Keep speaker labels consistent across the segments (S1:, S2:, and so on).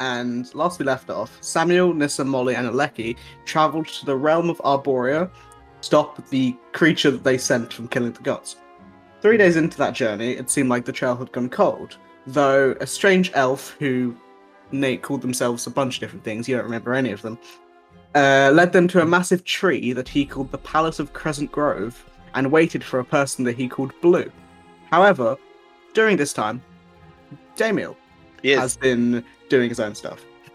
S1: And last we left off, Samuel, Nissa, Molly, and Aleki traveled to the realm of Arborea to stop the creature that they sent from killing the gods. Three days into that journey, it seemed like the trail had gone cold, though a strange elf who Nate called themselves a bunch of different things, you don't remember any of them, uh, led them to a massive tree that he called the Palace of Crescent Grove and waited for a person that he called Blue. However, during this time, Damiel has
S2: Yes.
S1: been doing his own stuff.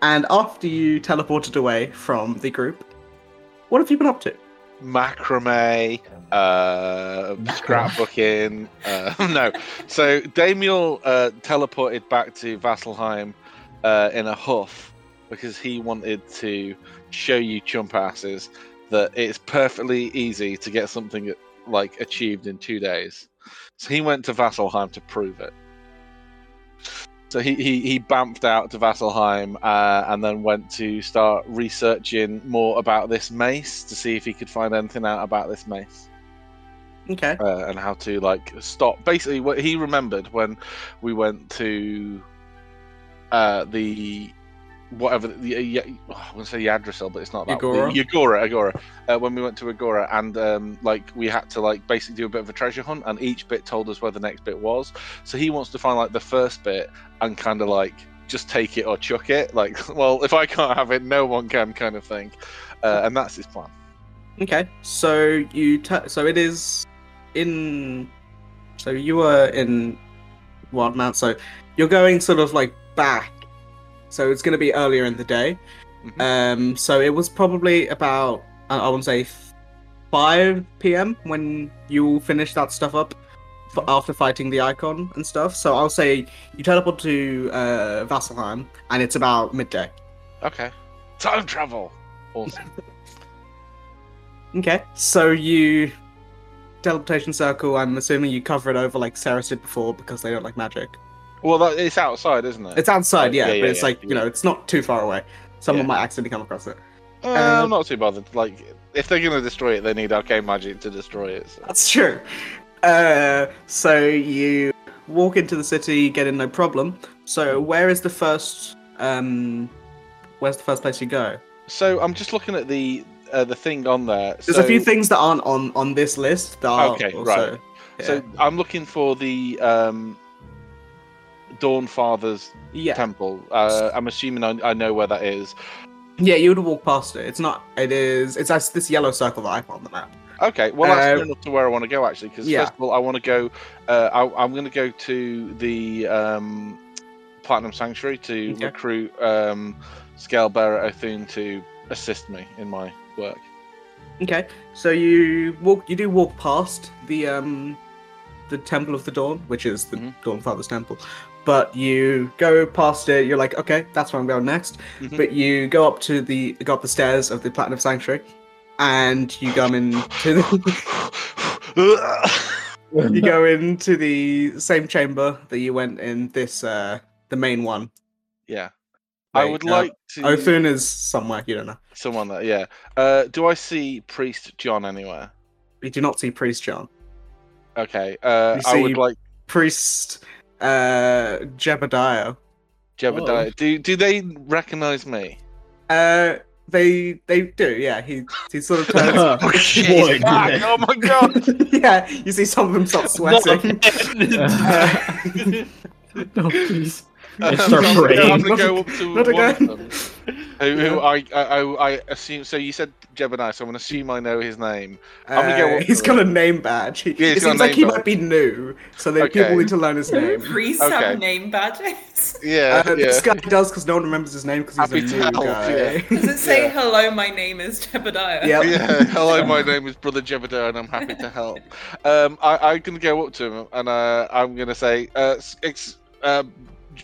S1: and after you teleported away from the group, what have you been up to?
S2: Macrame, uh, scrapbooking. Uh, no. So Damiel uh, teleported back to Vasselheim uh, in a huff because he wanted to show you chump asses that it's perfectly easy to get something like achieved in two days. So he went to Vasselheim to prove it. So he, he, he bamped out to Vasselheim uh, and then went to start researching more about this mace to see if he could find anything out about this mace
S1: Okay.
S2: uh, and how to like stop. Basically, what he remembered when we went to uh, the whatever the, the, I want to say Yggdrasil, but it's not that.
S1: Agora?
S2: The, Agora, Agora. Uh, when we went to Agora, and um, like we had to like basically do a bit of a treasure hunt, and each bit told us where the next bit was. So he wants to find like the first bit and kind of like just take it or chuck it. Like, well, if I can't have it, no one can, kind of thing. Uh, and that's his plan.
S1: Okay. So you t- so it is in so you were in Wildmount, so you're going sort of like back. So it's going to be earlier in the day.
S2: Mhm.
S1: Um so it was probably about I I want to say 5 p.m. when you all finished that stuff up f- after fighting the icon and stuff. So I'll say you teleport to uh Vasselheim and it's about midday.
S2: Okay. Time travel. Awesome.
S1: Okay. So you teleportation circle. I'm assuming you cover it over like Ceres did before because they don't like magic.
S2: Well, that, it's outside, isn't it?
S1: It's outside, yeah,
S2: Yeah, yeah,
S1: but it's
S2: yeah,
S1: like you know, it's not too far away. Someone
S2: Yeah.
S1: might accidentally come across it.
S2: Uh,
S1: uh,
S2: I'm not too bothered. Like, if they're gonna destroy it, they need arcane magic to destroy it. So.
S1: That's true. Uh, so you walk into the city, get in no problem.
S2: Hmm.
S1: So where is the first? Um, where's the first place you go?
S2: So I'm just looking at the uh, the thing on there.
S1: There's
S2: so,
S1: a few things that aren't on on this list. That are
S2: Okay,
S1: also,
S2: right.
S1: Yeah.
S2: So I'm looking for the um, Dawn Father's
S1: yeah,
S2: temple. Uh, I'm assuming I, I know where that is.
S1: yeah, you would walk past it. It's not. It is. It's that's this yellow circle that I put on the map.
S2: Okay, well that's
S1: Uh,
S2: near enough to where I want to go actually. Because
S1: yeah.
S2: first of all, I want to go. Uh, I, I'm going to go to the um, Platinum Sanctuary to
S1: Okay.
S2: recruit um, Scalebearer Othun to assist me in my work.
S1: Okay, so you walk. You do walk past the um, the Temple of the Dawn, which is the
S2: Mhm.
S1: Dawn Father's temple. But you go past it. You're like, okay, that's where I'm going next.
S2: Mhm.
S1: But you go up to the go up the stairs of the Platinum Sanctuary, and you come into the, you go into the same chamber that you went in. This uh, the main one.
S2: yeah, I
S1: Wait,
S2: would
S1: uh,
S2: like to
S1: Othun is somewhere you don't know.
S2: someone that yeah. Uh, do I see Priest John anywhere?
S1: You do not see Priest John.
S2: Okay, uh,
S1: You
S2: I
S1: see-
S2: would like
S1: Priest uh, Jebediah.
S2: Jebediah. Do do they recognize me?
S1: Uh, they they do. Yeah, he he sort of turns.
S2: Oh, shit,
S3: boy,
S2: he's
S3: do
S2: back,
S3: they.
S2: oh my god!
S1: yeah, you see some of them start
S2: Not
S1: sweating. Uh,
S2: again.
S3: no, please.
S2: Um,
S3: It's their
S2: I'm gonna- I'm gonna
S3: brain.
S2: go up
S1: Not
S2: to one of
S1: again. Uh,
S2: them. Who, who I, I, I- I assume. So you said Jebediah, so I'm gonna assume I know his name. gonna go
S1: Uh,
S2: up to
S1: he's
S2: him.
S1: got a name badge. He,
S2: Yeah, he's
S1: it
S2: got a
S1: seems like
S2: name
S1: he
S2: badge.
S1: might be new, so that
S2: Okay.
S1: people need to learn his name.
S4: Pre some
S2: Okay.
S4: name badges.
S2: Yeah,
S1: Uh,
S2: yeah.
S1: This guy does because no one remembers his name because he's
S2: Happy
S1: a new
S2: Towels,
S1: guy.
S4: Does it say
S2: Yeah.
S4: hello? My name is Jebediah.
S1: Yeah.
S2: Yeah, hello, my name is Brother Jebediah, and I'm happy to help. Um, I, I'm going to go up to him and uh, I'm going to say, uh, s- ex- uh,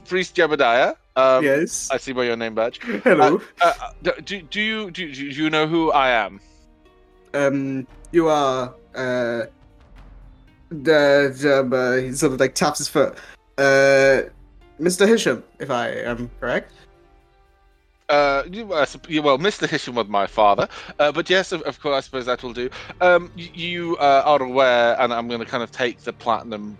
S2: Priest Jebediah, um,
S1: yes.
S2: I see by your name badge.
S1: Hello.
S2: Uh, do, do, do, you, do, do you know who I am?
S1: um, you are uh, the, the uh, he sort of like taps his foot. Uh, Mr. Hisham, if I am correct.
S2: Uh, you- I sup- you- well, Mr. Hisham was my father, uh, but yes, of, of course, I suppose that will do. Um, y- you uh, are aware, and I'm going to kind of take the platinum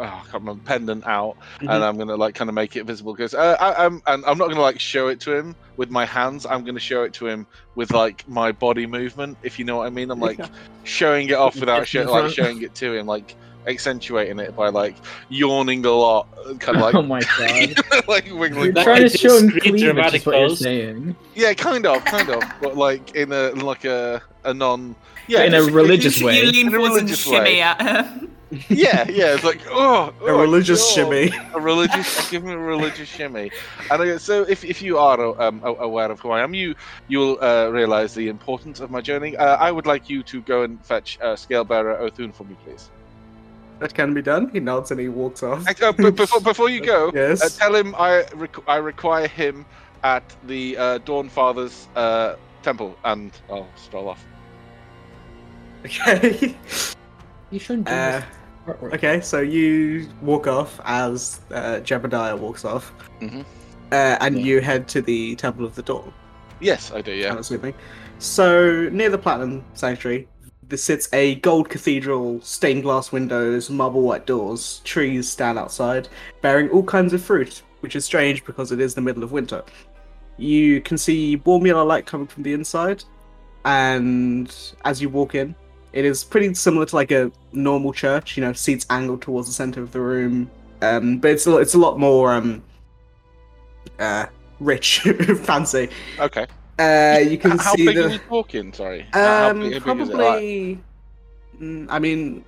S2: oh, I can't remember, pendant out,
S1: Mhm.
S2: and I'm gonna like kind of make it visible. Because uh, I, I'm, and I'm not gonna like show it to him with my hands. I'm gonna show it to him with like my body movement, if you know what I mean. I'm like showing it off without
S3: Just
S2: show,
S3: in
S2: like
S3: front.
S2: showing it to him, like accentuating it by like yawning a lot, kind of like
S3: oh my god.
S2: like
S3: You're
S2: wiggling.
S5: That
S3: trying
S5: is
S3: to show him
S5: extreme
S3: cleavage
S5: dramatic
S3: is what you're
S5: pose.
S3: saying.
S2: Yeah, kind of, kind of, but like in a like a a non yeah
S3: In a
S2: just-
S3: religious way.
S4: You
S2: In
S4: lean
S2: a
S4: forward and
S2: religious
S4: shimmy
S2: way.
S4: at him.
S2: Yeah, yeah, it's like oh,
S1: A
S2: oh,
S1: religious
S2: God.
S1: shimmy.
S2: a religious give me a religious shimmy and I, so if, if you are um, a- aware of who i am you you'll uh, realize the importance of my journey uh, i would like you to go and fetch uh, scalebearer othun for me please
S1: That can be done. He nods and he walks off.
S2: Ac- oh, but before, before you go uh,
S1: Yes.
S2: tell him i requ- i require him at the uh, dawnfather's uh, temple and i'll stroll off
S1: Okay.
S3: You shouldn't do
S1: Uh,
S3: this artwork.
S1: Okay, so you walk off as uh, Jebediah walks off,
S2: Mhm.
S1: uh, and
S3: Yeah.
S1: you head to the Temple of the Dawn.
S2: yes i do yeah
S1: I'm assuming. So near the Platinum Sanctuary, there sits a gold cathedral, stained glass windows, marble white doors. Trees stand outside, bearing all kinds of fruit, which is strange because it is the middle of winter. You can see warm yellow light coming from the inside, and as you walk in, it is pretty similar to like a normal church. You know, seats angled towards the center of the room, um, but it's a, it's a lot more um, uh, rich, fancy.
S2: okay
S1: Uh, you can
S2: H- how
S1: see
S2: big are
S1: the
S2: we talking sorry How
S1: um
S2: big- how big is it? Like-
S1: probably. Mm, I mean,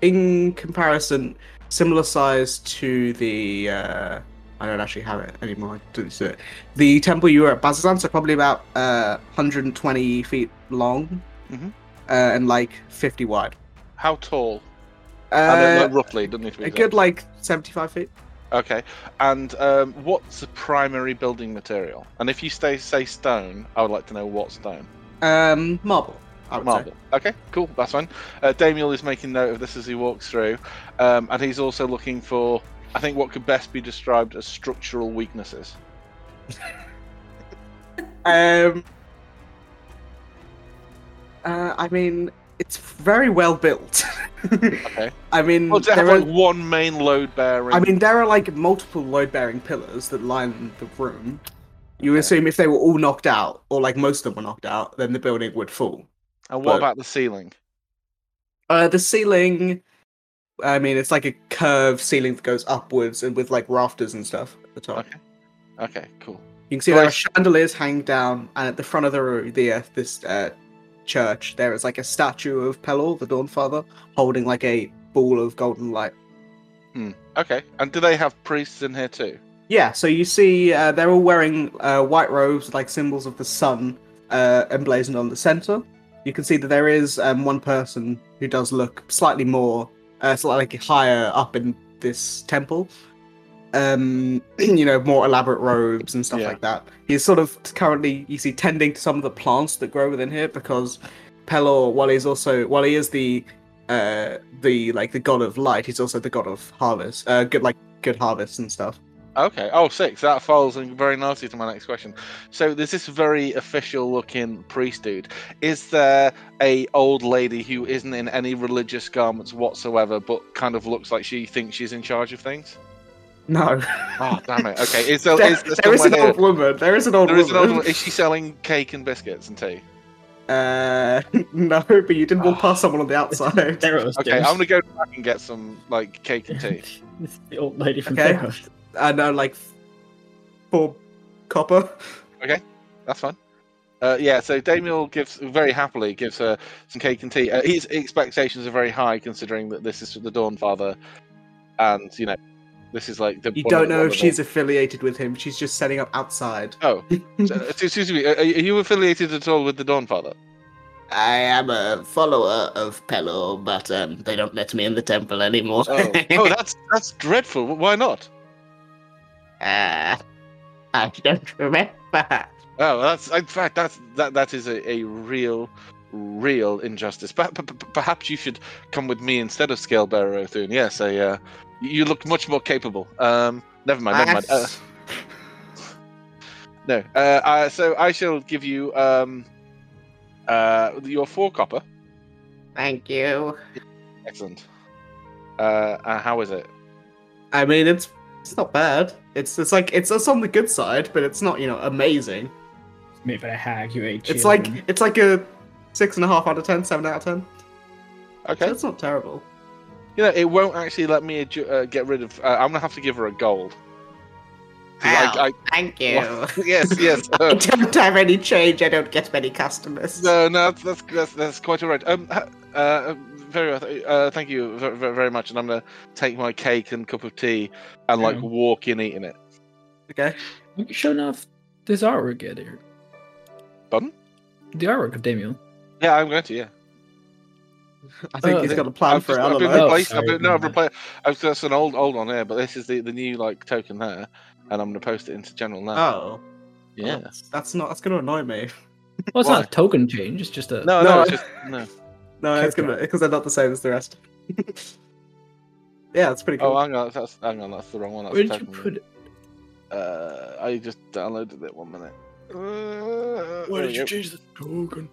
S1: in comparison, similar size to the. Uh, I don't actually have it anymore. I didn't see it. The temple you were at Bazazan, so probably about uh, 120 feet long,
S2: Mhm.
S1: uh, and like 50 wide.
S2: how tall I mean,
S1: Uh,
S2: like, roughly doesn't need to be
S1: a
S2: exact.
S1: good like 75 feet.
S2: Okay. And um, what's the primary building material? And if you stay say stone, I would like to know what stone.
S1: Um, marble. I would
S2: Marble. Okay, cool. That's fine. Uh, Damiel is making note of this as he walks through, um, and he's also looking for, I think, what could best be described as structural weaknesses.
S1: Say. Um. Uh, I mean, it's very well built.
S2: Okay.
S1: I mean,
S2: Well, to
S1: Mm,
S2: have
S1: there are,
S2: like one main load bearing.
S1: I mean, there are like multiple load-bearing pillars that line the room. You
S2: Okay.
S1: assume if they were all knocked out, or like most of them were knocked out, then the building would fall.
S2: and what
S1: but-
S2: about the ceiling?
S1: Uh, the ceiling, I mean, it's like a curved ceiling that goes upwards and with like rafters and stuff at the top.
S2: Okay. Okay, cool.
S1: You can see
S2: Well,
S1: there
S2: I
S1: are chandeliers hanging down, and at the front of the room, the uh, this uh, church, there is like a statue of Pelor, the Dawnfather, holding like a ball of golden light.
S2: Okay. And do they have priests in here too?
S1: Yeah, so you see, uh, they're all wearing uh, white robes, with, like symbols of the sun, uh, emblazoned on the center. You can see that there is um, one person who does look slightly more, uh, slightly higher up in this temple. Um, you know, more elaborate robes and stuff
S2: Yeah.
S1: like that. He's sort of currently, you see, tending to some of the plants that grow within here because Pelor, while he's also, while he is the, uh, the like the god of light, he's also the god of harvest, uh, good like good harvest and stuff.
S2: Okay. Oh, six. That falls in very nicely to my next question. So there's this very official-looking priest dude. Is there a old lady who isn't in any religious garments whatsoever, but kind of looks like she thinks she's in charge of things?
S1: No.
S2: Oh, damn it. Okay. Is there,
S1: There-
S2: is there,
S1: there is an
S2: someone
S1: old
S2: here?
S1: woman. There is an old
S2: There is an
S1: woman.
S2: old. Is she selling cake and biscuits and tea?
S1: Uh, no, but you did walk
S2: Ah.
S1: past someone on the outside.
S3: Theros,
S2: Okay,
S3: James.
S2: I'm gonna go back and get some like cake and tea.
S3: This is the old lady from
S1: Okay.
S3: Theros.
S1: I know, like four copper.
S2: That's fine. Uh, yeah, so Damiel gives very happily gives her some cake and tea. Uh, his expectations are very high considering that this is the Dawnfather, and you know, this is like the.
S1: You
S2: one
S1: don't
S2: of the-
S1: know
S2: one
S1: if
S2: of the-
S1: she's affiliated with him. She's just setting up outside.
S2: Oh, so- excuse me. Are, are you affiliated at all with the Dawnfather?
S6: I am a follower of Pelor, but um, they don't let me in the temple anymore.
S2: Oh, oh, that's that's dreadful. Wh- Why not?
S6: Ah, I don't remember.
S2: Oh, that's in fact that's that that is a, a real, real injustice. Perhaps, perhaps you should come with me instead of Scalebearer Othun. Yes, I. Uh, you look much more capable. Um, never mind. Never mind. Uh, No. Uh, uh, so I shall give you um, uh, your four copper.
S6: Thank you.
S2: Excellent. Uh, uh, how is it?
S1: I mean, it's it's not bad. It's it's like it's it's on the good side, but it's not you know amazing.
S3: Maybe a hag, you ate
S1: It's
S3: children.
S1: like it's like a six and a half out of ten, seven out of ten. So
S2: Okay.
S1: it's not terrible.
S2: You know, it won't actually let me adju- uh, get rid of. Uh, I'm gonna have to give her a gold. 'Cause I, I,
S6: Thank you.
S2: yes, yes. uh,
S6: I don't have any change. I don't get many customers.
S2: no, no, that's that's, that's that's quite all right. Um, ha- uh, very well. th- Uh, thank you very, very much. And I'm gonna take my cake and cup of tea and like
S3: Yeah.
S2: walk in eating it.
S1: Okay.
S3: We can show enough this artwork here, there.
S2: Pardon?
S3: The artwork of Damiel.
S2: Yeah, I'm going to. Yeah.
S1: I think
S3: Oh,
S1: he's
S3: okay.
S1: got a plan
S2: I've
S1: for it.
S2: just-
S1: I
S2: I've
S1: don't
S2: been
S1: know.
S3: Oh,
S2: replaced. I've
S3: sorry,
S2: been, no, I've
S3: my bad.
S2: replaced. I've, that's an old old one here, but this is the, the new like token there, and I'm gonna post it into general now.
S1: Oh,
S2: yeah.
S1: that's not. That's gonna annoy me.
S3: Well, it's
S2: Why?
S3: not a token change. It's just a.
S2: No, no,
S1: No.
S2: it's just no.
S1: No, it's
S3: Character.
S1: gonna because they're not the same as the rest. yeah, it's pretty cool.
S2: Oh, hang on, that's hang on, that's the wrong one. That's
S3: Where
S2: the
S3: did you
S2: token one.
S3: put it?
S2: Uh, I just downloaded it. One minute. Uh, there we go.
S3: change the token?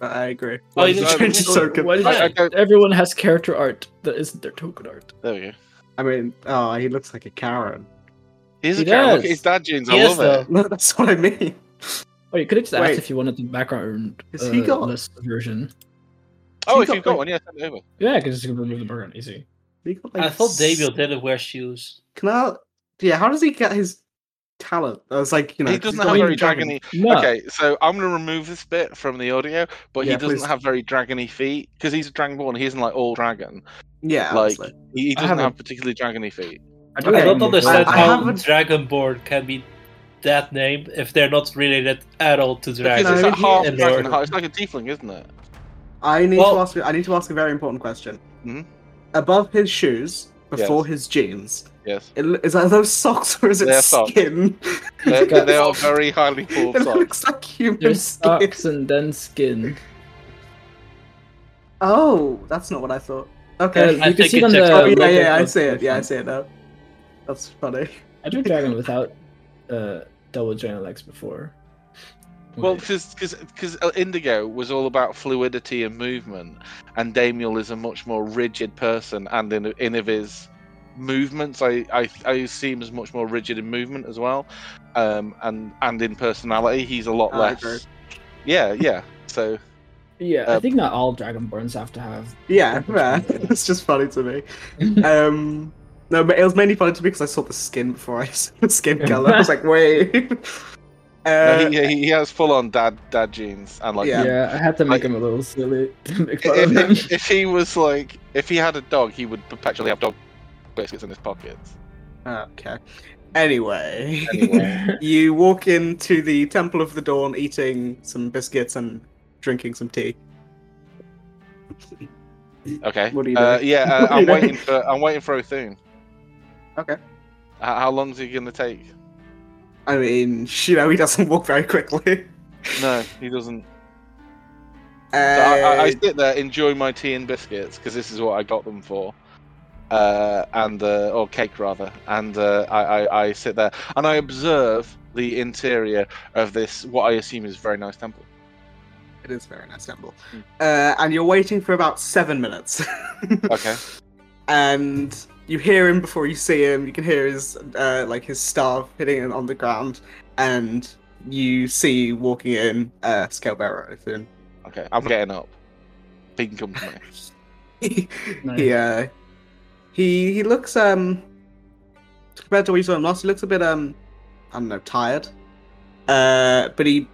S1: I agree.
S2: Oh,
S1: Why
S2: you
S1: did you
S2: didn't
S1: change the
S2: change
S1: token?
S3: Why did you-
S2: I- I don't-
S3: Everyone has character art that isn't their token art.
S2: There we go.
S1: I mean, oh, he looks like a Karen.
S2: He's a
S3: He
S2: cat. Look at
S3: does.
S2: his dad jeans. I
S3: He
S2: love
S3: is,
S2: it.
S1: No, that's what I mean.
S3: Oh, you could have just asked
S1: Wait.
S3: if you wanted the background uh,
S1: Has he got-
S3: list version.
S2: Oh,
S1: He
S2: if
S1: got
S2: you've got
S1: like-
S2: one, yeah, send it over.
S3: Yeah, I could just remove the background easy.
S1: He got, like,
S5: I thought
S1: s-
S5: Damiel didn't wear shoes.
S1: Can I? Yeah, how does he get his talent? I was like, you know,
S2: He
S1: 'cause he's
S2: doesn't
S1: got
S2: have
S1: like
S2: very
S1: dragon-
S2: dragony.
S3: No,
S2: Okay, so I'm gonna remove this bit from the audio, but
S1: Yeah,
S2: he doesn't
S1: please.
S2: have very dragony feet because he's a dragonborn. He isn't like all dragon.
S1: Yeah,
S2: like
S1: honestly.
S2: he, he
S3: I
S2: doesn't have
S3: haven't-
S2: particularly dragony feet.
S3: I
S1: Okay.
S5: I don't understand
S1: I- I
S5: how
S1: haven't-
S5: Dragonborn can be that name if they're not related at all to
S2: Because
S5: dragons.
S2: it's
S1: No,
S2: like
S1: he-
S2: half
S5: and
S2: dragon,
S5: or-
S2: half- it's like a tiefling, isn't it?
S1: I need
S5: Well-
S1: to ask. I need to ask a very important question.
S2: Mhm.
S1: Above his shoes, before
S2: Yes.
S1: his jeans,
S2: Yes,
S1: it, l- is that those socks or is it
S2: They're socks.
S1: skin?
S2: they, they- they are very highly
S1: it
S2: pulled socks.
S1: looks like human
S3: There's
S1: skin.
S3: socks and then skin.
S1: Oh, that's not what I thought.
S3: Uh,
S1: Okay.
S5: I
S3: you can
S5: think
S3: see
S5: it
S3: it on
S5: checks
S3: the
S5: out.
S1: oh yeah,
S3: logo
S1: yeah, I
S3: of-
S1: see it. Yeah, I see it now. That's funny.
S3: I drew dragon without uh, double dragon legs before.
S2: Well,
S3: Wait.
S2: because because uh, Indigo was all about fluidity and movement, and Damiel is a much more rigid person, and in in of his movements, I I, I seem as much more rigid in movement as well, um, and and in personality, he's a lot
S1: I agree.
S2: less. Yeah, yeah. So
S3: yeah, I
S2: uh,
S3: think not all dragonborns have to have.
S1: Yeah,
S3: That's
S1: yeah.
S3: funny.
S1: it's just funny to me. Um, no, but it was mainly funny to me because I saw the skin before I saw the skin color. I was like, wait.
S2: no,
S1: Uh,
S2: he, he he has full on dad dad jeans, and like
S1: Yeah.
S3: Yeah. I had to make
S2: I-
S3: him a little silly to make fun of him.
S2: if, if he was like if he had a dog, he would perpetually have dog biscuits in his pockets.
S1: okay. Anyway,
S2: Anyway.
S1: you walk into the Temple of the Dawn, eating some biscuits and drinking some tea.
S2: Okay.
S1: What do you
S2: Uh,
S1: do?
S2: yeah, uh,
S1: What do
S2: I'm
S1: you do?
S2: waiting for I'm waiting for Othune.
S1: Okay.
S2: H- how long's he gonna take?
S1: I mean, you know, he doesn't walk very quickly.
S2: No, he doesn't.
S1: Uh,
S2: So I, I, I sit there, enjoy my tea and biscuits because this is what I got them for, uh, and uh, or cake rather. And uh, I, I I sit there and I observe the interior of this what I assume is a very nice temple.
S1: It is very nice temple.
S2: Hmm.
S1: Uh, and you're waiting for about seven minutes.
S2: Okay.
S1: and you hear him before you see him. You can hear his uh, like his staff hitting it on the ground, and you see walking in uh, Scalebearer. Ethan.
S2: Okay. I'm getting up. He can come to me.
S1: he,
S3: Nice.
S1: he, uh, he he looks um compared to what you saw him last, he looks a bit um I don't know tired. Uh, but he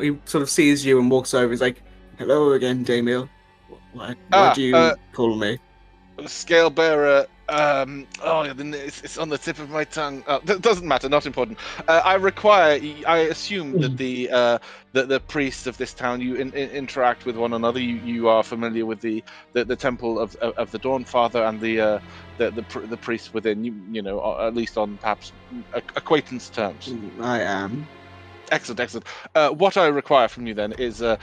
S1: he sort of sees you and walks over. He's like, "Hello again, Damiel. Why, why
S2: Ah,
S1: do you
S2: uh,
S1: call me?"
S2: Scale bearer. Um, oh, the n- it's, it's on the tip of my tongue. Oh, that doesn't matter. Not important. Uh, I require. I assume that the uh, that the priests of this town you in, in, interact with one another. You, you are familiar with the, the, the temple of, of of the Dawn Father and the uh, the the, pr- the priests within. You you know or at least on perhaps ac- acquaintance terms.
S1: I am.
S2: Excellent, excellent. Uh, what I require from you then is uh,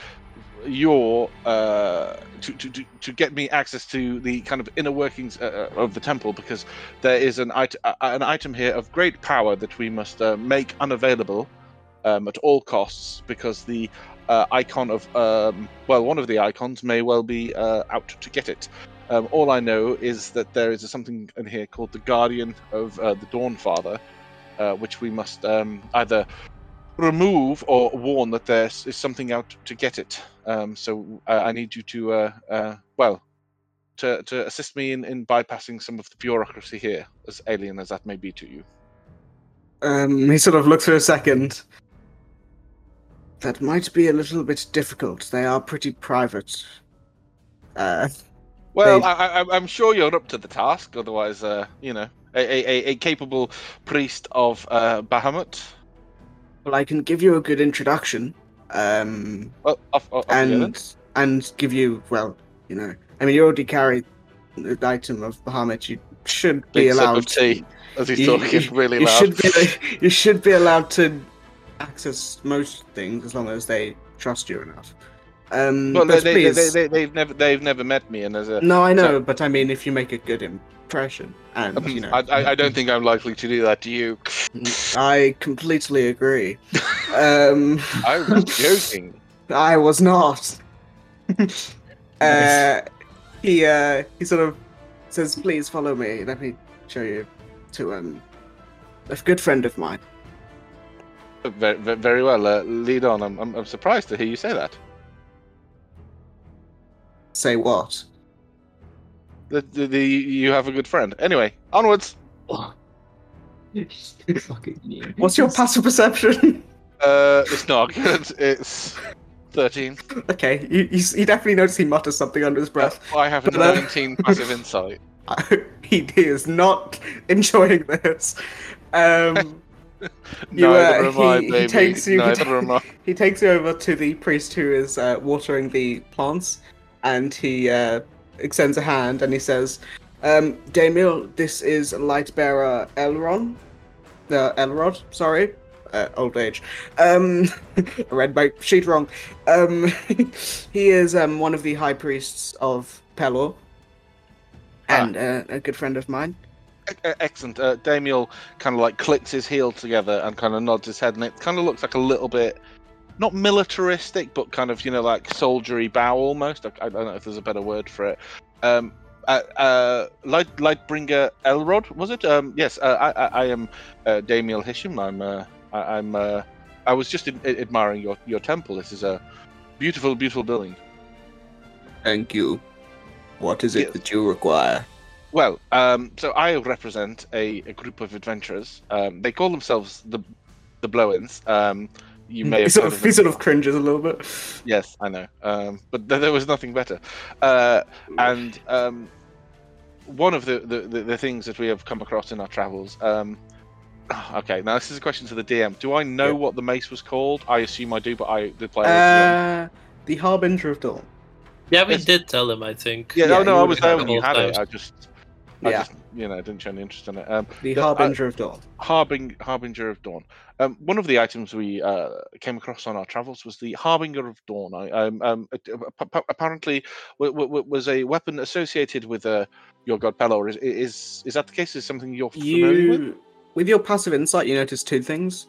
S2: your uh, to, to, to, to get me access to the kind of inner workings uh, uh, of the temple because there is an, it- uh, an item here of great power that we must uh, make unavailable um, at all costs because the uh, icon of um, well one of the icons may well be uh, out to get it Um, all I know is that there is something in here called the Guardian of uh, the Dawn Father, uh, which we must um, either remove or warn that there is something out to get it. Um, so uh, I need you to, uh, uh, well, to, to assist me in, in bypassing some of the bureaucracy here, as alien as that may be to you.
S1: Um, he sort of looks for a second. That might be a little bit difficult. They are pretty private. Uh,
S2: Well,
S1: They-
S2: I, I, I'm- I'm sure you're up to the task. Otherwise, uh, you know, a, a, a, a capable priest of uh, Bahamut.
S1: well, I can give you a good introduction. Um,
S2: Well, Oh, off, off, off you go then.
S1: and and give you well, you know, I mean, you already carry the item of Bahamut. You should be
S2: Big sip of
S1: allowed.
S2: tea as he's
S1: you-
S2: talking really
S1: you
S2: loud.
S1: should be you should be allowed to access most things as long as they trust you enough. Um,
S2: Well, they,
S1: but
S2: they,
S1: please,
S2: they, they, they've never they've never met me, and as a
S1: no, I know,
S2: so-
S1: but I mean, if you make a good impression, and you know,
S2: Um, I, I, I don't think I'm likely to do that to you.
S1: I completely agree. um,
S2: I was joking.
S1: I was not. uh, he uh, he sort of says, "Please follow me. Let me show you to um, a good friend of mine."
S2: Very, very well. Uh, lead on. I'm, I'm I'm surprised to hear you say that.
S1: Say what?
S2: The, the, the you have a good friend. Anyway, onwards.
S6: Fucking you.
S1: What's your passive perception?
S2: Uh, it's not good. It's thirteen.
S1: okay, you, you you definitely notice he mutters something under his breath.
S2: I have a
S1: But, uh,
S2: 19 passive insight.
S1: he, he is not enjoying this. Um, You,
S2: Neither
S1: uh,
S2: am I,
S1: he- he
S2: baby.
S1: takes you-
S2: Neither am I.
S1: he takes you over to the priest who is uh, watering the plants, and he uh, extends a hand and he says, um, "Damil, this is Lightbearer Elron, uh, Elrod. Sorry, uh, old age. Um, I read my sheet wrong. Um, he is um, one of the high priests of Pelor,
S2: Ah.
S1: and uh, a good friend of mine."
S2: E- e- Excellent. Uh, Damiel kind of like clicks his heel together and kind of nods his head, and it kind of looks like a little bit, not militaristic, but kind of you know like soldiery bow almost. I, I don't know if there's a better word for it. Um, uh, uh, Light Lightbringer Elrod was it? Um, yes, uh, I, I, I am uh, Damiel Hisham. I'm uh, I, I'm uh, I was just in, i- admiring your your temple. This is a beautiful, beautiful building.
S1: Thank you. What is
S2: it Yes.
S1: that you require?
S2: Well, um, so I represent a, a group of adventurers. Um, they call themselves the the Blowins. Um, you may
S1: He
S2: have
S1: sort
S2: heard
S1: of,
S2: them.
S1: he sort of cringes a little bit.
S2: Yes, I know. Um, but th- there was nothing better. Uh, and um, one of the, the, the, the things that we have come across in our travels. Um, okay, now this is a question to the DM. Do I know
S1: Yeah.
S2: what the mace was called? I assume I do, but I the player.
S1: Uh, the Harbinger of Dawn.
S5: Yeah, we
S2: Yes.
S5: did tell him, I think.
S2: yeah,
S1: yeah,
S2: no, Oh, no,
S1: you
S2: I
S1: would
S2: was
S1: have
S2: there
S1: done
S2: when you
S5: both
S2: had
S5: times.
S2: it. I just, I
S1: Yeah.
S2: just, you know, didn't show any interest in it. Um,
S1: The uh,
S2: No, I-
S1: Harbinger of Dawn.
S2: Harbing, Harbinger of Dawn. Um, one of the items we uh, came across on our travels was the Harbinger of Dawn. I, um, um, a- a- a- apparently, w- w- w- was a weapon associated with uh, your god Pelor. Is, is is that the case? Is something you're familiar
S1: You,
S2: with?
S1: with? your passive insight, you notice two things.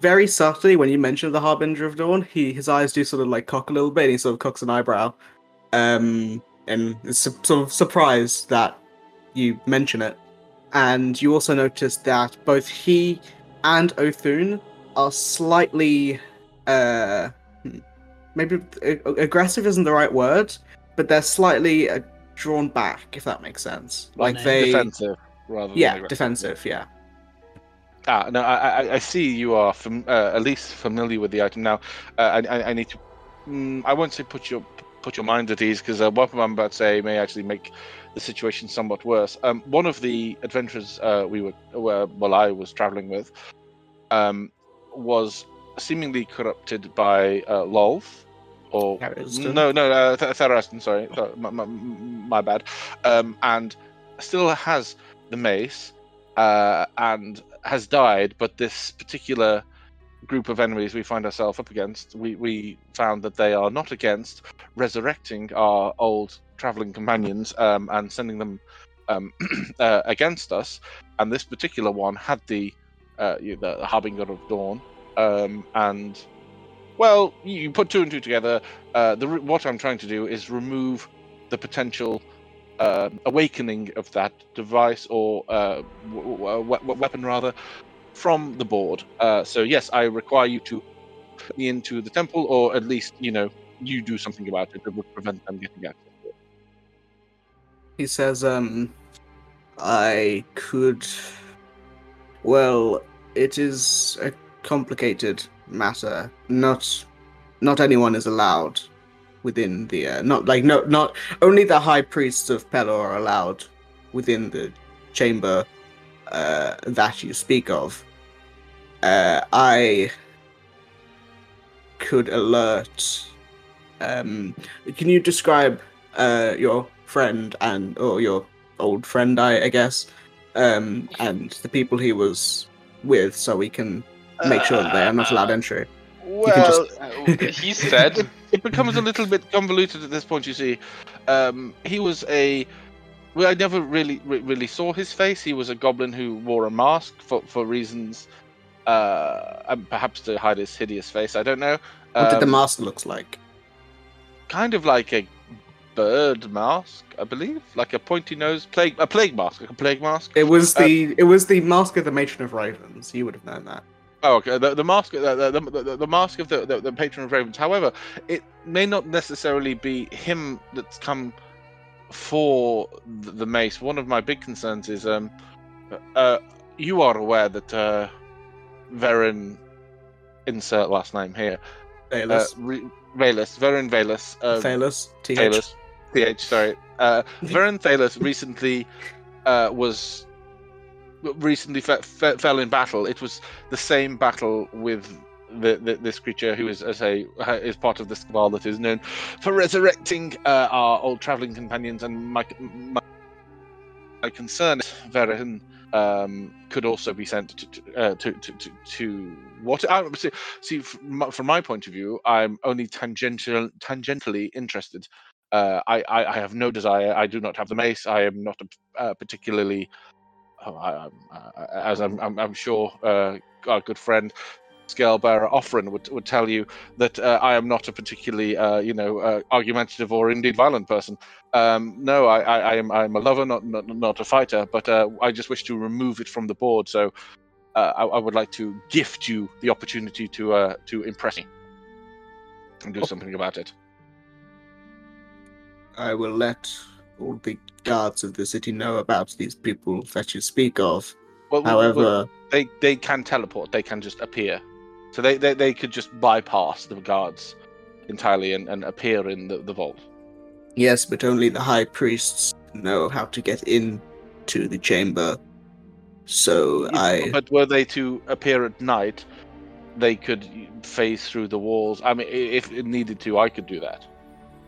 S1: Very subtly, when you mention the Harbinger of Dawn, he his eyes do sort of like cock a little bit. And he sort of cocks an eyebrow, um, and is su- sort of surprised that you mention it. And you also notice that both he and Othun are slightly, uh, hmm, maybe a- aggressive isn't the right word, but they're slightly uh, drawn back, if that makes sense. Like
S5: Right.
S1: they,
S2: Defensive, rather than
S1: yeah,
S2: aggressive.
S1: defensive, yeah.
S2: Ah, no, I, I, I see you are fam- uh, at least familiar with the item now. Uh, I, I, I need to. Mm, I won't say put your put your mind at ease because uh, what I'm about to say may actually make the situation somewhat worse. Um, one of the adventurers uh, we were, were, well, I was traveling with, um, was seemingly corrupted by uh, Lolf, or
S1: Theraston.
S2: no, no, uh, Th- Theraston, sorry, Th- my, my, my bad, um, and still has the mace uh, and has died. But this particular group of enemies we find ourselves up against, we, we found that they are not against resurrecting our old traveling companions um, and sending them um, uh, against us. And this particular one had the uh, you- the harbinger of dawn, um, and well, you you put two and two together. Uh, the, re- what I'm trying to do is remove the potential uh, awakening of that device or uh, w- w- we- weapon rather from the board. Uh, so yes, I require you to put me into the temple, or at least you know you do something about it that would prevent them getting access. to it.
S1: He says, um, I could. Well, it is a complicated matter. Not, not anyone is allowed within the. Uh, not like no, not only the high priests of Pelor are allowed within the chamber uh, that you speak of. Uh, I could alert. Um, can you describe uh, your friend and or your old friend, I, I guess, um, and the people he was with, so we can make sure that they are not
S2: Uh,
S1: allowed entry.
S2: Well,
S1: can
S2: uh,
S1: just-
S2: he said it becomes a little bit convoluted at this point. You see, um, he was a well, I never really re- really saw his face. He was a goblin who wore a mask for for reasons, uh, and perhaps to hide his hideous face. I don't know.
S1: What did the
S2: Um,
S1: mask looks like?
S2: kind of like a bird mask, I believe, like a pointy nose plague a plague mask, like a plague mask.
S1: It was
S2: uh,
S1: the it was the mask of the matron of ravens. You would have known that.
S2: Oh, okay. The, the mask, the, the, the- the, the mask of the, the, the patron of ravens. However, it may not necessarily be him that's come for the, the mace. One of my big concerns is, um, uh, you are aware that uh, Varen, insert last name here, uh,
S1: Thalus,
S2: Re- Valus, Varen Valus, uh,
S1: Thalus, th.
S2: Thalus. TH, sorry. Uh, Varen Thalus recently uh, was. recently fe- fe- fell in battle. It was the same battle with. The, the, this creature, who is as a is part of the cabal that is known for resurrecting uh, our old traveling companions, and my my, my concern is Varen um, could also be sent to to uh, to, to, to, to what I see, see from my- from my point of view, I'm only tangential tangentially interested uh, I, I, I have no desire. I do not have the mace. I am not a, uh, particularly, oh, I, I'm, uh, as I'm, I'm, I'm sure uh, our good friend Scalebearer Offren would, would tell you, that uh, I am not a particularly, uh, you know, uh, argumentative or indeed violent person. Um, no, I, I, I am I'm a lover, not, not, not a fighter, but uh, I just wish to remove it from the board. So uh, I, I would like to gift you the opportunity to, uh, to impress me and do something about it.
S1: I will let all the guards of the city know about these people that you speak of.
S2: Well, we- we-
S1: However,
S2: they they can teleport. They can just appear. So they, they, they could just bypass the guards entirely and, and appear in the, the vault.
S1: yes, but only the high priests know how to get into the chamber. So I
S2: But were they to appear at night, they could phase through the walls. I mean, i- if it needed to, I could do that.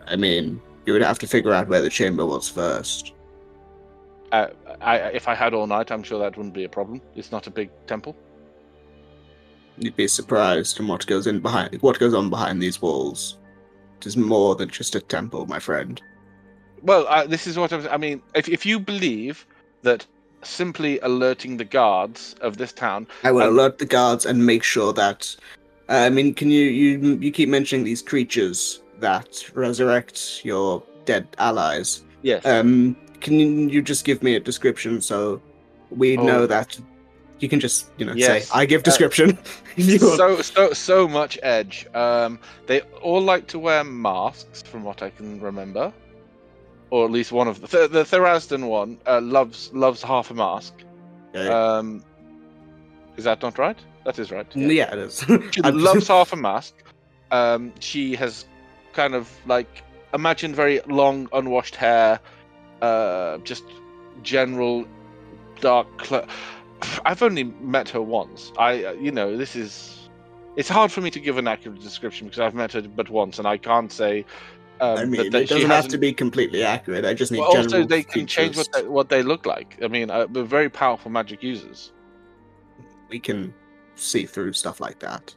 S1: I mean, you would have to figure out where the chamber was first.
S2: Uh, I, I- if I had all night, I'm sure that wouldn't be a problem. It's not a big temple.
S1: You'd be surprised in what goes in behind what goes on behind these walls. It is more than just a temple, my friend.
S2: Well, uh, this is what I'm, I mean. If, if you believe that simply alerting the guards of this town
S1: I will
S2: Um,
S1: alert the guards and make sure that. uh, I mean, can you you you keep mentioning these creatures that resurrect your dead allies?
S2: Yes.
S1: Um, can you just give me a description so we
S2: Oh.
S1: know that you can just you know
S2: Yes. Uh,
S1: say I give description. if you want.
S2: so so so much edge. Um, they all like to wear masks, from what I can remember, or at least one of the the, the Therasdan one uh, loves loves half a mask.
S1: Okay.
S2: Um, is that not right? That is right.
S1: yeah.
S2: yeah.
S1: it is.
S2: She
S1: I'm-
S2: loves half a mask. Um, she has kind of like imagine very long unwashed hair, uh, just general dark. Cl- I've only met her once. I, uh, you know, this is. It's hard for me to give an accurate description because I've met her but once, and I can't say. Um,
S1: I
S2: that-
S1: mean,
S2: that
S1: it
S2: she
S1: doesn't have
S2: hasn't-
S1: to be completely accurate. I just need
S2: well, also,
S1: general
S2: they can change what
S1: features.
S2: they, what they look like. I mean, uh, they're very powerful magic users.
S1: we can see through stuff like that.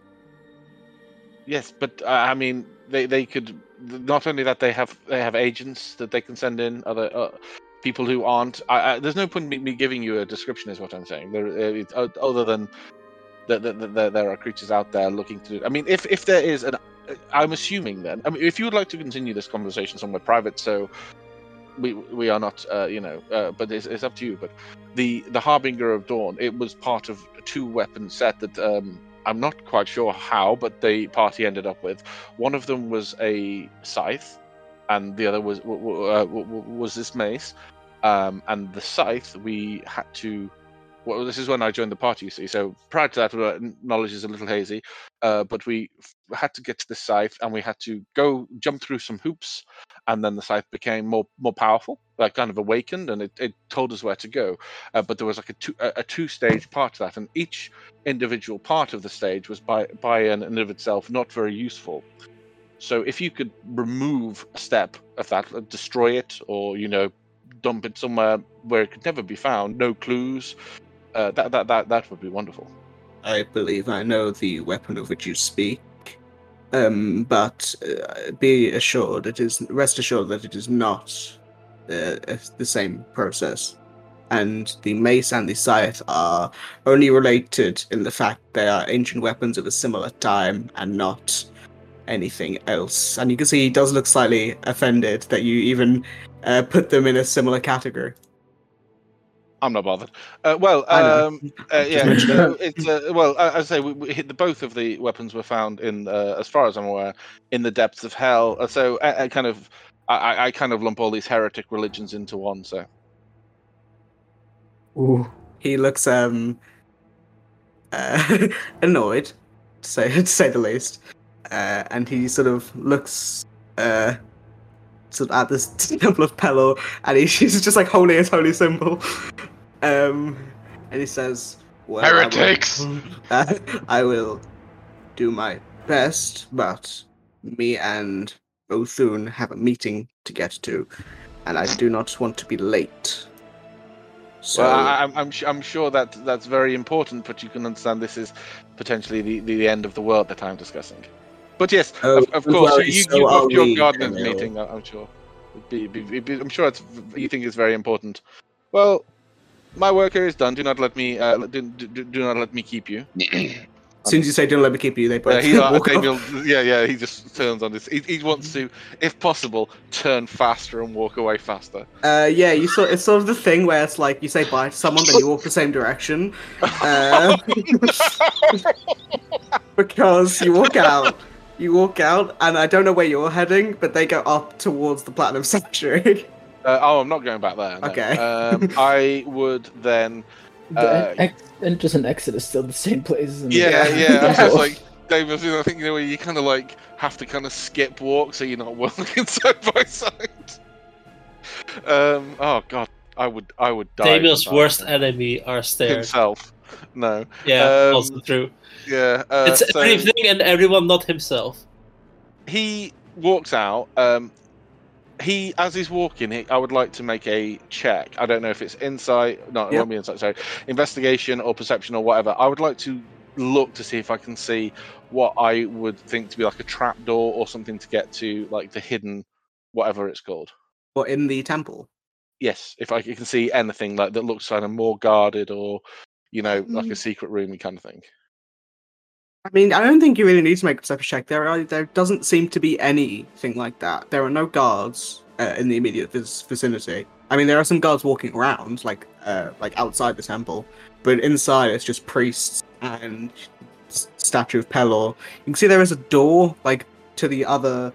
S2: Yes, but uh, I mean, they they could not only that they have they have agents that they can send in other uh, people who aren't. I, I, there's no point in me, me giving you a description, is what I'm saying. There, uh, it's, o- other than that, that, that, that there are creatures out there looking to. I mean, if if there is uh, an, I'm assuming then. I mean, if you would like to continue this conversation somewhere private, so we we are not, uh, you know, uh, but it's, it's up to you. But the the harbinger of dawn, it was part of a two weapon set that um, I'm not quite sure how, but the party ended up with. One of them was a scythe, and the other was w- w- uh, w- w- was this mace. Um, and the scythe we had to. Well, this is when I joined the party, you see. So prior to that, uh, knowledge is a little hazy. Uh, but we f- had to get to the scythe, and we had to go jump through some hoops and then the scythe became more more powerful like kind of awakened and it, it told us where to go uh, but there was like a two a, a two stage part to that and each individual part of the stage was by by and in of itself not very useful so if you could remove a step of that uh, destroy it or you know dump it somewhere where it could never be found no clues uh, that, that that that would be wonderful
S1: I believe I know the weapon of which you speak. Um, but uh, be assured, it is rest assured that it is not uh, it's the same process. And the mace and the scythe are only related in the fact they are ancient weapons of a similar time and not anything else. And you can see he does look slightly offended that you even uh, put them in a similar category.
S2: i'm not bothered uh, well
S1: I know.
S2: um Uh,
S1: Just
S2: yeah,
S1: mention
S2: uh, it's uh, well. I, I say we, we hit the both of the weapons were found in, uh, as far as I'm aware, in the depths of hell. Uh, So I, I kind of, I- I, I kind of lump all these heretic religions into one. So
S1: Ooh. He looks um uh, annoyed, to say to say the least, uh, and he sort of looks uh sort of at this temple of Pelor, and he, he's just like holding his holy symbol, um, and he says, well, I will-
S7: Heretics!
S1: uh, I will do my best, but me and Othun have a meeting to get to, and I do not want to be late. So
S2: well, I, I'm I'm, su- I'm sure that that's very important, but you can understand this is potentially the, the, end of the world that I'm discussing. But yes,
S1: Oh,
S2: of, of
S1: don't
S2: course,
S1: worry,
S2: you,
S1: so
S2: you
S1: are
S2: booked your
S1: we,
S2: gardening
S1: Daniel.
S2: meeting. I- I'm sure. It'd Be, be, be- be- I'm sure it's v- you think it's very important. Well, my work here is done. Do not let me uh, do, do, do- do not let me keep you.
S1: As soon as you say don't let me keep you, they both
S2: Uh, he's like,
S1: walk
S2: okay,
S1: off.
S2: Bill- yeah, yeah. He just turns on this. He, he wants
S1: Mm-hmm.
S2: to, if possible, turn faster and walk away faster.
S1: Uh, yeah, you sort it's sort of the thing where it's like you say bye to someone, then you walk the same direction. Uh, because you walk out, you walk out, and I don't know where you're heading, but they go up towards the platinum sanctuary.
S2: Uh, oh, I'm not going back there. no.
S1: Okay.
S2: Um, I would then.
S3: The
S2: Uh,
S3: ex- entrance and exit is still the same place. Isn't
S2: Yeah,
S1: Yeah.
S2: yeah. I'm just like David. I think you know where you kind of like have to kind of skip walk so you're not walking side by side. Um. Oh God, I would. I would die.
S5: Damiel's
S2: from that.
S5: worst enemy are stairs.
S2: Himself. No.
S5: Yeah,
S2: Um,
S5: also true.
S2: Yeah. Uh,
S5: it's
S2: so-
S5: everything and everyone, not himself.
S2: he walks out. Um, he, as he's walking, he, I would like to make a check. I don't know if it's insight, no, it
S1: Yeah.
S2: won't be insight. Sorry, investigation or perception or whatever. I would like to look to see if I can see what I would think to be like a trap door or something to get to, like the hidden, whatever it's called.
S1: Or in the temple.
S2: Yes, if I can see anything like that looks kind of more guarded or, you know, like a
S1: Mm.
S2: secret roomy kind of thing.
S1: I mean, I don't think you really need to make a perception check. There are there doesn't seem to be anything like that. There are no guards uh, in the immediate vic- vicinity. I mean, there are some guards walking around, like uh, like outside the temple, but inside it's just priests and s- statue of Pelor. You can see there is a door like to the other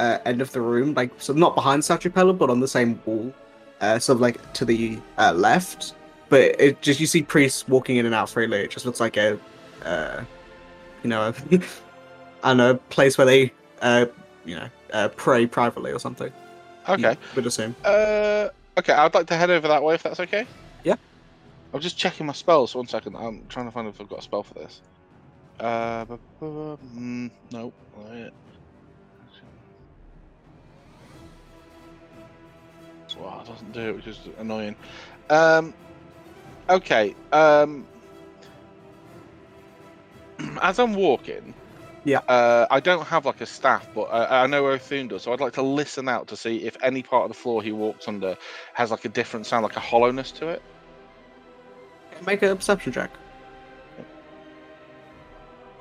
S1: uh, end of the room, like so not behind statue of Pelor, but on the same wall, uh, sort of like to the uh, left. But it just you see priests walking in and out freely. It just looks like a uh, you know, a, and a place where they, uh, you know, uh, pray privately or something.
S2: Okay.
S1: Would assume.
S2: Uh, okay, I'd like to head over that way if that's okay.
S1: Yeah.
S2: I'm just checking my spells. One second, I'm trying to find if I've got a spell for this. Uh, bu- bu- bu- mm, nope. not it. Wow, it doesn't do it, which is annoying. Um, okay. Um, as I'm walking,
S1: Yeah.
S2: uh, I don't have like a staff, but uh, I know Othun does, so I'd like to listen out to see if any part of the floor he walks under has like a different sound, like a hollowness to it.
S1: Make a perception check.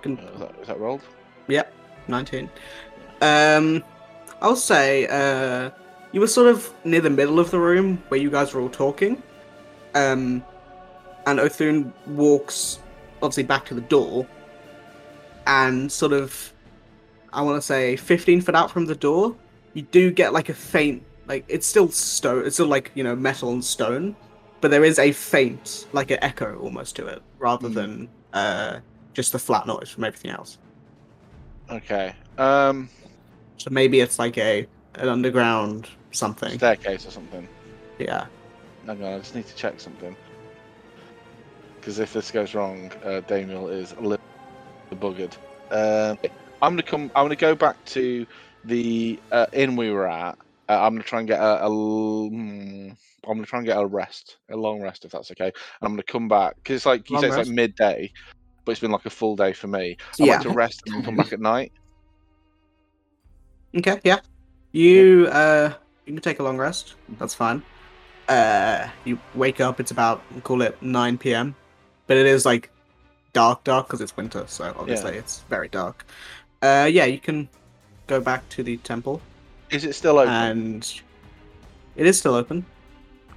S1: Can-
S2: Uh, Is that, is that rolled?
S1: 19. Um, I'll say uh, You were sort of near the middle of the room where you guys were all talking. Um, and Othun walks, obviously, back to the door and sort of, I want to say, 15 foot out from the door. You do get like a faint, like, it's still stone, it's still like, you know, metal and stone, but there is a faint, like, an echo almost to it rather
S2: Hmm.
S1: than uh, just the flat noise from everything else.
S2: Okay. Um,
S1: So maybe it's like a an underground something.
S2: staircase or something.
S1: Yeah.
S2: Hang on, I just need to check something. Because if this goes wrong, uh, Daniel is li- buggered. Um I'm gonna come. I'm gonna go back to the uh, inn we were at. Uh, I'm gonna try and get a. a l- mm, I'm gonna try and get a rest, a long rest, if that's okay. And I'm gonna come back because it's like you
S1: Long
S2: say, it's like
S1: rest?
S2: midday, but it's been like a full day for me. I
S1: yeah.
S2: like to rest and then come back at night.
S1: Okay, yeah. You uh you can take a long rest. That's fine. Uh you wake up it's about call it 9 p.m. but it is like dark dark cuz it's winter, so obviously it's very dark. Uh yeah, you can go back to the temple
S2: Is it still open?
S1: Um, and it is still open.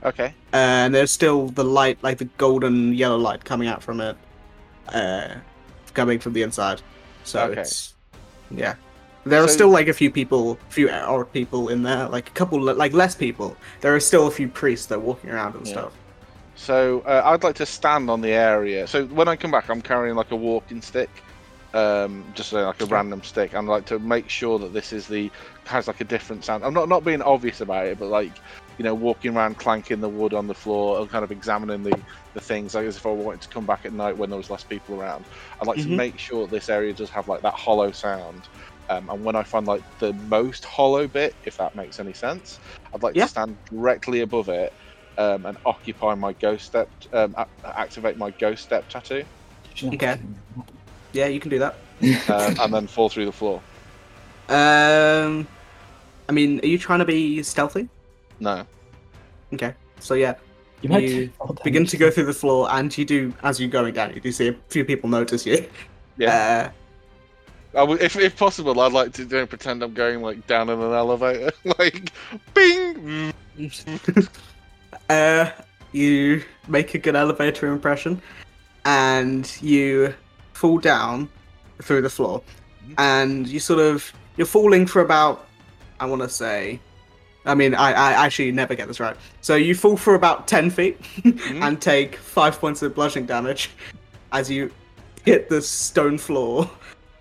S2: okay.
S1: and there's still the light, like the golden yellow light coming out from it, uh, coming from the inside. So
S2: Okay.
S1: it's yeah. There are
S2: So-
S1: still like a few people, few odd people in there, like a couple, like less people. There are still a few priests that are walking around and
S2: Yeah.
S1: stuff.
S2: So uh, I'd like to stand on the area. So when I come back, I'm carrying like a walking stick, um, just uh, like a random stick. and I'd like to make sure that this is the has like a different sound. I'm not not being obvious about it, but like you know, walking around clanking the wood on the floor and kind of examining the the things, like as if I wanted to come back at night when there was less people around. I'd like
S1: Mhm.
S2: to make sure this area does have like that hollow sound. Um, and when I find like the most hollow bit, if that makes any sense, I'd like
S1: Yeah.
S2: to stand directly above it um, and occupy my ghost step, um, a- activate my ghost step tattoo,
S1: Okay. Yeah, you can do that.
S2: um, and then fall through the floor.
S1: Um, I mean, are you trying to be stealthy?
S2: No.
S1: So yeah,
S3: You might
S1: You
S3: take all
S1: begin
S3: damage.
S1: to go through the floor, and you do as you're going down. You do see a few people notice you.
S2: Yeah.
S1: Uh,
S2: I would- if, if possible, I'd like to you know, pretend I'm going like down in an elevator, like bing.
S1: Uh, you make a good elevator impression, and you fall down through the floor, and you sort of you're falling for about I want to say, I mean I I actually never get this right. So you fall for about ten feet and take five points of bludgeoning damage as you hit the stone floor.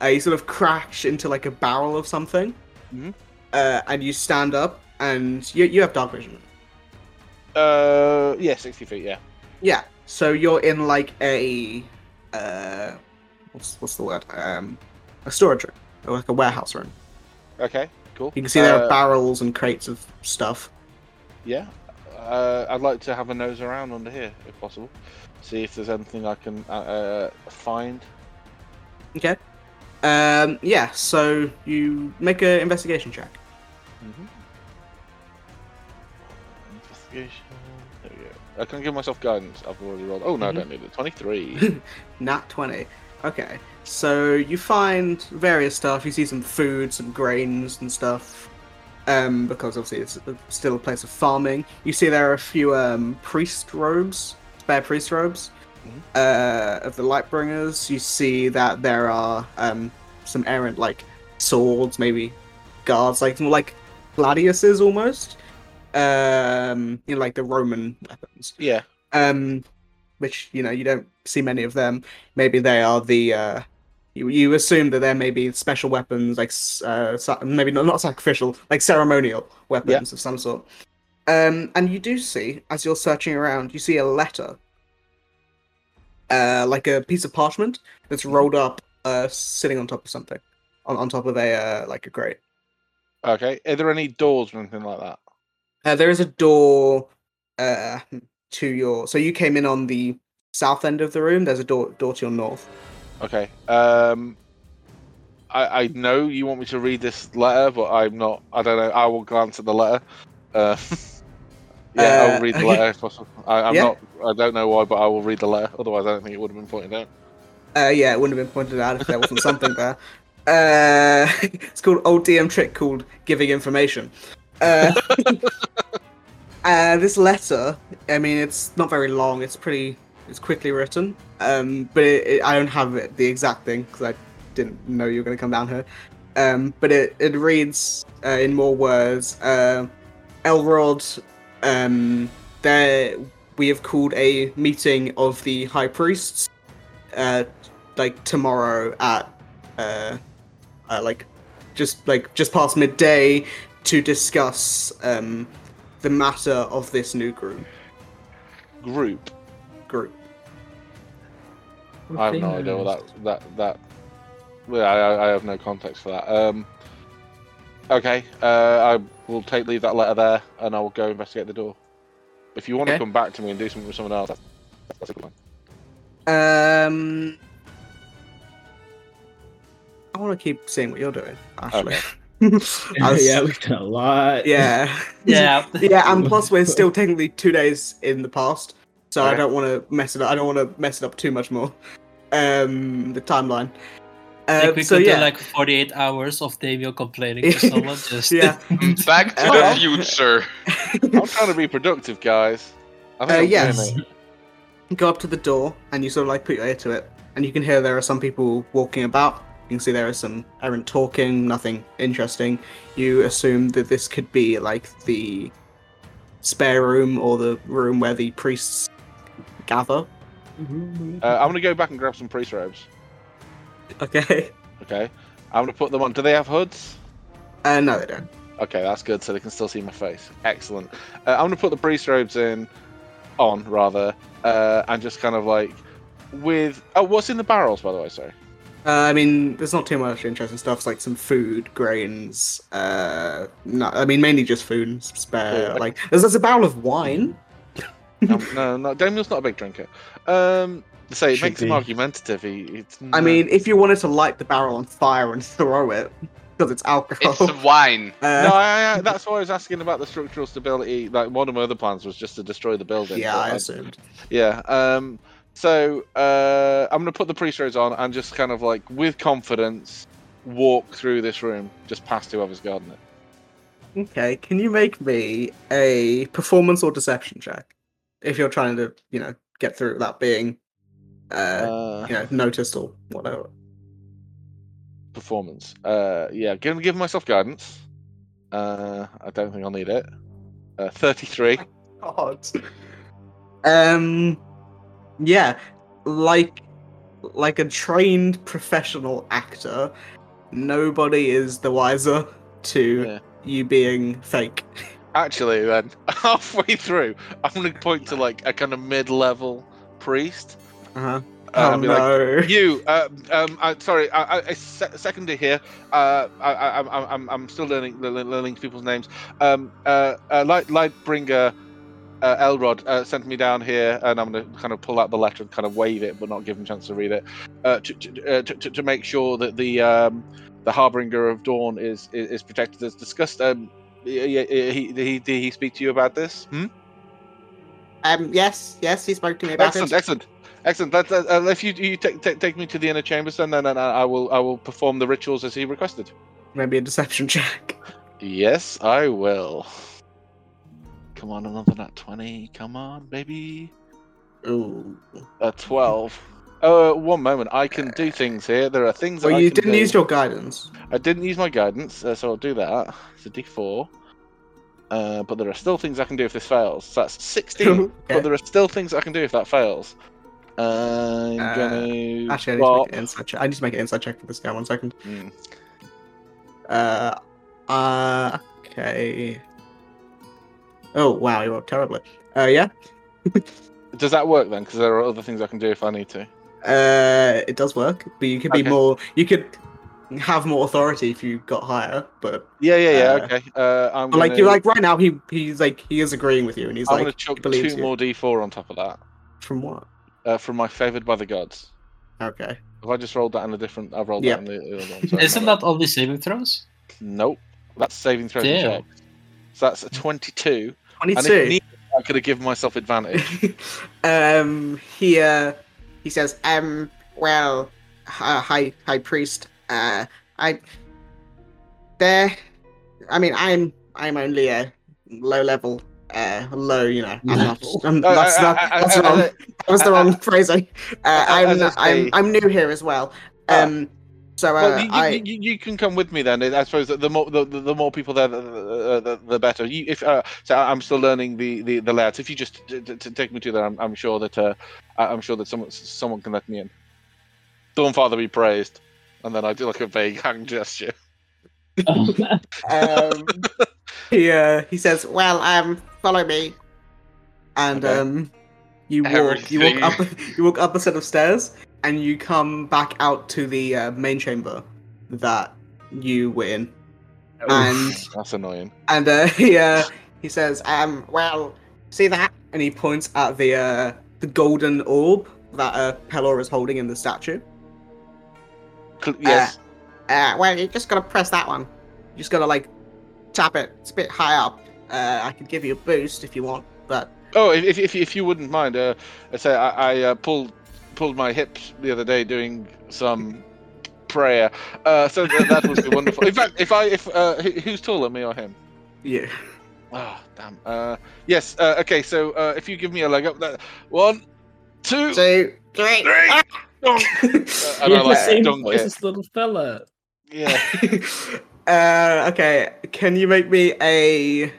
S1: Uh, you sort of crash into like a barrel of something,
S2: Mhm.
S1: uh, and you stand up, and you you have dark vision.
S2: Uh, yeah, sixty feet. Yeah.
S1: Yeah. So you're in like a uh what's what's the word? Um a storage room. Or like a warehouse room.
S2: Okay. Cool.
S1: You can see there
S2: Uh,
S1: are barrels and crates of stuff.
S2: Yeah. Uh, I'd like to have a nose around under here, if possible. See if there's anything I can uh, uh, find.
S1: Okay. Um yeah, so you make an investigation check.
S2: Mm-hmm. Investigation. There we go. I can give myself guidance. I've already rolled. Oh no,
S1: Mm-hmm.
S2: I don't need it. Twenty-three.
S1: Nat twenty. Okay. So you find various stuff, you see some food, some grains and stuff. Um, because obviously it's uh, still a place of farming. You see there are a few um, priest robes, spare priest robes. uh, of the Lightbringers, you see that there are um, some errant like swords, maybe guards, like more like gladiuses almost, um, you know, like the Roman weapons.
S2: yeah.
S1: Um, which you know you don't see many of them. Maybe they are the uh, you you assume that there may be special weapons like s- uh, sa- maybe not, not sacrificial like ceremonial weapons of some sort. Um, and you do see as you're searching around, you see a letter uh, like a piece of parchment that's rolled up, uh, sitting on top of something, on, on top of a uh, like a grate.
S2: Okay. Are there any doors or anything like that?
S1: Uh, there is a door uh, to your. So you came in on the south end of the room. There's a door door to your north.
S2: Okay. Um. I, I know you want me to read this letter, but I'm not. I don't know. I will glance at the letter. Uh, yeah,
S1: Uh,
S2: I'll read the
S1: okay.
S2: letter if possible. I, I'm
S1: Yeah.
S2: not. I don't know why, but I will read the letter. Otherwise, I don't think it would have been pointed out.
S1: Uh, yeah, it wouldn't have been pointed out if there wasn't something there. Uh, it's called old DM trick called giving information. Uh, uh, this letter, I mean, it's not very long. It's pretty, it's quickly written. Um, but it, it, I don't have it, the exact thing because I didn't know you were going to come down here. Um, but it, it reads uh, in more words uh, Elrod, um, there we have called a meeting of the high priests, uh, like tomorrow at, uh, uh, like, just like just past midday to discuss um, the matter of this new group.
S2: Group.
S1: Group.
S2: I have no idea what that that that. Well, I- I, I have no context for that. Um, okay, uh, I will take leave that letter there, and I will go investigate the door. If you want to
S1: Okay.
S2: come back to me and do something with someone else, that's, that's a good one.
S1: Um, I want to keep seeing what you're doing, actually. I was-
S3: yeah, we've done a lot.
S1: Yeah.
S5: Yeah.
S1: yeah, and plus we're still technically two days in the past, so I
S2: Okay.
S1: don't want to mess it up. I don't want to mess it up too much more. Um, the timeline.
S5: I
S1: Uh,
S5: think we
S1: so
S5: could
S1: yeah,
S5: do like 48 hours of Damien complaining to someone. Just
S1: yeah.
S7: Back to
S1: Uh,
S7: the future.
S2: I'm trying to be productive, guys. I think
S1: Uh,
S2: I'm doing
S1: yes.
S2: it.
S1: go up to the door and you sort of like put your ear to it and you can hear there are some people walking about you can see there is some errant talking nothing interesting you assume that this could be like the spare room or the room where the priests gather
S2: Uh, I'm going to go back and grab some priest robes.
S1: okay
S2: Okay, I'm going to put them on. Do they have hoods?
S1: uh no they don't
S2: Okay, that's good. So they can still see my face. Excellent. Uh, I'm gonna put the priest robes in, on rather, uh, and just kind of like with. Oh, what's in the barrels, by the way? Sorry.
S1: uh, i mean there's not too much interesting stuff it's like some food grains uh no i mean mainly just food and s- spare
S2: Yeah.
S1: like there's, there's a barrel of wine
S2: Um, no, no. Daniel's not a big drinker. Um, so it
S8: Should
S2: makes him
S8: be.
S2: argumentative. He, it's,
S1: i mean if you wanted to light the barrel on fire and throw it because it's alcohol
S7: It's wine.
S1: Uh,
S2: No, I, I, that's why I was asking about the structural stability. Like one of my other plans was just to destroy the building.
S1: Yeah,
S2: but
S1: I
S2: I-
S1: assumed.
S2: Yeah. Um. So uh, I'm gonna put the priest robes on and just kind of like with confidence walk through this room, just past whoever's guarding it.
S1: Okay, can you make me a performance or deception check if you're trying to, you know, get through without being, uh,
S2: Uh,
S1: you know, noticed or whatever?
S2: Performance. Uh, yeah, gonna give myself guidance. Uh, I don't think I'll need it. Uh, Thirty-three.
S1: God. Um, yeah, like, like a trained professional actor, nobody is the wiser to
S2: Yeah.
S1: you being fake.
S2: Actually, then halfway through, I'm gonna point to like a kind of mid-level priest.
S1: Uh-huh.
S2: Uh,
S1: oh
S2: and be like,
S1: no!
S2: You, uh, um, I, sorry, I, I, I se- seconded here. Uh, I, I, I'm- I'm, I'm still learning, le- le- learning people's names. Um, uh, uh, Light, Lightbringer, uh, Elrod uh, sent me down here, and I'm going to kind of pull out the letter and kind of wave it, but not give him a chance to read it, uh, to, to, uh, to, to- to make sure that the um, the harbinger of dawn is is, is protected. As discussed, um, he, he, he, did he speak to you about this? Hmm?
S6: Um, yes, yes, he spoke to me about
S2: Excellent,
S6: it.
S2: excellent, excellent. That, that, uh, if you you take, take take me to the inner chambers, then then, then I I will I will perform the rituals as he requested.
S1: Maybe a deception check.
S2: Yes, I will. Come on, another nat twenty. Come on, baby.
S1: Ooh.
S2: A twelve. Uh, one moment. I can do things here. There are things.
S1: Well,
S2: that I
S1: you
S2: can
S1: didn't
S2: do.
S1: use your guidance.
S2: I didn't use my guidance, uh, so I'll do that. It's a D4. Uh, but there are still things I can do if this fails. So that's 16.
S1: Okay.
S2: But there are still things I can do if that fails. I'm
S1: Uh,
S2: going to.
S1: Actually, I need to make an inside check. I need to make an inside check for this guy. One second.
S2: Mm.
S1: Uh, uh, okay. Oh wow, you rolled terribly. Uh, yeah.
S2: Does that work then? Because there are other things I can do if I need to.
S1: Uh, it does work, but you could be
S2: Okay.
S1: more. You could have more authority if you got higher. But,
S2: Yeah, yeah, yeah.
S1: Uh,
S2: okay. Uh, I'm
S1: but
S2: gonna,
S1: like you, like right now, he he's like he is agreeing with you, and he's
S2: I'm going
S1: like
S2: to chuck
S1: he
S2: two
S1: believes you.
S2: more D4 on top of that
S1: from what?
S2: uh, from my favoured by the gods.
S1: Okay.
S2: If I just rolled that in a different, I've rolled
S1: Yeah.
S2: that in the other one. sorry,
S5: Isn't
S2: my
S5: that only saving throws?
S2: bad. Nope. That's saving throws. and
S5: Damn.
S2: checks. So that's a 22. And if
S1: Twenty-two.
S2: needed, I could have given myself advantage.
S1: um, he uh, he says, um, well, hi- high high priest, uh, I there, I mean, I'm I'm only a low level, uh, low. You know, I'm not.
S3: Level.
S1: I'm,
S2: Uh,
S1: that's
S2: uh,
S1: not,
S2: uh, uh,
S1: that's
S2: uh,
S1: wrong.
S2: uh,
S1: That was the
S2: uh,
S1: wrong
S2: uh,
S1: phrasing. Uh,
S2: uh, as
S1: I'm,
S2: I
S1: I'm
S2: say-
S1: I'm new here as well.
S2: Ah.
S1: Um, so uh,
S2: Well, you, you,
S1: I
S2: you, you can come with me then. I suppose that the more the, the the more people there, the, the, uh, the, the better. You, if uh, so, I'm still learning the, the, the layouts. If you just t- t- t- take me to there, I'm, I'm sure that uh, I- I'm sure that someone someone can let me in. Dawnfather be praised, and then I do like a vague hand gesture.
S1: um, he uh, he says, "Well, um, follow me," and
S2: Okay.
S1: um, you walk you walk up you walk up a set of stairs, and you come back out to the uh, main chamber that you were in, and
S2: That's annoying.
S1: and uh, he uh, he says, "Um, well, see that?" And he points at the uh, the golden orb that uh, Pelor is holding in the statue.
S2: Cl- yes.
S1: Uh, well, you just gotta press that one. You just gotta like tap it. It's a bit high up. Uh, I can give you a boost if you want, but
S2: oh, if, if, if if you wouldn't mind, uh, I say I, I uh, pulled pulled my hips the other day doing some prayer. Uh, so th- that would be wonderful. In fact, if I if uh, who- who's taller, me or him?
S1: yeah.
S2: Ah, damn. Uh, yes. Uh, okay. So uh, if you give me a leg up, that one, two,
S1: Two, three.
S2: three,
S1: ah!
S2: dunk. I
S3: You have
S2: like
S3: the same
S2: dunk
S3: voice
S2: it.
S3: as little fella.
S2: Yeah.
S1: uh, okay. Can you make me a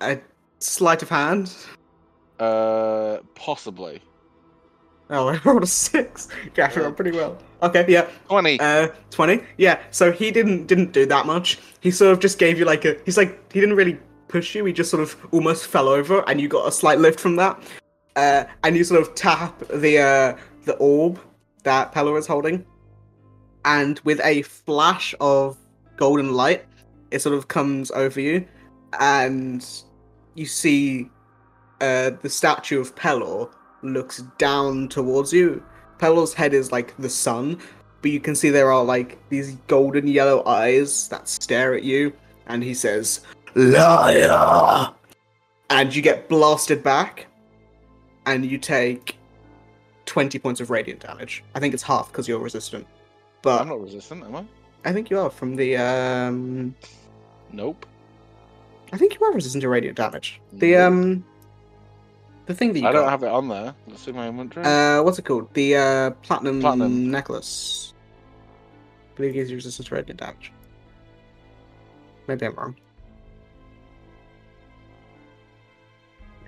S1: a sleight of hand?
S2: Uh, possibly
S1: Oh, I rolled a six. Okay, I rolled pretty well. Okay, yeah.
S2: twenty.
S1: Uh, twenty. Yeah. So he didn't didn't do that much. He sort of just gave you like a. He's like he didn't really push you. He just sort of almost fell over, and you got a slight lift from that. Uh, and you sort of tap the uh the orb that Pella is holding, and with a flash of golden light, it sort of comes over you, and you see uh, the statue of Pelor looks down towards you. Pelor's head is like the sun, but you can see there are like these golden yellow eyes that stare at you, and he says, Liar! And you get blasted back, and you take 20 points of radiant damage. I think it's half because you're resistant. But
S2: I'm not resistant, am I?
S1: I think you are from the um
S2: Nope.
S1: I think you are resistant to radiant damage. The
S2: Nope.
S1: um the thing that you
S2: I don't
S1: got.
S2: have it on there. Let's see my inventory.
S1: Uh, what's it called? The uh, platinum,
S2: Mm. Platinum.
S1: necklace. I believe gives you resistance to radiant damage. Maybe I'm wrong.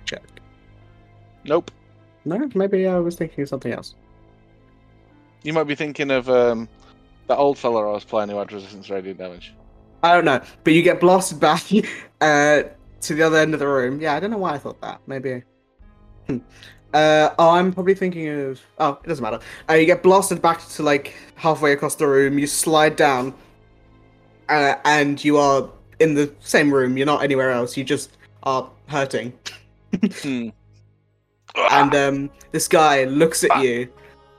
S1: Check.
S2: nope.
S1: No, maybe I was thinking of something else.
S2: You might be thinking of um, that old fella I was playing who had resistance to radiant damage.
S1: I don't know, but you get blasted back uh, to the other end of the room. Yeah, I don't know why I thought that. Maybe. Hmm. Uh, oh, I'm probably thinking of. Oh, it doesn't matter. Uh, you get blasted back to like halfway across the room. You slide down, uh, and you are in the same room. You're not anywhere else. You just are hurting.
S2: Hmm.
S1: And um, this guy looks at you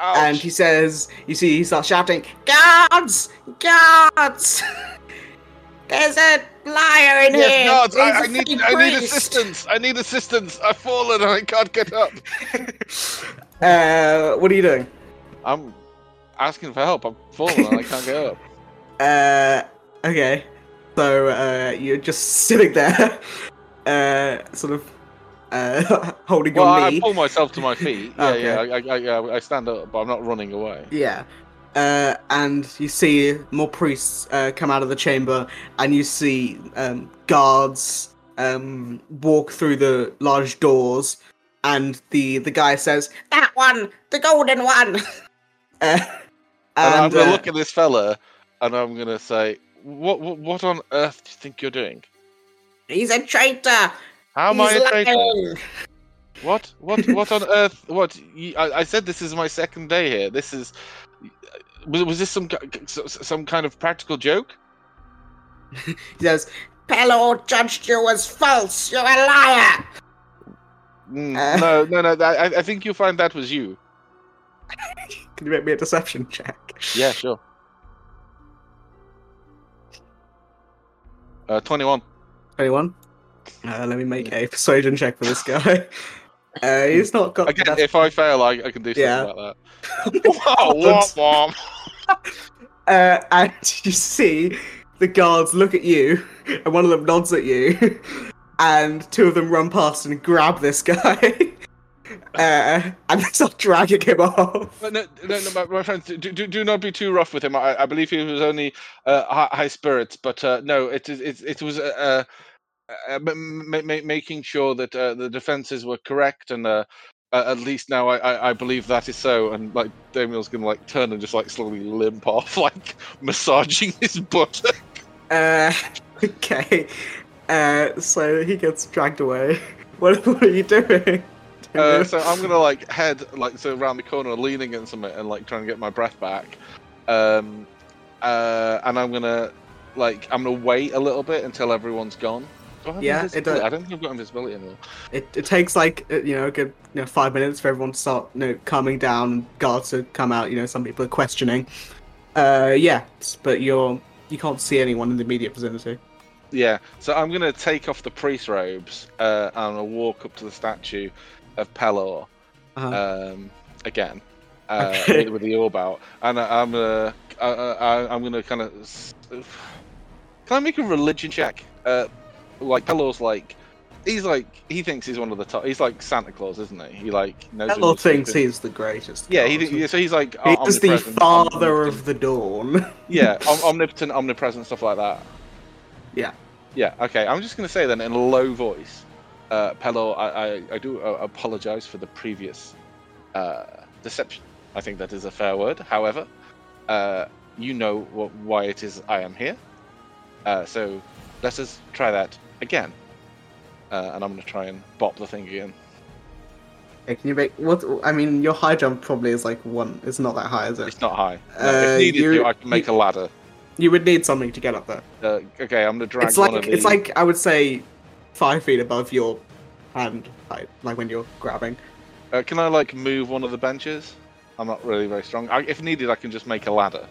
S2: Ah, Ouch.
S1: and he says, you see, he starts shouting, "Guards! Guards! There's a liar in
S2: Yes,
S1: here!
S2: guards,
S1: He's
S2: I,
S1: a
S2: I need,
S1: fake
S2: I need
S1: priest!"
S2: assistance. I need assistance. I've fallen and I can't get up.
S1: Uh, what are you doing?
S2: I'm asking for help. I'm falling and I can't get up.
S1: Uh, okay. So uh, you're just sitting there, uh, sort of uh, holding
S2: Well,
S1: your
S2: I,
S1: knee.
S2: I pull myself to my feet. Yeah,
S1: Okay.
S2: yeah. I, I, I, I stand up, but I'm not running away.
S1: Yeah. Uh, and you see more priests uh, come out of the chamber, and you see um, guards um, walk through the large doors, and the, the guy says, That one! The golden one! uh,
S2: And, I'm
S1: and
S2: gonna
S1: uh,
S2: look at this fella, and I'm gonna say, "What, what, what on earth do you think you're doing?
S1: he's a traitor!
S2: How am
S1: he's
S2: I a traitor?
S1: lying!"
S2: What, what, what on earth? What? You, I, I said this is my second day here. This is." Was, was this some ki- s- s- some kind of practical joke?
S1: He says, Pelor judged you as false! You're a liar!
S2: Mm,
S1: Uh.
S2: no, no, no. that- I, I think you'll find that was you.
S1: Can you make me a deception check?
S2: Yeah, sure. Uh, 21.
S1: 21. Uh, let me make a persuasion check for this guy. Uh, he's not got.
S2: Again,
S1: that's-
S2: if I fail, I, I can do something
S1: Yeah.
S2: about that. Wow, womp womp.
S1: Uh, and you see the guards look at you, and one of them nods at you, and two of them run past and grab this guy, uh, and they start dragging him off.
S2: No, no, no, no, my, my friends, do, do, do not be too rough with him. I, I believe he was only uh, high, high spirits, but uh, no, it is it, it was uh, uh, m- m- ma- ma- making sure that uh, the defenses were correct, and uh, uh, at least now I, I, I believe that is so. And like Damiel's gonna like turn and just like slowly limp off, like massaging his butt.
S1: Uh, okay, uh, so he gets dragged away. What, what are you doing?
S2: Uh, so I'm gonna like head like so around the corner, leaning against something, and like trying to get my breath back. Um, uh, and I'm gonna like I'm gonna wait a little bit until everyone's gone. Do I have
S1: Yeah, it
S2: invisibility?
S1: does-
S2: I don't think I've got invisibility anymore.
S1: It, it takes like uh, you know a good you know five minutes for everyone to start you know calming down and guards to come out. You know some people are questioning. Uh, yeah, s- but you're you can't see anyone in the immediate vicinity.
S2: Yeah, so I'm gonna take off the priest robes uh, and I'll walk up to the statue of Pelor
S1: Uh-huh.
S2: um, again uh,
S1: Okay.
S2: with, with the orb out, and I, I'm gonna I, I, I'm gonna kind of can I make a religion check? Uh, like Pelor's like he's like he thinks he's one of the top. He's like Santa Claus, isn't he? He like knows
S1: that
S2: all
S1: little
S2: the
S1: thing
S2: secrets.
S1: seems the greatest.
S2: Yeah, he,
S1: god.
S2: thi- so he's like
S1: He is the
S2: omnipresent,
S1: father
S2: omnipotent
S1: of the dawn.
S2: yeah, om- omnipotent, omnipresent, stuff like that.
S1: Yeah.
S2: Yeah. Okay. I'm just gonna say then in a low voice, uh, Pelor, I, I, I do uh, apologize for the previous uh, deception. I think that is a fair word. However, uh, you know what, why it is I am here. Uh, so let us try that again. Uh, and I'm gonna try and bop the thing again.
S1: Okay, can you make what? I mean, your high jump probably is like one. It's not that high, is it?
S2: It's not high. No,
S1: Uh,
S2: if needed,
S1: you-
S2: to, I can make a ladder.
S1: You would need something to get up there.
S2: Uh, okay, I'm gonna drag
S1: it's
S2: one
S1: like
S2: of these.
S1: it's like I would say five feet above your hand height, like when you're grabbing.
S2: Uh, can I like move one of the benches? I'm not really very strong. I, if needed, I can just make a ladder.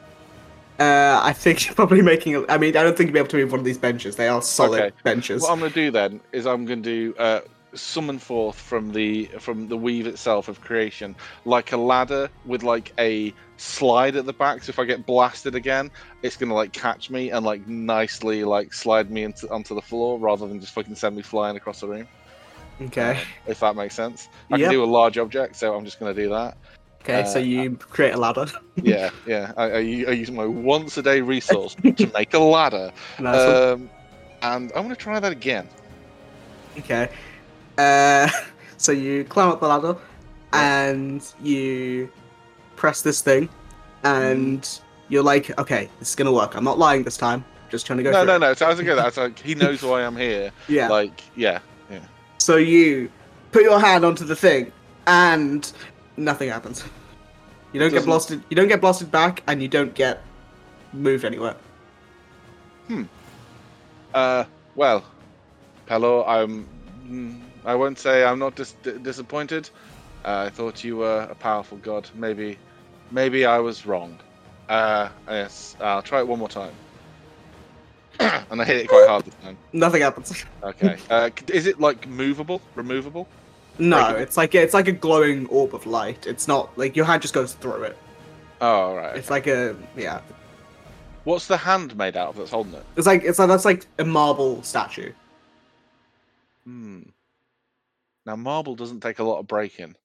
S1: Uh, I think you're probably making. a- I mean, I don't think you'll be able to move one of these benches. They are solid
S2: Okay.
S1: benches.
S2: What I'm going to do then is I'm going to uh, summon forth from the from the weave itself of creation, like a ladder with like a slide at the back. So if I get blasted again, it's going to like catch me and like nicely like slide me into onto the floor rather than just fucking send me flying across the room.
S1: okay.
S2: If that makes sense. I
S1: Yep.
S2: can do a large object, so I'm just going to do that.
S1: Okay, so
S2: uh,
S1: you create a ladder.
S2: yeah, yeah. I, I, u- I use my once a day resource to make a ladder.
S1: Nice one.
S2: Um, and I'm gonna try that again.
S1: Okay. Uh, so you climb up the ladder, and you press this thing, and
S2: Hmm.
S1: you're like, okay, this is gonna work. I'm not lying this time. Just trying to go.
S2: No,
S1: through
S2: no,
S1: it."
S2: no. So I was like, that's like he knows why I'm here.
S1: Yeah.
S2: Like, yeah.
S1: So you put your hand onto the thing, and nothing happens. You don't get
S2: Doesn't-
S1: blasted. You don't get blasted back, and you don't get moved anywhere.
S2: Uh, well, Pelor, I'm. mm, I won't say I'm not dis- d- disappointed. Uh, I thought you were a powerful god. Maybe, maybe I was wrong. Uh, yes. I'll try it one more time. and I hit it quite hard this time.
S1: Nothing happens.
S2: Okay. Uh, c- is it like movable, removable?
S1: No,
S2: Like-
S1: it's like it's like a glowing orb of light. It's not like your hand just goes through it.
S2: Oh, all right.
S1: It's like a yeah.
S2: What's the hand made out of that's holding it?
S1: It's like it's like that's like a marble statue.
S2: Hmm. Now marble doesn't take a lot of breaking.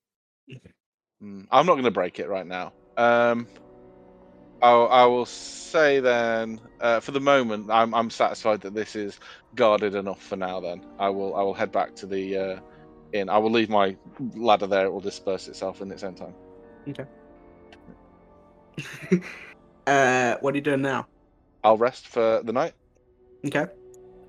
S2: Hmm, I'm not going to break it right now. Um, I, I will say then, uh, for the moment, I'm, I'm satisfied that this is guarded enough for now. Then I will I will head back to the uh, inn. I will leave my ladder there. It will disperse itself in its own time.
S1: Uh, what are you doing now?
S2: I'll rest for the night.
S1: Okay.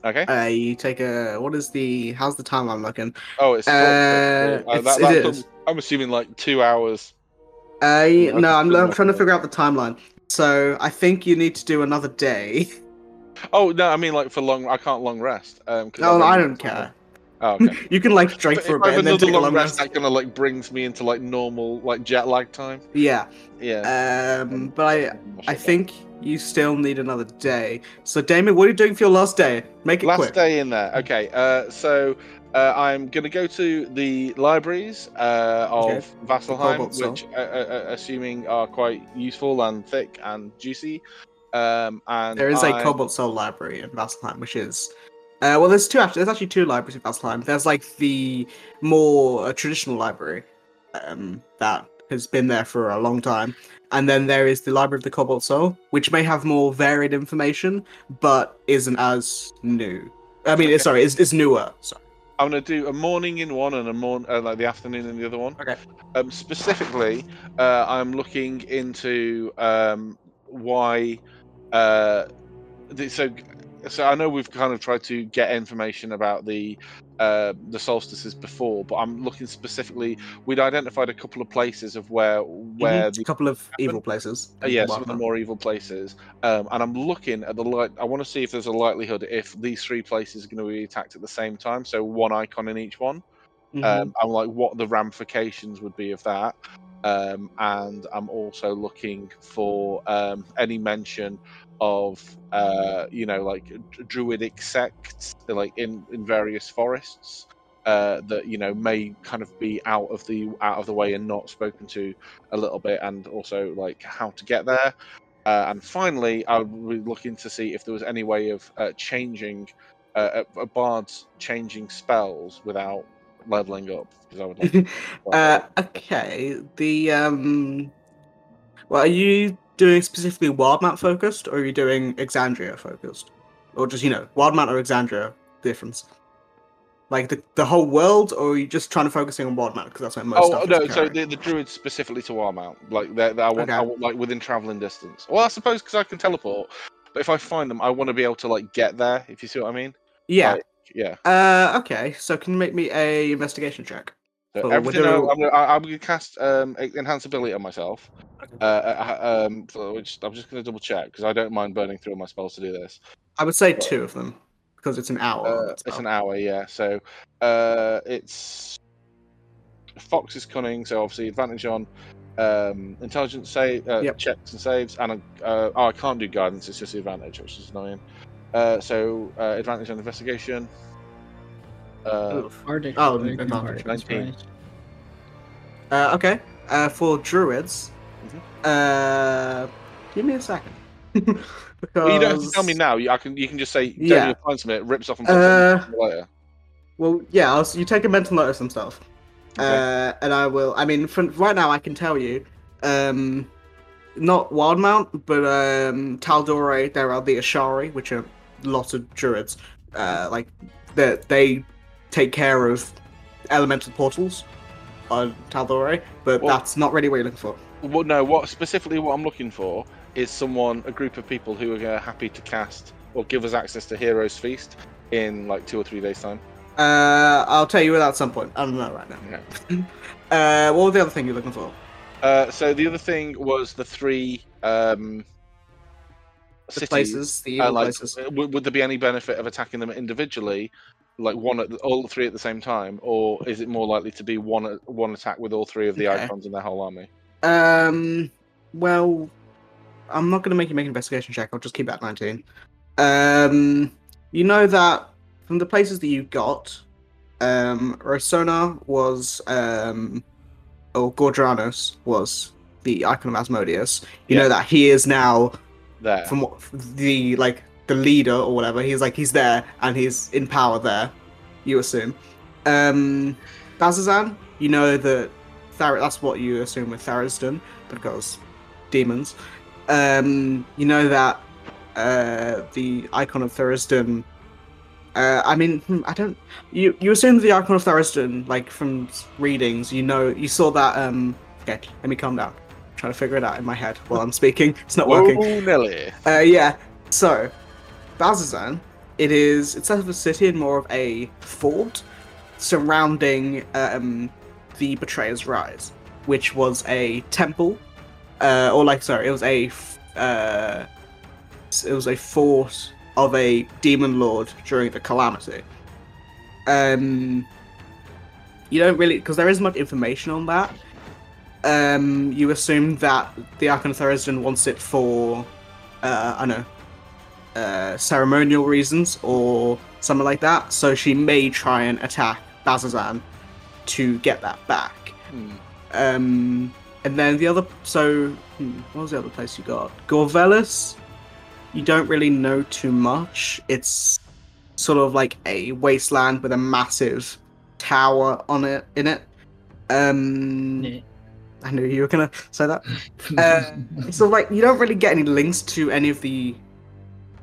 S2: Okay.
S1: Uh, you take a what is the how's the time I'm looking?
S2: oh, it's.
S1: uh,
S2: uh,
S1: it's-
S2: that,
S1: it
S2: that took-
S1: is.
S2: I'm assuming like two hours.
S1: Uh,
S2: Yeah,
S1: no, I'm,
S2: that's
S1: I'm trying to
S2: good.
S1: figure out the timeline. So I think you need to do another day.
S2: Oh no, I mean like for long. I can't long rest. Um, 'cause I've
S1: No, Oh, I
S2: already-
S1: don't care.
S2: Oh, okay.
S1: You can like drink
S2: But
S1: for a
S2: if I
S1: bit
S2: have
S1: and then
S2: another
S1: take a
S2: long
S1: long rest.
S2: rest, that kind of like brings me into like normal like jet lag time.
S1: Yeah.
S2: Yeah.
S1: Um, but I
S2: Not
S1: I
S2: sure
S1: think you still need another day. So Damien, what are you doing for your last day? Make it
S2: last
S1: quick.
S2: day in there. Okay, uh, so uh, I'm going to go to the libraries uh,
S1: Okay.
S2: of Vasselheim,
S1: Cobalt Cell.
S2: which uh, uh, uh, assuming are quite useful and thick and juicy. Um, and
S1: There is a
S2: I-
S1: Cobalt Soul library in Vasselheim, which is. Uh, well, there's two actually. There's actually two libraries in Vasselheim. There's like the more uh, traditional library um, that has been there for a long time, and then there is the Library of the Cobalt Soul, which may have more varied information, but isn't as new. I mean, it's sorry, it's, it's newer. Sorry.
S2: I'm gonna do a morning in one and a morning, uh, like the afternoon in the other one.
S1: Okay.
S2: Um, specifically, uh, I'm looking into um, why. Uh, the, so, so I know we've kind of tried to get information about the uh, the solstices before, but I'm looking specifically. We'd identified a couple of places of where where
S1: Mhm.
S2: the
S1: a couple of evil places.
S2: uh,
S1: and
S2: yeah, some of the
S1: whatnot.
S2: more evil places. Um, and I'm looking at the light. I want to see if there's a likelihood if these three places are going to be attacked at the same time. So one icon in each one.
S1: Mhm.
S2: Um, I'm like, what the ramifications would be of that. Um, and I'm also looking for um, any mention of, uh, you know, like d- druidic sects, like in, in various forests. Uh, that you know may kind of be out of the out of the way and not spoken to a little bit, and also like how to get there. Uh, and finally, I would be looking to see if there was any way of uh, changing uh, a, a bard's changing spells without leveling up because I would like. to
S1: Uh, okay. The um, well, are you doing specifically Wildmount focused, or are you doing Exandria focused, or just you know Wildmount or Exandria difference? Like the the whole world, or are you just trying to focusing on Wildmount because that's where most
S2: Oh
S1: stuff
S2: no!
S1: is
S2: So
S1: occurring?
S2: the, the druid specifically to Warmount, like that. I want, I
S1: Okay.
S2: want, like within traveling distance. Well, I suppose because I can teleport, but if I find them, I want to be able to like get there. If you see what I mean?
S1: yeah.
S2: like, yeah.
S1: Uh, okay. So can you make me a investigation check?
S2: So
S1: Well, we're
S2: everything
S1: gonna-
S2: I, I'm, gonna, I, I'm gonna cast um, e- enhance ability on myself. Uh, uh, um, so which I'm just gonna double check because I don't mind burning through all my spells to do this.
S1: I would say two of them because it's an hour.
S2: Uh, it's an hour, yeah. So uh, it's Fox is cunning, so obviously advantage on um, intelligence save uh,
S1: Yep.
S2: checks and saves, and uh, oh, I can't do guidance. It's just the advantage, which is annoying. Uh, so uh, advantage on investigation. Uh,
S1: Oof.
S8: Arctic.
S1: Oh,
S8: Arctic
S1: advantage,
S8: Arctic,
S2: nineteen.
S8: right.
S1: Uh, okay. Uh, for druids,
S2: Mhm.
S1: uh, give me a second. because...
S2: well, you don't have to tell me now. You, I can. You can just say, "Daniel
S1: Um, Yeah. Uh,
S2: finds me." It rips off and puts it in later.
S1: Well, yeah, I'll, s- you take a mental note of some stuff.
S2: Okay.
S1: Uh, and I will. I mean, from right now, I can tell you, um, not Wildmount, but um, Taldore. There are the Ashari, which are lots of druids. Uh, like that, they take care of elemental portals on Taldore, but
S2: Well-
S1: that's not really what you're looking for.
S2: Well, no. What specifically? What I'm looking for is someone, a group of people who are uh, happy to cast or give us access to Heroes Feast in like two or three days' time.
S1: Uh, I'll tell you at some point. I don't know right now.
S2: Okay.
S1: Uh, what was the other thing you're looking for?
S2: Uh, so the other thing was the three um,
S1: The
S2: cities,
S1: places, the
S2: uh,
S1: evil
S2: like,
S1: places.
S2: Would, would there be any benefit of attacking them individually, like one at the, all three at the same time, or is it more likely to be one one attack with all three of the
S1: Okay.
S2: icons and their whole army?
S1: Um. Well, I'm not going to make you make an investigation check. I'll just keep that 19. Um. You know that from the places that you got, um, Rosona was, um, or Gordranos was the icon of Asmodeus. You
S2: Yeah.
S1: know that he is now
S2: There.
S1: from what the like the leader or whatever he's like he's there and he's in power there you assume um bazazan you know that Thar- that's what you assume with Tharizdun because demons um you know that uh the icon of Tharizdun uh, I mean, hmm, I don't. You you assume the icon of Tharizdun, like from s- readings, you know, you saw that. Um, okay, let me calm down. I'm trying to figure it out in my head while I'm speaking. It's not working.
S2: Whoa, Oh, Nelly.
S1: Uh, yeah. So, Bazazan, it is it's less of a city and more of a fort surrounding um, the Betrayer's Rise, which was a temple, uh, or like sorry, it was a f- uh, s- it was a fort of a demon lord during the calamity. Um, you don't really because there isn't much information on that. Um, you assume that the Archon of Tharizdun wants it for uh, I don't know, uh, ceremonial reasons or something like that. So she may try and attack Bazazan to get that back.
S2: Hmm.
S1: Um, and then the other, so hmm, what was the other place you got? Gorvelis you don't really know too much. It's sort of like a wasteland with a massive tower on it in it. Um,
S3: Yeah.
S1: I knew you were gonna say that. Uh, so like you don't really get any links to any of the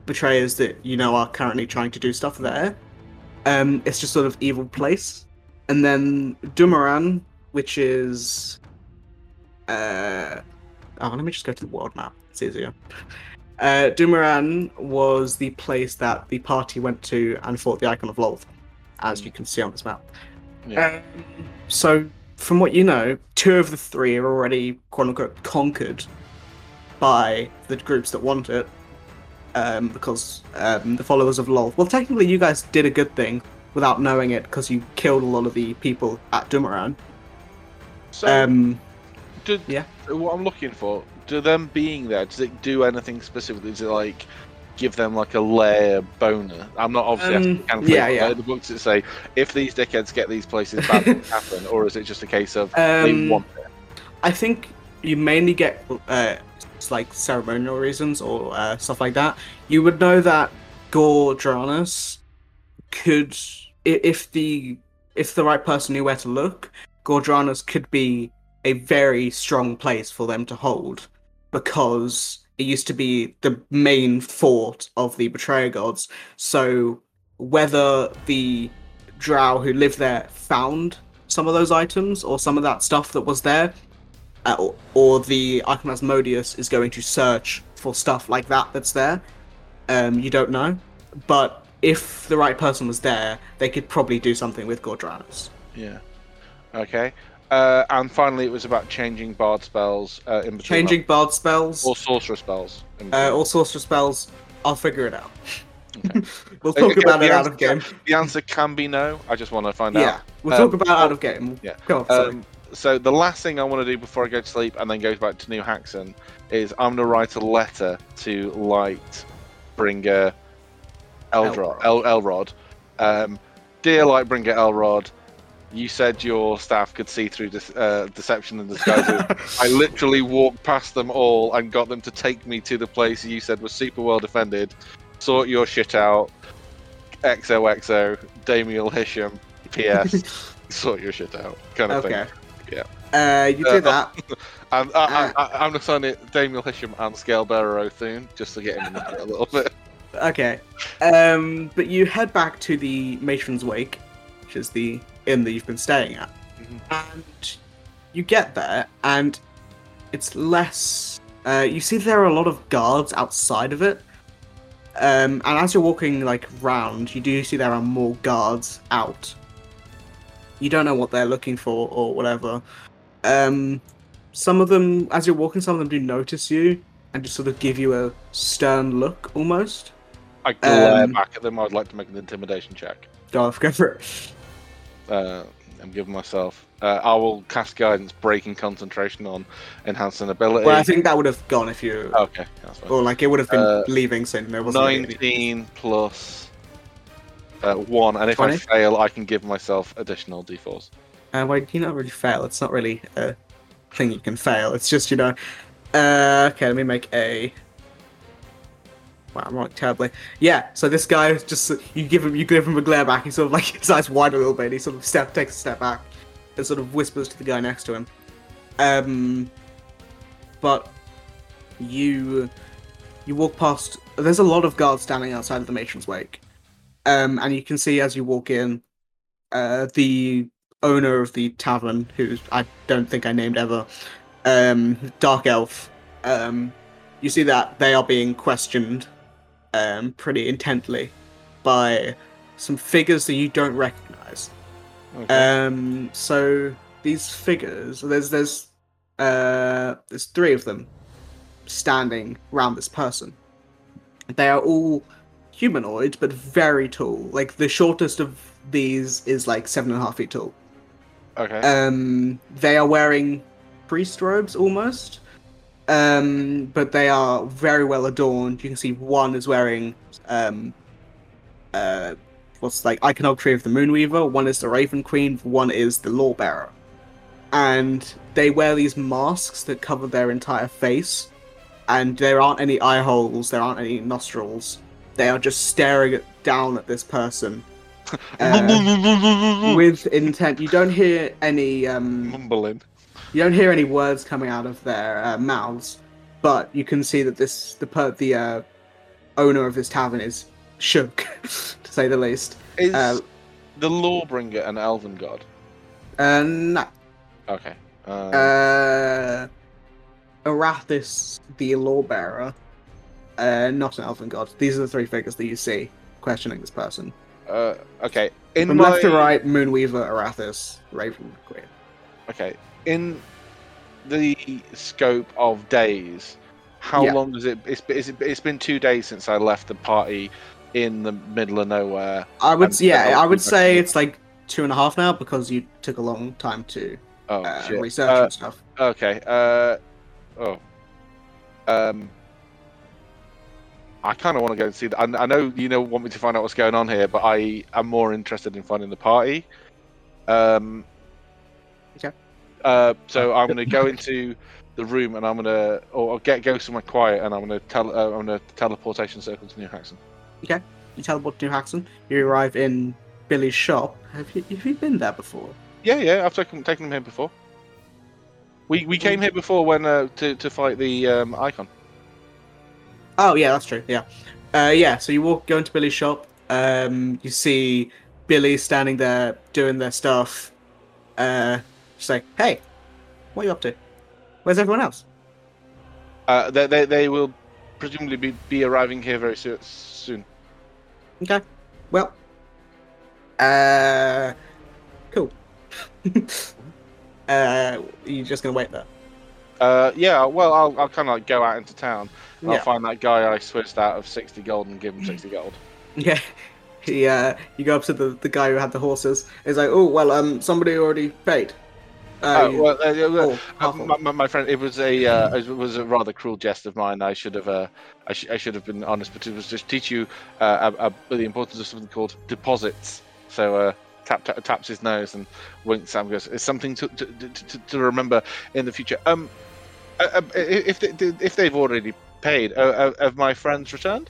S1: betrayers that you know are currently trying to do stuff there. Um, it's just sort of evil place, and then Dumaran, which is, uh, oh, let me just go to the world map. It's easier. Uh, Dumaran was the place that the party went to and fought the Icon of Lolth, as you can see on this map.
S2: Yeah.
S1: Um, so from what you know, two of the three are already quote unquote conquered by the groups that want it. Um, because um, the followers of Lolth. Well, technically, you guys did a good thing without knowing it because you killed a lot of the people at Dumaran.
S2: So,
S1: Um,
S2: did,
S1: yeah.
S2: what I'm looking for, do them being there, does it do anything specifically? Does it like give them like a layer boner? I'm not obviously
S1: Um,
S2: asking Canfield,
S1: yeah,
S2: but
S1: yeah.
S2: The books that say if these dickheads get these places, bad things happen, or is it just a case of they
S1: um,
S2: want it?
S1: I think you mainly get uh, it's like ceremonial reasons or uh, stuff like that. You would know that Gordranus could, i- if the if the right person knew where to look, Gordranus could be a very strong place for them to hold because it used to be the main fort of the Betrayer Gods. So whether the Drow who lived there found some of those items or some of that stuff that was there, uh, or, or the Archanosmodius is going to search for stuff like that that's there. Um, you don't know, but if the right person was there, they could probably do something with Gordranus.
S2: Yeah. Okay. Uh, and finally, it was about changing bard spells uh, in between.
S1: Changing bard spells
S2: or sorcerer spells. in
S1: uh,
S2: between.
S1: or sorcerer spells, I'll figure it out.
S2: Okay.
S1: we'll talk
S2: Okay,
S1: about
S2: the
S1: it out
S2: answer-
S1: of game.
S2: The answer can be no. I just want to find out.
S1: Yeah, we'll
S2: Um,
S1: talk about it out of game.
S2: yeah.
S1: Go on, Oh, sorry.
S2: Um, so the last thing I want to do before I go to sleep and then go back to New Haxon is I'm going to write a letter to Lightbringer Eldrod.
S1: Elrod.
S2: El- Elrod. Um, Dear Lightbringer Elrod, you said your staff could see through dis- uh, deception and disguises. I literally walked past them all and got them to take me to the place you said was super well defended. Sort your shit out. XOXO, Damiel Hisham, PS. sort your shit out, kind of
S1: okay.
S2: thing. yeah.
S1: Uh, you
S2: Uh,
S1: do that.
S2: And
S1: Uh,
S2: I, I, I, I'm just signing it Damiel Hisham and Scalebearer Othune, just to get him in the bit a little bit.
S1: Okay. Um, but you head back to the matron's wake, which is the inn that you've been staying at, and you get there, and it's less. Uh, you see there are a lot of guards outside of it, um, and as you're walking like round, you do see there are more guards out. You don't know what they're looking for or whatever. Um, some of them, as you're walking, some of them do notice you and just sort of give you a stern look almost.
S2: I glare
S1: Um,
S2: back at them. I'd like to make an intimidation check.
S1: Go off, go for it.
S2: uh, I'm giving myself. Uh, I will cast guidance, breaking concentration on enhancing ability.
S1: Well, I think that would have gone if you,
S2: okay, that's fine.
S1: or like it would have been
S2: Oh. Uh,
S1: leaving soon. There wasn't. really-
S2: 19 plus uh, one, and if
S1: 20?
S2: I fail, I can give myself additional d4s.
S1: Uh, well, you not really fail. It's not really a thing you can fail. It's just you know. Uh, okay, let me make a. Wow, I'm wrong terribly. Yeah, so this guy is just you give him you give him a glare back. He sort of like his eyes wide a little bit. And he sort of step takes a step back and sort of whispers to the guy next to him. Um, but you you walk past. There's a lot of guards standing outside of the matron's wake, um, and you can see as you walk in, uh, the owner of the tavern, who I don't think I named ever, um, Dark Elf. Um, you see that they are being questioned um, pretty intently by some figures that you don't recognize.
S2: Okay.
S1: Um, so these figures, there's there's uh, there's three of them standing round this person. They are all humanoid, but very tall. Like the shortest of these is like seven and a half feet tall.
S2: okay.
S1: Um, they are wearing priest robes almost, um, but they are very well adorned. You can see one is wearing um, uh, what's like iconography of the Moonweaver. One is the Raven Queen. One is the Lawbearer, and they wear these masks that cover their entire face, and there aren't any eye holes, there aren't any nostrils. They are just staring at, down at this person uh,
S2: Mm.
S1: with intent. You don't hear any um,
S2: Mumbling.
S1: you don't hear any words coming out of their uh, mouths, but you can see that this the per- the uh, owner of this tavern is shook, to say the least.
S2: Is
S1: Uh,
S2: the Lawbringer an elven god?
S1: Uh, no.
S2: Okay. Uh,
S1: Uh, Arathis, the lawbearer, uh, not an elven god. These are the three figures that you see questioning this person.
S2: uh, okay. In
S1: From
S2: my,
S1: left to right, Moonweaver, Arathis, Raven Queen.
S2: Okay. In the scope of days, how
S1: Yeah.
S2: long does it? It's, it's, it's been two days since I left the party in the middle of nowhere.
S1: I would,
S2: And- and
S1: yeah, I would
S2: Alfred's
S1: say
S2: actually-
S1: it's like two and a half now because you took a long time to
S2: Oh,
S1: uh,
S2: shit.
S1: research
S2: Uh,
S1: and stuff.
S2: Okay. Uh, oh. Um. I kind of want to go and see that. I, I know you know want me to find out what's going on here, but I am more interested in finding the party. Um.
S1: Okay.
S2: Uh, so I'm gonna go into the room and I'm gonna, or I'll get go somewhere quiet and I'm gonna tell, uh, I'm gonna teleportation circle to New Haxton.
S1: You teleport to New Haxton. You arrive in Billy's shop. Have you, have you been there before?
S2: Yeah, yeah, I've taken taken him here before. We we came here before when uh, to to fight the um, icon.
S1: Oh yeah, that's true. Yeah, uh, yeah. So you walk, go into Billy's shop. Um, you see Billy standing there doing their stuff. Uh, she's like, "Hey, what are you up to? Where's everyone else?"
S2: Uh, they, they, they will presumably be, be arriving here very soo- soon.
S1: Okay. Well. Uh, cool. uh, you just gonna wait there?
S2: Uh, yeah, well, I'll, I'll kind of like go out into town. And
S1: Yeah.
S2: I'll find that guy I switched out of 60 gold and give him 60 gold.
S1: Yeah. He, uh, you go up to the, the guy who had the horses. He's like, "Oh well, um, somebody already paid."
S2: Uh,
S1: Uh, you-
S2: well, uh, yeah, well,
S1: oh,
S2: uh,
S1: half of
S2: my, my, my friend, it was a uh, it was a rather cruel jest of mine. I should have uh, I, sh- I should have been honest, but it was just teach you uh, ab- ab- the importance of something called deposits. So uh, tap, tap taps his nose and winks. and goes, "It's something to to, to, to to remember in the future." Um, uh, uh, if they, if they've already paid, uh, uh, have my friends returned?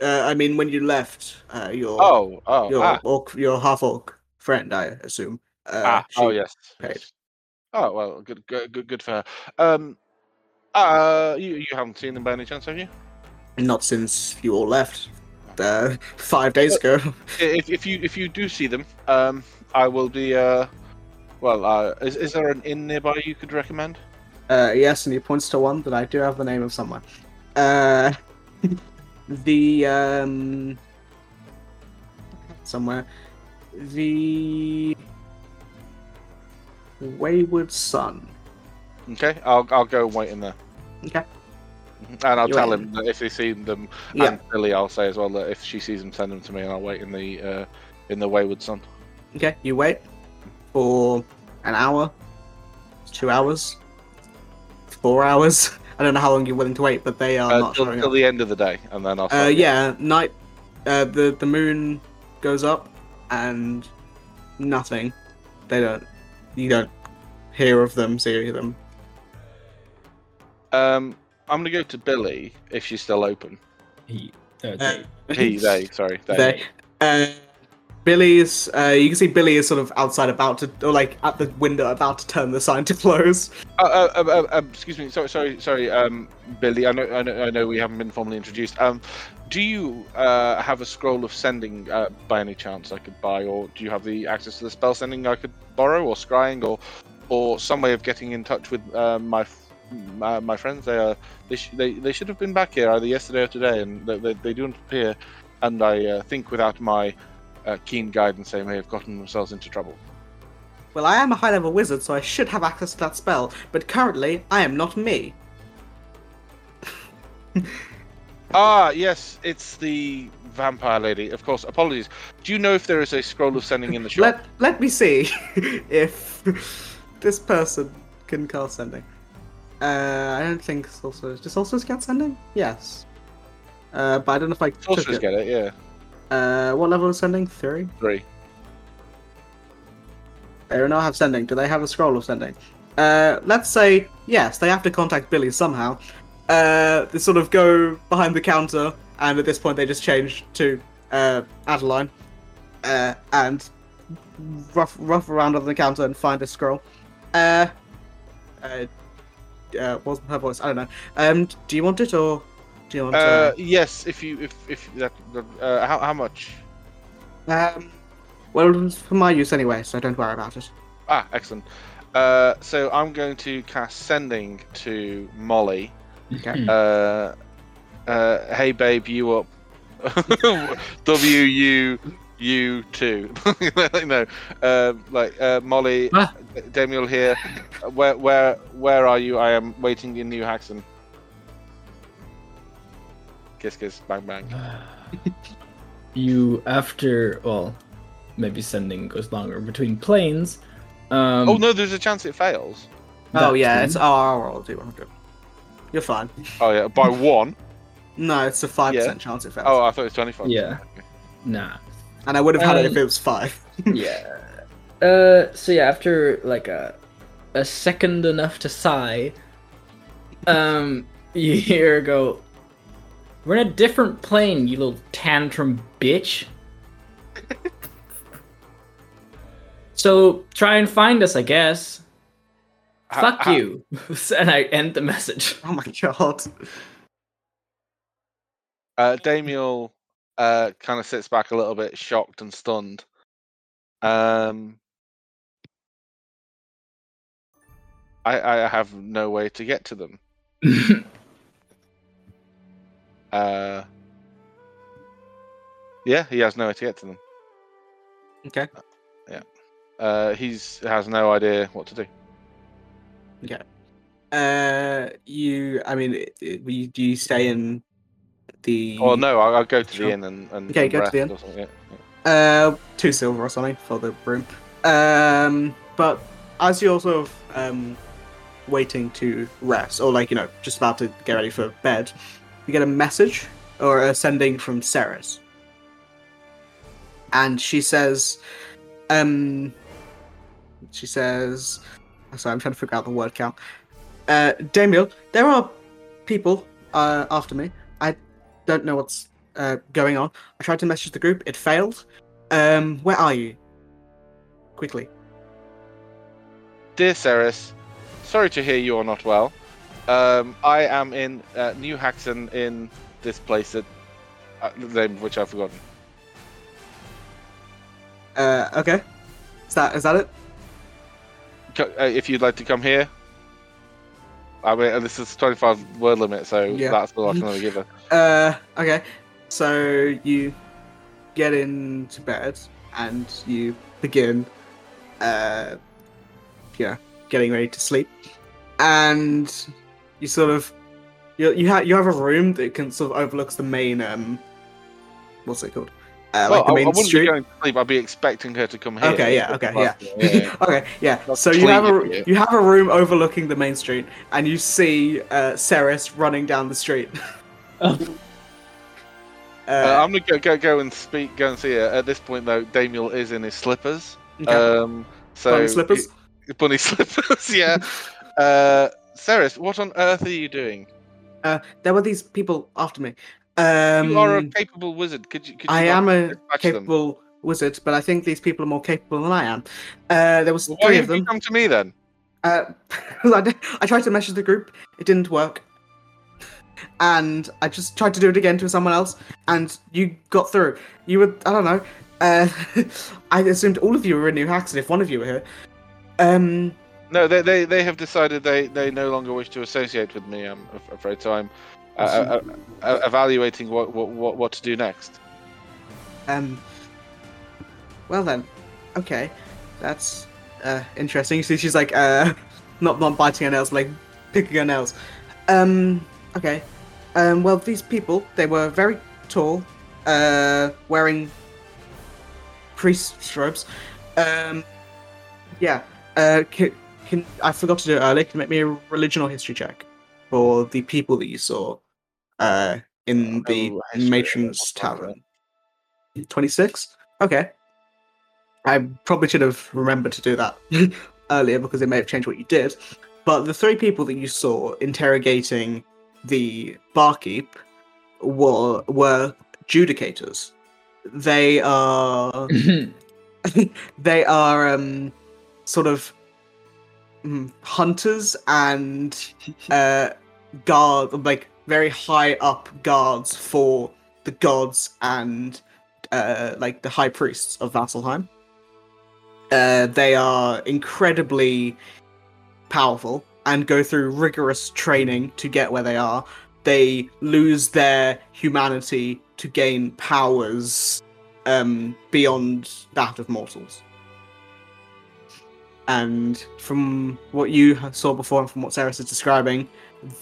S1: Uh, I mean, when you left, uh, your
S2: Oh, oh,
S1: your
S2: ah,
S1: orc, your half orc friend, I assume. Uh,
S2: ah,
S1: she-
S2: oh yes.
S1: paid.
S2: Oh well, good, good, good, good for her. Um, uh, you, you haven't seen them by any chance, have you?
S1: Not since you all left uh, five days ago.
S2: if, if you if you do see them, um, I will be. Uh, well, uh, is, is there an inn nearby you could recommend?
S1: Uh, yes, and he points to one that I do have the name of someone. Uh, the um, somewhere, the Wayward Sun.
S2: Okay, I'll I'll go and wait in there.
S1: Okay.
S2: Mhm, And I'll
S1: You
S2: tell
S1: wait.
S2: him that if they see them,
S1: Yeah.
S2: and Billy, I'll say as well that if she sees them, send them to me, and I'll wait in the uh, in the Wayward Sun.
S1: Okay, you wait for an hour, two hours, four hours. I don't know how long you're willing to wait, but they are
S2: Uh,
S1: not
S2: till,
S1: showing
S2: till
S1: up.
S2: the end of the day, and then I'll.
S1: Uh,
S2: start-
S1: yeah, night. Uh, the the moon goes up, and nothing. They don't. You don't hear of them, see them.
S2: Um, I'm gonna go to Billy if she's still open.
S3: He, uh,
S1: Uh,
S2: He, they, sorry, they.
S1: they. Uh, Billy's. Uh, you can see Billy is sort of outside, about to, or like at the window, about to turn the sign to close.
S2: Uh, uh, uh, uh, um, excuse me. Sorry, sorry, sorry, um, Billy. I know, I know, I know. We haven't been formally introduced. Um, do you uh, have a scroll of sending uh, by any chance I could buy, or do you have the access to the spell sending I could borrow, or scrying, or or some way of getting in touch with uh, my, f- my my friends? They are they, sh- they they should have been back here either yesterday or today, and they, they, they don't appear. And I uh, think without my uh, keen guidance, they may have gotten themselves into trouble.
S1: Well, I am a high level wizard, so I should have access to that spell, but currently I am not me.
S2: Ah, yes, it's the vampire lady. Of course, apologies. Do you know if there is a scroll of sending in the shop?
S1: Let let me see if this person can cast sending. Uh, I don't think sorcerers. Does sorcerers get sending? Yes. Uh, but I don't know if I took
S2: Sorcerers
S1: it.
S2: get it, yeah.
S1: Uh, what level is sending? Three.
S2: Three.
S1: They do not have sending. Do they have a scroll of sending? Uh, let's say yes. They have to contact Billy somehow. Uh, they sort of go behind the counter, and at this point they just change to uh, Adeline, uh, and rough rough around on the counter and find a scroll. Uh, uh, uh, what was her voice? I don't know. Um, do you want it or do you want?
S2: Uh, yes, if you if if that uh, how how much?
S1: Um, well, it was for my use anyway, so don't worry about it.
S2: Ah, excellent. Uh, so I'm going to cast sending to Molly.
S1: Okay.
S2: Uh, uh, hey babe, you up? w u u two. no, uh, like uh, Molly,
S3: Ah.
S2: Damiel here. Where where where are you? I am waiting in New Haxon. Kiss kiss bang bang.
S3: Um, you after well, maybe sending goes longer between planes. Um,
S2: oh no, there's a chance it fails.
S1: Oh
S3: that
S1: yeah,
S3: time.
S1: it's our roll two hundred. You're fine.
S2: Oh yeah, by one.
S1: No, it's a five percent chance it fails.
S2: Oh, I thought it was twenty-five.
S3: Yeah. Nah.
S1: and I would have had it if
S3: Um,
S1: it was five.
S3: yeah. Uh, so yeah, after like a a second enough to sigh, um, you hear her go, "We're in a different plane, you little tantrum bitch." so try and find us, I guess.
S2: Ha-
S3: Fuck
S2: ha-
S3: you, and I end the message.
S1: Oh my god.
S2: Uh, Damiel uh, kind of sits back a little bit, shocked and stunned. Um, I, I have no way to get to them. Uh, yeah, he has no way to get to them.
S1: Okay.
S2: Yeah. Uh, he's has no idea what to do.
S1: Uh, you. I mean, it, it, you, do you stay in the?
S2: Or no, I'll, I'll go to
S1: Sure.
S2: the inn and, and
S1: Okay,
S2: and
S1: go to the inn.
S2: rest or something, yeah, yeah.
S1: Uh, two silver or something for the room. Um, but as you're sort of um, waiting to rest, or like you know, just about to get ready for bed, you get a message or a sending from Ceres, and she says, um, she says, oh, sorry, I'm trying to figure out the word count. Uh, Damiel, there are people uh, after me. I don't know what's uh, going on. I tried to message the group, it failed. Um, where are you? Quickly.
S2: Dear Ceres, sorry to hear you are not well. Um, I am in uh, New Haxton in this place that uh, the name of which I've forgotten.
S1: Uh, okay. Is that is that it?
S2: Co- uh, if you'd like to come here, I mean uh, this is 25 word limit, so
S1: Yeah.
S2: that's all I can really give her.
S1: Uh, okay. So you get into bed and you begin, uh, yeah, getting ready to sleep, and you sort of you you have you have a room that can sort of overlooks the main um, what's it called? Uh,
S2: well,
S1: like the
S2: I, I
S1: main
S2: wouldn't
S1: street.
S2: be going to sleep. I'd be expecting her to come here.
S1: Okay, yeah, okay, yeah.
S2: yeah.
S1: okay, yeah.
S7: That's
S1: so you have
S7: clean, yeah.
S1: a you have a room overlooking the main street, and you see uh, Ceres running down the street.
S5: Oh.
S1: Uh,
S2: Uh, I'm gonna go, go go and speak. Go and see her. At this point, though, Damiel is in his slippers.
S1: okay.
S2: Um, so
S1: Bunny slippers.
S2: bunny slippers. Yeah. uh, Ceres, what on earth are you doing?
S1: There were these people after me. Um,
S2: you are a capable wizard. Could you? Could you
S1: I
S2: not
S1: am a
S2: dispatch them?
S1: capable wizard, but I think these people are more capable than I am. Uh, there was
S2: Well, Why
S1: three
S2: have
S1: of
S2: you
S1: them.
S2: come to me then?
S1: Uh, I, did- I tried to message the group. It didn't work. And I just tried to do it again to someone else, and you got through. You were, I don't know. Uh, I assumed all of you were in New Haxton if one of you were here. Um,
S2: No, they they, they have decided they, they no longer wish to associate with me. I'm af- afraid so. I'm uh, uh, uh, evaluating what, what what what to do next.
S1: um, well then, okay. That's, uh, interesting. You see, she's like, uh, not, not biting her nails, like picking her nails. Um, okay. Um, well, these people, they were very tall, uh, wearing priest's robes. Um, yeah. Uh, can, can I forgot to do it earlier? Can you make me a religion or history check for the people that you saw uh, in the
S2: Oh, history,
S1: matron's
S2: that's not
S1: tavern? Twenty-six. Okay. I probably should have remembered to do that earlier because it may have changed what you did. But the three people that you saw interrogating the barkeep were were judicators. They are they are um, sort of mm, hunters and uh, guard, like very high up guards for the gods and uh, like the high priests of Vasselheim. Uh, they are incredibly powerful and go through rigorous training to get where they are. They lose their humanity to gain powers um, beyond that of mortals. And from what you ha- saw before and from what Ceres is describing,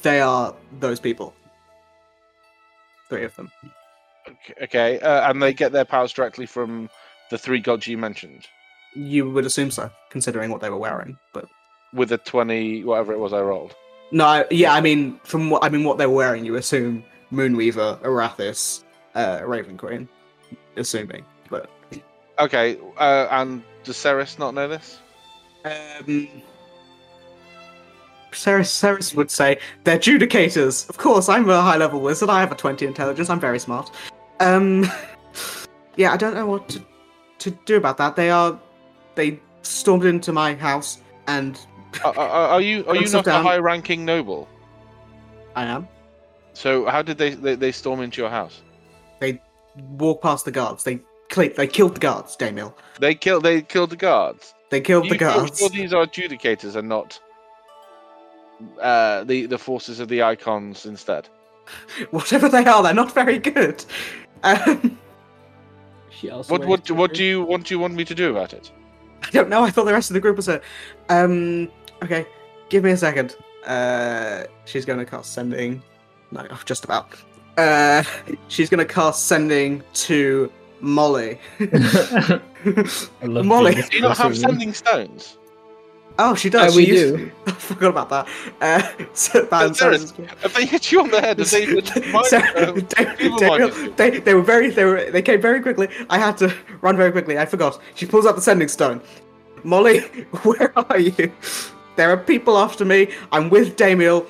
S1: they are those people. Three of them.
S2: Okay, okay, uh, and they get their powers directly from the three gods you mentioned
S1: You would assume so, considering what they were wearing. But
S2: with the 20, whatever it was I rolled.
S1: no, I- yeah, I mean, from what I mean, what they were wearing, you assume Moonweaver, Arathis, uh, Raven Queen, assuming. But
S2: Okay, uh, and does Ceres not know this?
S1: Um, Ceres, Ceres would say, they're judicators. Of course, I'm a high level wizard. I have a 20 intelligence. I'm very smart. Um, yeah, I don't know what to, to do about that. They are. They stormed into my house, and
S2: Are, are, are you are
S1: Don't
S2: you
S1: sit
S2: not a
S1: down.
S2: high-ranking noble?
S1: I am.
S2: So how did they, they they storm into your house?
S1: Walk past the guards. They click. They killed the guards, Damil.
S2: They killed they killed the guards.
S1: They killed the
S2: You feel
S1: guards.
S2: sure these are adjudicators and not uh, the the forces of the icons instead.
S1: Whatever they are, they're not very good. Um,
S3: She also
S2: What
S3: wears
S2: what what
S3: jewelry.
S2: do you what do you want me to do about it?
S1: I don't know. I thought the rest of the group was a. Um. Okay, give me a second. Uh, she's going to cast sending. No, oh, just about. Uh, she's going to cast sending to Molly.
S5: I love
S1: Molly.
S5: being this
S2: Do you not have
S5: person.
S2: sending stones?
S1: oh, she
S3: Uh,
S1: does.
S3: we
S1: she used-
S3: do.
S1: I forgot about that. Uh, so, that
S2: there is- If they hit you on the head, if they mine,
S1: Sorry,
S2: uh,
S1: Dave-
S2: people
S1: Dave-
S2: might miss you.
S1: they, they were very they were they came very quickly. I had to run very quickly. I forgot. She pulls out the sending stone. Molly, where are you? There are people after me. I'm with Damiel.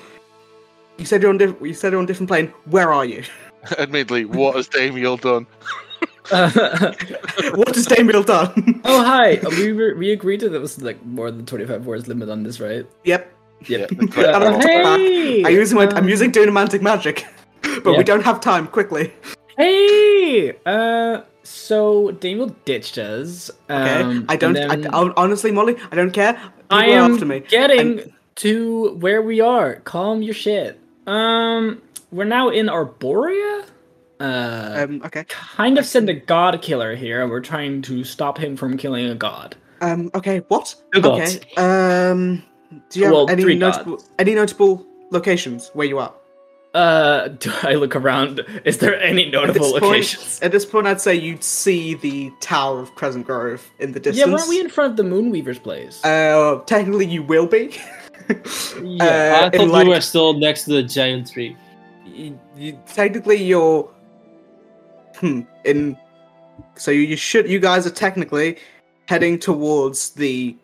S1: You said you're on diff- you said you're on a different plane. Where are you?
S2: admittedly, what has Damiel done?
S1: What has Damiel done?
S3: oh hi, we were, we agreed that there was like more than twenty five words limit on this, right?
S1: yep.
S3: Yep.
S2: Yeah, that's correct.
S1: I don't
S2: Well,
S1: think-
S3: hey,
S1: I using my, I'm using Dunamantic magic, but
S3: um, Yeah.
S1: we don't have time. Quickly.
S3: Hey, uh, so Daniel ditched us.
S1: Okay.
S3: um,
S1: I don't.
S3: and
S1: I,
S3: then
S1: I'll- honestly, Molly, I don't care. People
S3: I
S1: are
S3: am
S1: after me.
S3: getting to where we are. Calm your shit. Um, we're now in Arborea. Uh,
S1: Um. Okay.
S3: kind of send a god killer here, and we're trying to stop him from killing a god.
S1: Um. Okay. What?
S3: Two gods.
S1: Okay. Um. Do you have
S3: Well,
S1: any
S3: three
S1: notable any notable locations where you are?
S3: Uh, do I look around? Is there any notable locations?
S1: point, at this point, I'd say you'd see the tower of Crescent Grove in the distance.
S3: Yeah, weren't we in front of the Moonweaver's place?
S1: Uh, technically, you will be.
S5: I
S1: uh,
S5: thought
S1: in
S5: we
S1: like-
S5: were still next to the giant tree.
S1: you, you, technically, you're. Hmm. In. So you, you should. You guys are technically heading towards the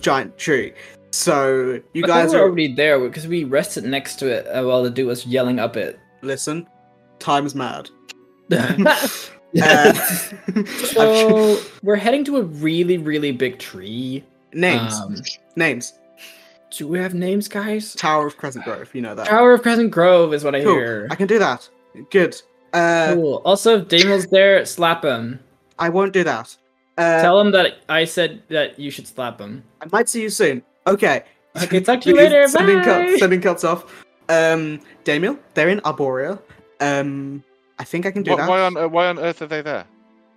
S1: giant tree. So you
S3: I thought
S1: guys
S3: we were
S1: are.
S3: already there because we rested next to it uh, while the dude was yelling up it.
S1: Listen, time's mad. Uh,
S3: Yeah. so we're heading to a really, really big tree.
S1: names,
S3: Um,
S1: names.
S3: do we have names, guys?
S1: Tower of Crescent Grove. You know that.
S3: Tower of Crescent Grove is what I
S1: Uh, cool.
S3: hear.
S1: I can do that. Good. Uh,
S3: cool. Also, if Damon's there, slap him.
S1: I won't do that. Uh,
S3: Tell him that I said that you should slap him.
S1: I might see you soon. Okay.
S3: Okay, talk to you later.
S1: Sending
S3: Bye.
S1: cuts. Sending cuts off. Um, Damiel, they're in Arborea. Um, I think I can do
S2: Why,
S1: that.
S2: why on uh, why on earth are they there?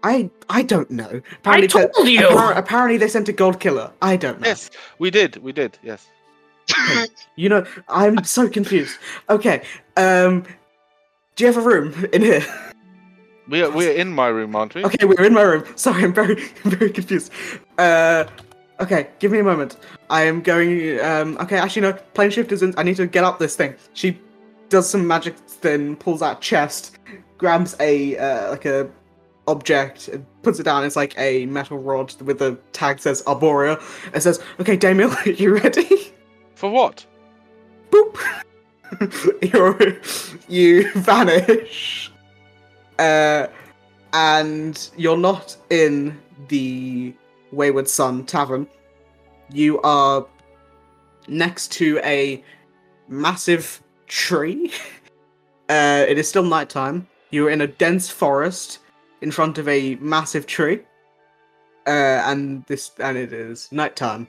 S1: I I don't know.
S3: I
S1: Apparently, they-
S3: told you.
S1: appar- apparently they sent a gold killer. I don't know.
S2: Yes, we did, we did. Yes.
S1: You know, I'm so confused. Okay. Um, do you have a room in here?
S2: We are, we're in my room, aren't we?
S1: Okay, we're in my room. Sorry, I'm very, I'm very confused. Uh, okay, give me a moment. I am going. Um, okay, actually no. Plane shift is in. I need to get up this thing. She does some magic, then pulls out a chest, grabs a uh, like a object, and puts it down. It's like a metal rod with a tag says Arborea, and says, "Okay, Damiel, are you ready?"
S2: For what?
S1: Boop. You're- you vanish, uh, and you're not in the Wayward Sun Tavern. You are next to a massive tree. Uh, it is still nighttime. You're in a dense forest in front of a massive tree, uh, and this and it is nighttime.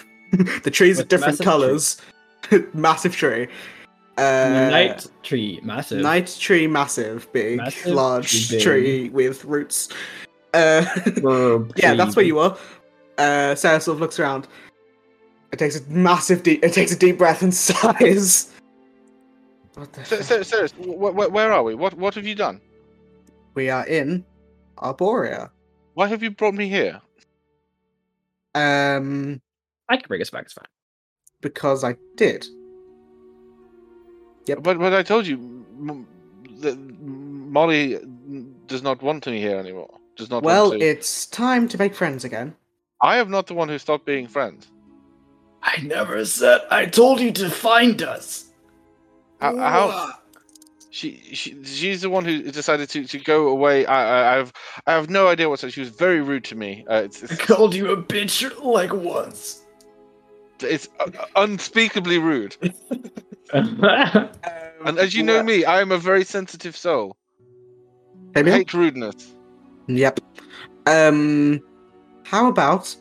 S1: the trees are
S3: What's a
S1: different
S3: massive tree?
S1: colors. massive tree. Uh,
S3: Night tree, massive.
S1: Night tree, massive, big,
S3: Massive
S1: large
S3: tree, big.
S1: tree with roots. Uh, yeah, that's where you are. Uh, Sarah sort of looks around. It takes a massive deep. It takes a deep breath and sighs. What the?
S2: So,
S1: fuck?
S2: so, serious, wh- wh- where are we? What what have you done?
S1: we are in Arborea.
S2: Why have you brought me here?
S1: Um,
S3: I can bring us back. It's fine.
S1: because I did. Yep.
S2: But but I told you, m- that Molly does not want me here anymore. Does not.
S1: well,
S2: want to.
S1: it's time to make friends again.
S2: I am not the one who stopped being friends.
S3: I never said. I told you to find us.
S2: How, how she, she she's the one who decided to, to go away. I, I I've I have no idea what's. She was very rude to me. Uh, it's it's,
S3: called you a bitch like once.
S2: it's uh, unspeakably rude.
S3: That's
S2: And as you know me, I am a very sensitive soul. I
S1: Damien?
S2: hate rudeness.
S1: Yep. Um, how about?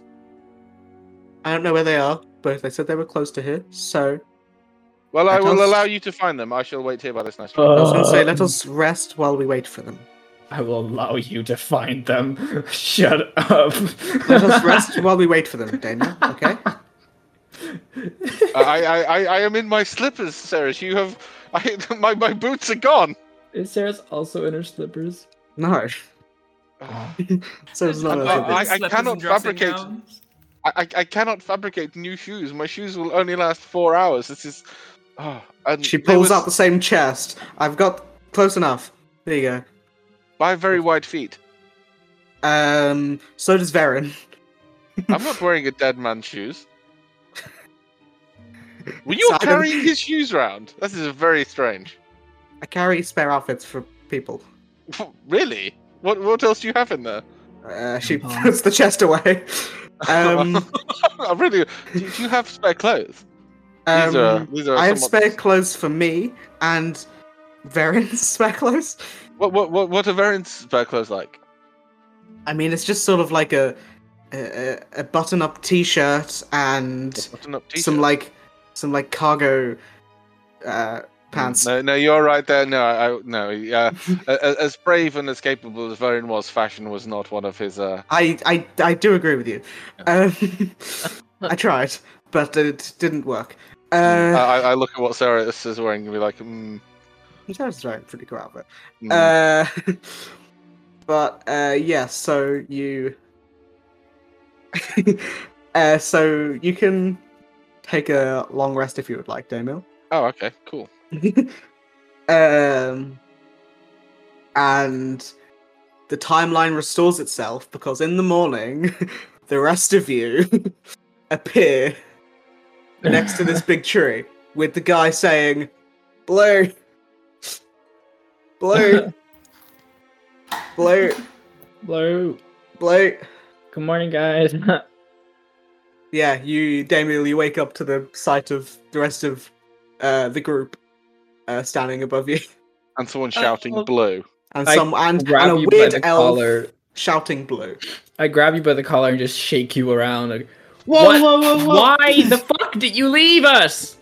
S1: I don't know where they are, but they said they were close to here. So
S2: Well,
S1: I
S2: I will
S1: don't-
S2: allow you to find them. I shall wait here by this nice.
S1: I was going to say, let us rest while we wait for them.
S3: I will allow you to find them. Shut up.
S1: Let us rest while we wait for them, Damien. Okay.
S2: Uh, I, I, I, I am in my slippers, Sarah. You have, I, my, my boots are gone.
S3: Is Sarah's also in her slippers?
S1: No.
S2: I,
S1: So it's not.
S2: I-
S1: a
S2: I-
S1: thing.
S2: I
S4: Slippers
S2: cannot
S4: and dressing
S2: fabricate-
S4: gowns.
S2: I, I cannot fabricate new shoes. My shoes will only last four hours. This is. Oh, and
S1: She
S2: there
S1: pulls
S2: was-
S1: out the same chest. I've got close enough. There you go.
S2: my very wide feet.
S1: Um. So does Varen.
S2: I'm not wearing a dead man's shoes. Were you
S1: Simon.
S2: carrying his shoes round? This is very strange.
S1: I carry spare outfits for people.
S2: Really? What what else do you have in there?
S1: Uh, she puts the chest away. Um.
S2: I really. Do, do you have spare clothes? these are
S1: um,
S2: these are.
S1: I have
S2: somewhat-
S1: spare clothes for me and Varen's spare clothes.
S2: What what what what are Varen's spare clothes like?
S1: I mean, it's just sort of like a a, a- a button-up T-shirt and
S2: Button-up
S1: some
S2: t-shirt.
S1: like some like cargo uh, pants.
S2: Mm, No, no, you're right there. No, I, no. Uh, a- a- as brave and as capable as Varin was, fashion was not one of his. Uh,
S1: I, I I do agree with you. Um, I tried, but it didn't work.
S2: I,
S1: Uh,
S2: I I look at what Sarah is is wearing and be like, mm,
S1: sounds like a pretty cool outfit.
S2: mm.
S1: Uh, but uh, yeah, so you, uh, so you can take a long rest if you would like, Damil.
S2: "Oh, okay, cool."
S1: um, and the timeline restores itself because in the morning, the rest of you appear next to this big tree with the guy saying, "Blue, blue, blue,
S3: Blue.
S1: blue."
S3: Good morning, guys.
S1: Yeah, you, Damien, you wake up to the sight of the rest of uh, the group uh, standing above you,
S2: And someone shouting
S5: oh.
S2: blue.
S1: and
S3: I
S1: some and,
S3: Grab
S1: and a
S3: you by
S1: weird
S3: the
S1: elf
S3: collar.
S1: shouting blue.
S3: I grab you by the collar and just shake you around. Like,
S5: Whoa,
S3: What?
S5: whoa, whoa, whoa!
S3: Why the fuck did you leave us?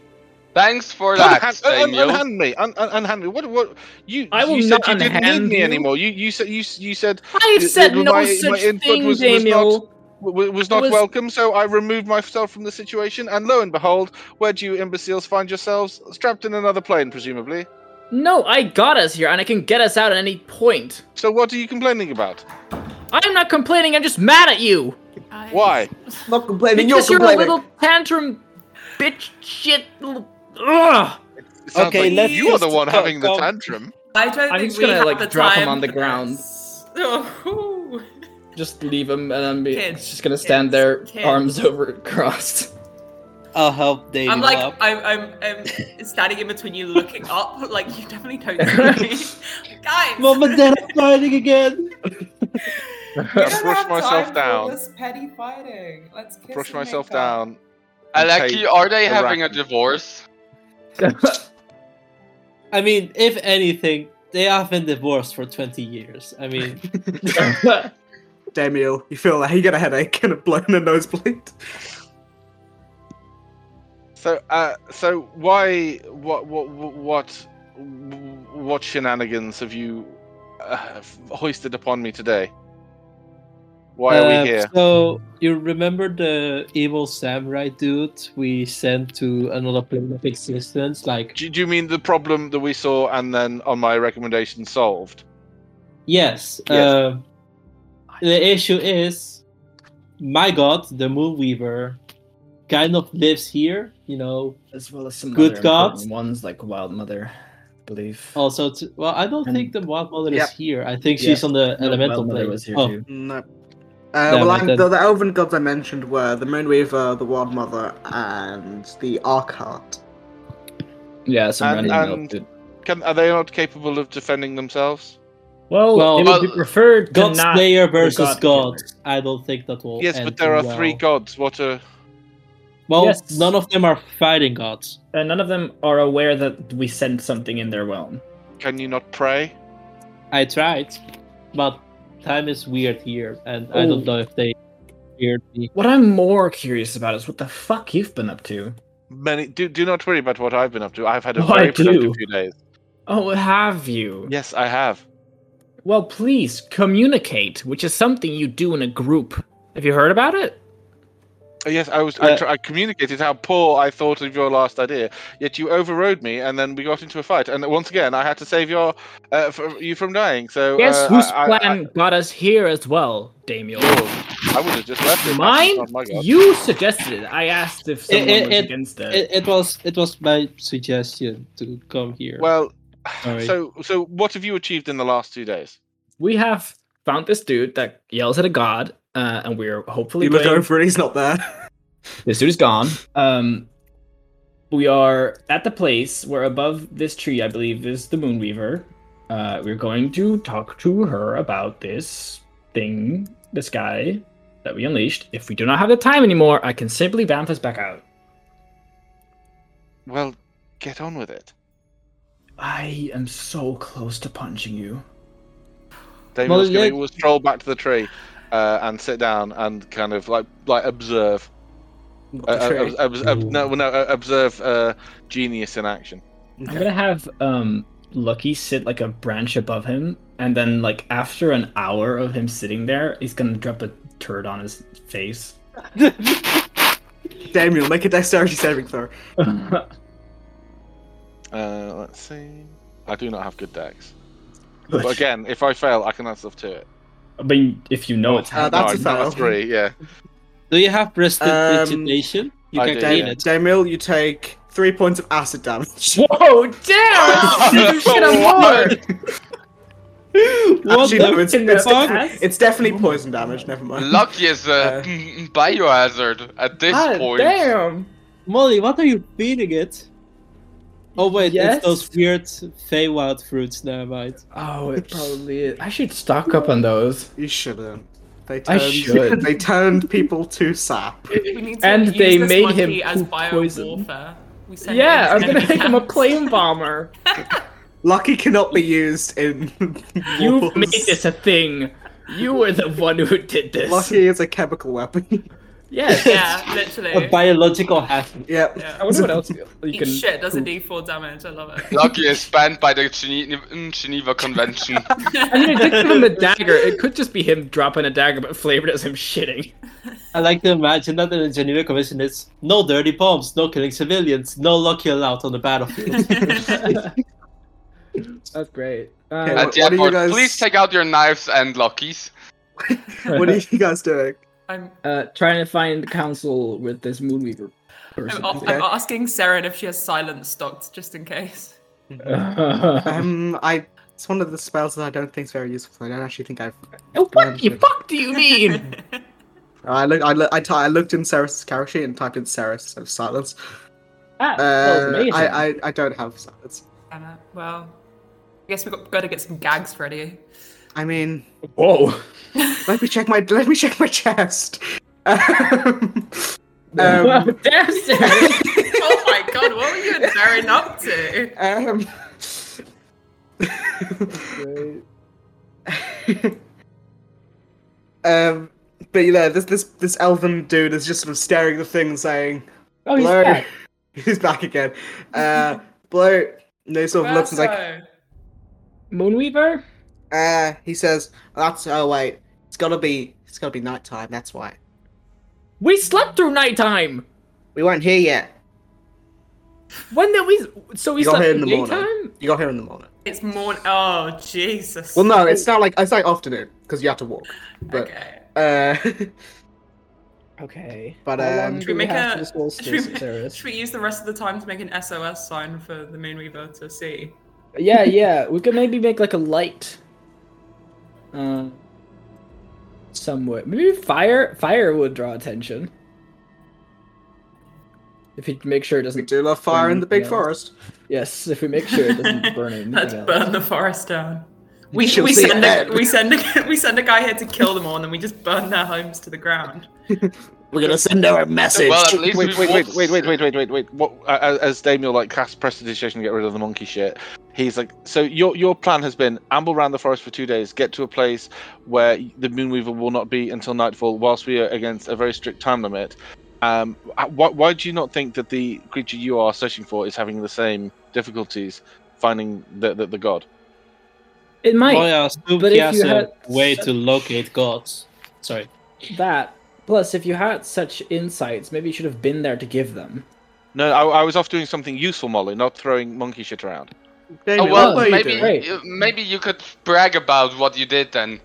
S7: Thanks for
S2: Unhan-
S7: that,
S2: un- un-
S7: Samuel.
S2: unhand me. Un- un- unhand me. What? What? You?
S3: I will
S2: you said
S3: not
S2: you didn't need
S3: unhand
S2: me
S3: you.
S2: anymore. You you said you s- you said
S3: I
S2: It- it-
S3: said no
S2: my- my
S3: such
S2: input
S3: thing,
S2: was- was not-
S3: Daniel.
S2: w- w- was not
S3: was-
S2: welcome, so I removed myself from the situation. And lo and behold, where do you imbeciles find yourselves? Strapped in another plane, presumably.
S3: No, I got us here, and I can get us out at any point.
S2: So what are you complaining about?
S3: I'm not complaining. I'm just mad at you
S2: Why?
S1: Not complaining.
S3: because
S1: you're
S3: you're, a
S1: complaining.
S3: little tantrum, bitch, shit.
S2: Oh,
S3: little- Ugh.
S2: It sounds
S5: Okay,
S2: like
S5: let's
S2: you are the
S5: just
S2: one
S5: go-
S2: having the
S5: go-
S2: tantrum.
S4: I don't
S3: I'm
S4: think
S3: just
S4: we
S3: gonna,
S4: have
S3: like,
S4: the
S3: drop 'em
S4: time
S3: on the
S4: for
S3: ground.
S4: this. Oh,
S3: Just leave him, and I'm be,
S4: Kids,
S3: just gonna stand
S4: kids,
S3: there,
S4: kids.
S3: arms over crossed.
S5: I'll help Daniel
S4: I'm like
S5: up.
S4: I'm, I'm I'm standing in between you, looking up. Like you definitely don't see me, guys.
S5: Mom and Dad are fighting again.
S4: we don't
S2: I brush
S4: have time
S2: myself
S4: for
S2: down.
S4: This petty fighting. Let's kiss
S2: brush
S4: and make
S2: myself
S4: up.
S2: down. and
S7: Aleki,
S2: take-
S7: are they
S2: the
S7: having a
S2: racket.
S7: divorce?
S5: I mean, if anything, they have been divorced for 20 years. I mean,
S1: Damiel, you feel like you got a headache and a blown a nosebleed.
S2: So, uh, so why, what, what, what, what shenanigans have you uh, hoisted upon me today? Why are
S5: uh,
S2: we here?
S5: So you remember the evil samurai dude we sent to another plane of existence? Like,
S2: Do, do you mean the problem that we saw and then on my recommendation solved?
S5: yes.
S2: Yes.
S5: um, the issue is, my god, the moon weaver kind of lives here. You know,
S9: as well as some
S5: Good
S9: other
S5: God.
S9: important ones like Wild Mother, I believe.
S3: Oh,
S5: also. To, well, I don't
S9: And-
S5: think the wild mother
S1: Yeah.
S5: is here. I think
S9: Yeah.
S5: she's on the
S9: No,
S5: elemental
S9: Wild Mother
S5: plane.
S9: was here
S5: Oh,
S9: too.
S1: No. Uh,
S5: No,
S1: well,
S5: no,
S1: I,
S5: then-
S1: the, the elven gods I mentioned were the Moonweaver, the Wild Mother, and the Arkheart.
S9: Yeah, some
S2: And-
S9: random
S2: and-
S9: elf dude.
S2: Can, are they not capable of defending themselves?
S3: Well,
S5: Well,
S3: it would be
S7: well,
S3: preferred to
S5: God
S3: not
S5: Slayer
S3: the
S5: versus
S3: God
S5: God. I don't think that will.
S2: yes,
S5: end
S2: but there are
S5: too
S2: three
S5: well.
S2: gods. What a
S5: Well,
S3: Yes.
S5: none of them are fighting gods.
S3: killer. And uh, none of them are aware that we send something in their realm.
S2: can you not pray?
S5: I tried, but time is weird here, and I
S3: Oh.
S5: don't know if they heard me.
S3: What I'm more curious about is what the fuck you've been up to.
S2: Many do do not worry about what I've been up to. I've had a
S3: Well, I
S2: very productive
S3: do.
S2: few days.
S3: Oh, have you?
S2: Yes, I have.
S3: Well, please communicate, which is something you do in a group. Have you heard about it?
S2: Oh, Yes, I was. I,
S5: Uh,
S2: tr- I communicated how poor I thought of your last idea, yet you overrode me, and then we got into a fight. And once again, I had to save your uh, f you from dying. So
S3: Guess
S2: uh,
S3: whose
S2: I, I-
S3: plan got us here as well, Damiel?
S2: I, I would have just left it.
S3: Mine?
S2: Oh, my God.
S3: You suggested it. I asked if someone
S5: it-
S3: was
S5: it-
S3: against it.
S5: It, it was it was my suggestion to come here.
S2: Well,
S5: Sorry.
S2: so so what have you achieved in the last two days?
S3: we have found this dude that yells at a god, uh, and we're hopefully
S1: You look
S3: going-
S1: over and he's not there.
S3: This dude's gone. Um, we are at the place where above this tree, I believe, is the Moonweaver. Uh, we're going to talk to her about this thing, this guy that we unleashed. If we do not have the time anymore, I can simply vamp us back out.
S2: Well, get on with it.
S3: I am so close to punching you.
S2: David
S5: Well,
S2: was going
S5: yeah.
S2: to was stroll back to the tree uh, and sit down and kind of like like observe. Uh,
S1: The
S2: uh,
S1: tree.
S2: ob- ob- ob- no, no, uh, observe uh, genius in action.
S3: I'm gonna have um Lucky sit like a branch above him, and then like after an hour of him sitting there, he's gonna drop a turd on his face.
S1: Damiel, make a dexterity saving throw.
S2: Uh, let's see. I do not have good decks. But again, if I fail, I can add stuff to it.
S3: I mean, if you know it's
S1: Uh,
S2: No,
S1: that's
S2: it's not
S1: a fail.
S2: a three. Yeah.
S5: do you have
S1: Um,
S5: prestidigitation? you
S2: I
S5: can
S2: do,
S5: clean
S2: yeah.
S5: it.
S1: Damiel, you take three points of acid damage.
S3: Whoa, damn! you should have more.
S5: What
S1: Actually,
S5: the
S1: no, it's,
S3: in
S1: it's,
S3: the
S1: it's-
S3: past?
S1: it's definitely poison damage. Never mind.
S7: Lucky is a
S1: Uh,
S7: biohazard at this
S1: Ah,
S3: God
S7: point.
S3: damn!
S5: Molly? What are you feeding it? Oh wait,
S3: Yes?
S5: it's those weird Feywild fruits. Never mind.
S3: Oh, it probably is. I should stock up on those.
S1: You shouldn't. They
S3: I
S1: turned,
S3: should.
S1: They turned people to sap.
S4: We need to
S3: And
S4: use
S3: they
S4: this
S3: made him
S4: monkey as
S3: poop poison.
S4: biowarfare. We send it
S3: Yeah,
S4: into
S3: I'm gonna
S4: enemy
S3: make him a
S4: camps.
S3: plane bomber.
S1: Lucky cannot be used in.
S3: You
S1: wars.
S3: made this a thing. You were the one who did this.
S1: Lucky is a chemical weapon.
S3: Yes.
S4: Yeah, literally.
S5: A biological hack.
S1: yep.
S3: I
S4: yeah.
S3: wonder what else you
S4: Eat
S3: can.
S4: shit does a d4 damage. I love it.
S7: Lucky is banned by the Gene- Geneva Convention.
S3: I mean, it did give him a dagger. It could just be him dropping a dagger, but flavored as him shitting.
S5: I like to imagine that in the Geneva Commission it's no dirty bombs, no killing civilians, no lucky allowed on the battlefield.
S3: That's great.
S1: Uh,
S7: at
S1: what
S7: the
S1: are you
S7: airport,
S1: guys-
S7: please take out your knives and Luckies.
S1: What are you guys doing?
S4: I'm,
S9: uh, trying to find counsel with this Moonweaver person.
S4: I'm, a-
S1: Okay.
S4: I'm asking Saren if she has silence stocked just in case.
S3: Uh,
S1: Um, I. It's one of the spells that I don't think is very useful. I don't actually think I've.
S3: what the fuck do you mean?
S1: I look, I, look, I, ty- I looked in Ceres' character sheet and typed in Ceres of silence.
S8: Ah, that was
S3: Oh,
S1: Uh,
S8: amazing.
S1: I, I, I don't have silence.
S4: Damn it. Well, I guess we've got, got to get some gags ready.
S1: I mean,
S8: Whoa.
S1: let me check my let me check my chest. Um, um,
S8: Damn, Sarah.
S4: oh my god, what were you and Darren up to?
S1: um, um, but you know, this this this elven dude is just sort of staring at the thing, and saying,
S8: Oh, he's
S1: Blur.
S8: back.
S1: He's back again. Uh, Blue, no sort of looks and is like,
S4: Verso.
S8: Moonweaver?
S1: uh, he says, that's, oh wait, it's gotta be, it's gotta be nighttime, that's why.
S8: We slept through nighttime.
S1: We weren't here yet.
S8: When did we? So we
S1: You got
S8: slept
S1: here
S8: in
S1: in
S8: the
S1: the morning.
S8: daytime.
S1: You got here in the morning.
S4: It's more. Oh, Jesus.
S1: Well, no, it's not like, it's like afternoon, because you have to walk. But,
S4: Okay.
S1: uh,
S8: Okay.
S1: But,
S8: How
S1: um,
S8: long
S1: Should
S4: we
S8: do we
S4: make
S8: have
S4: a-
S8: to this little
S4: should we
S8: space,
S4: make-
S8: Sarah's?
S4: Should we use the rest of the time to make an SOS sign for the Moonweaver to see?
S8: Yeah, yeah. We could maybe make like a light. Uh, somewhat. Maybe fire. Fire would draw attention. If you make sure it
S1: we
S8: doesn't.
S1: do love fire in the big
S8: Yeah.
S1: forest.
S8: Yes, if we make sure it doesn't burn anything
S4: Let's
S8: else.
S4: burn the forest down. We,
S1: She'll
S4: we,
S1: see
S4: send
S1: it.
S4: a, we, send a, we send a guy here to kill them all and then we just burn their homes to the ground.
S6: We're gonna send our message.
S7: Well, at least
S2: Wait,
S7: we've
S2: wait, wait,
S7: walked-
S2: wait, wait, wait, wait, wait, wait. What? a- a- As Damiel like casts prestidigitation to get rid of the monkey shit, he's like, so your your plan has been amble around the forest for two days, get to a place where the Moonweaver will not be until nightfall, whilst we are against a very strict time limit. Um, wh- why, why do you not think that the creature you are searching for is having the same difficulties finding the the, the god?
S8: It might.
S5: Oh yeah, Snoop
S8: But
S5: he
S8: if
S5: has
S8: you
S5: a
S8: had
S5: way
S8: such-
S5: to locate gods. Sorry.
S8: That plus, if you had such insights, maybe you should have been there to give them.
S2: No, I, I was off doing something useful, Molly, not throwing monkey shit around.
S1: Damien,
S7: Oh
S1: what
S7: well,
S1: were you
S7: maybe
S1: doing?
S8: Right.
S7: you- maybe you could brag about what you did then.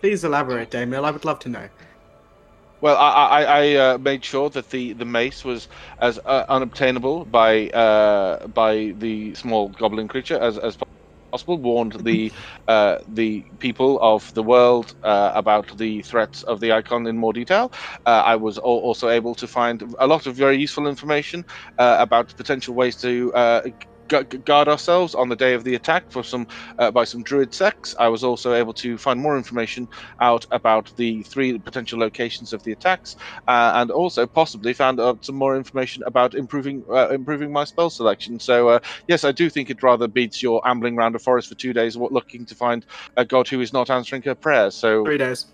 S1: Please elaborate, Damien. I would love to know.
S2: Well, I I, I uh, made sure that the, the mace was as uh, unobtainable by uh, by the small goblin creature as as possible. Warned the uh, the people of the world uh, about the threats of the icon in more detail. Uh, I was al- also able to find a lot of very useful information uh, about potential ways to. Uh, gu- gu- Guard ourselves on the day of the attack for some uh, by some druid sects. I was also able to find more information out about the three potential locations of the attacks, uh, and also possibly found out some more information about improving uh, improving my spell selection. So uh, yes, I do think it rather beats your ambling round a forest for two days wa- looking to find a god who is not answering her prayers. So
S1: Three days.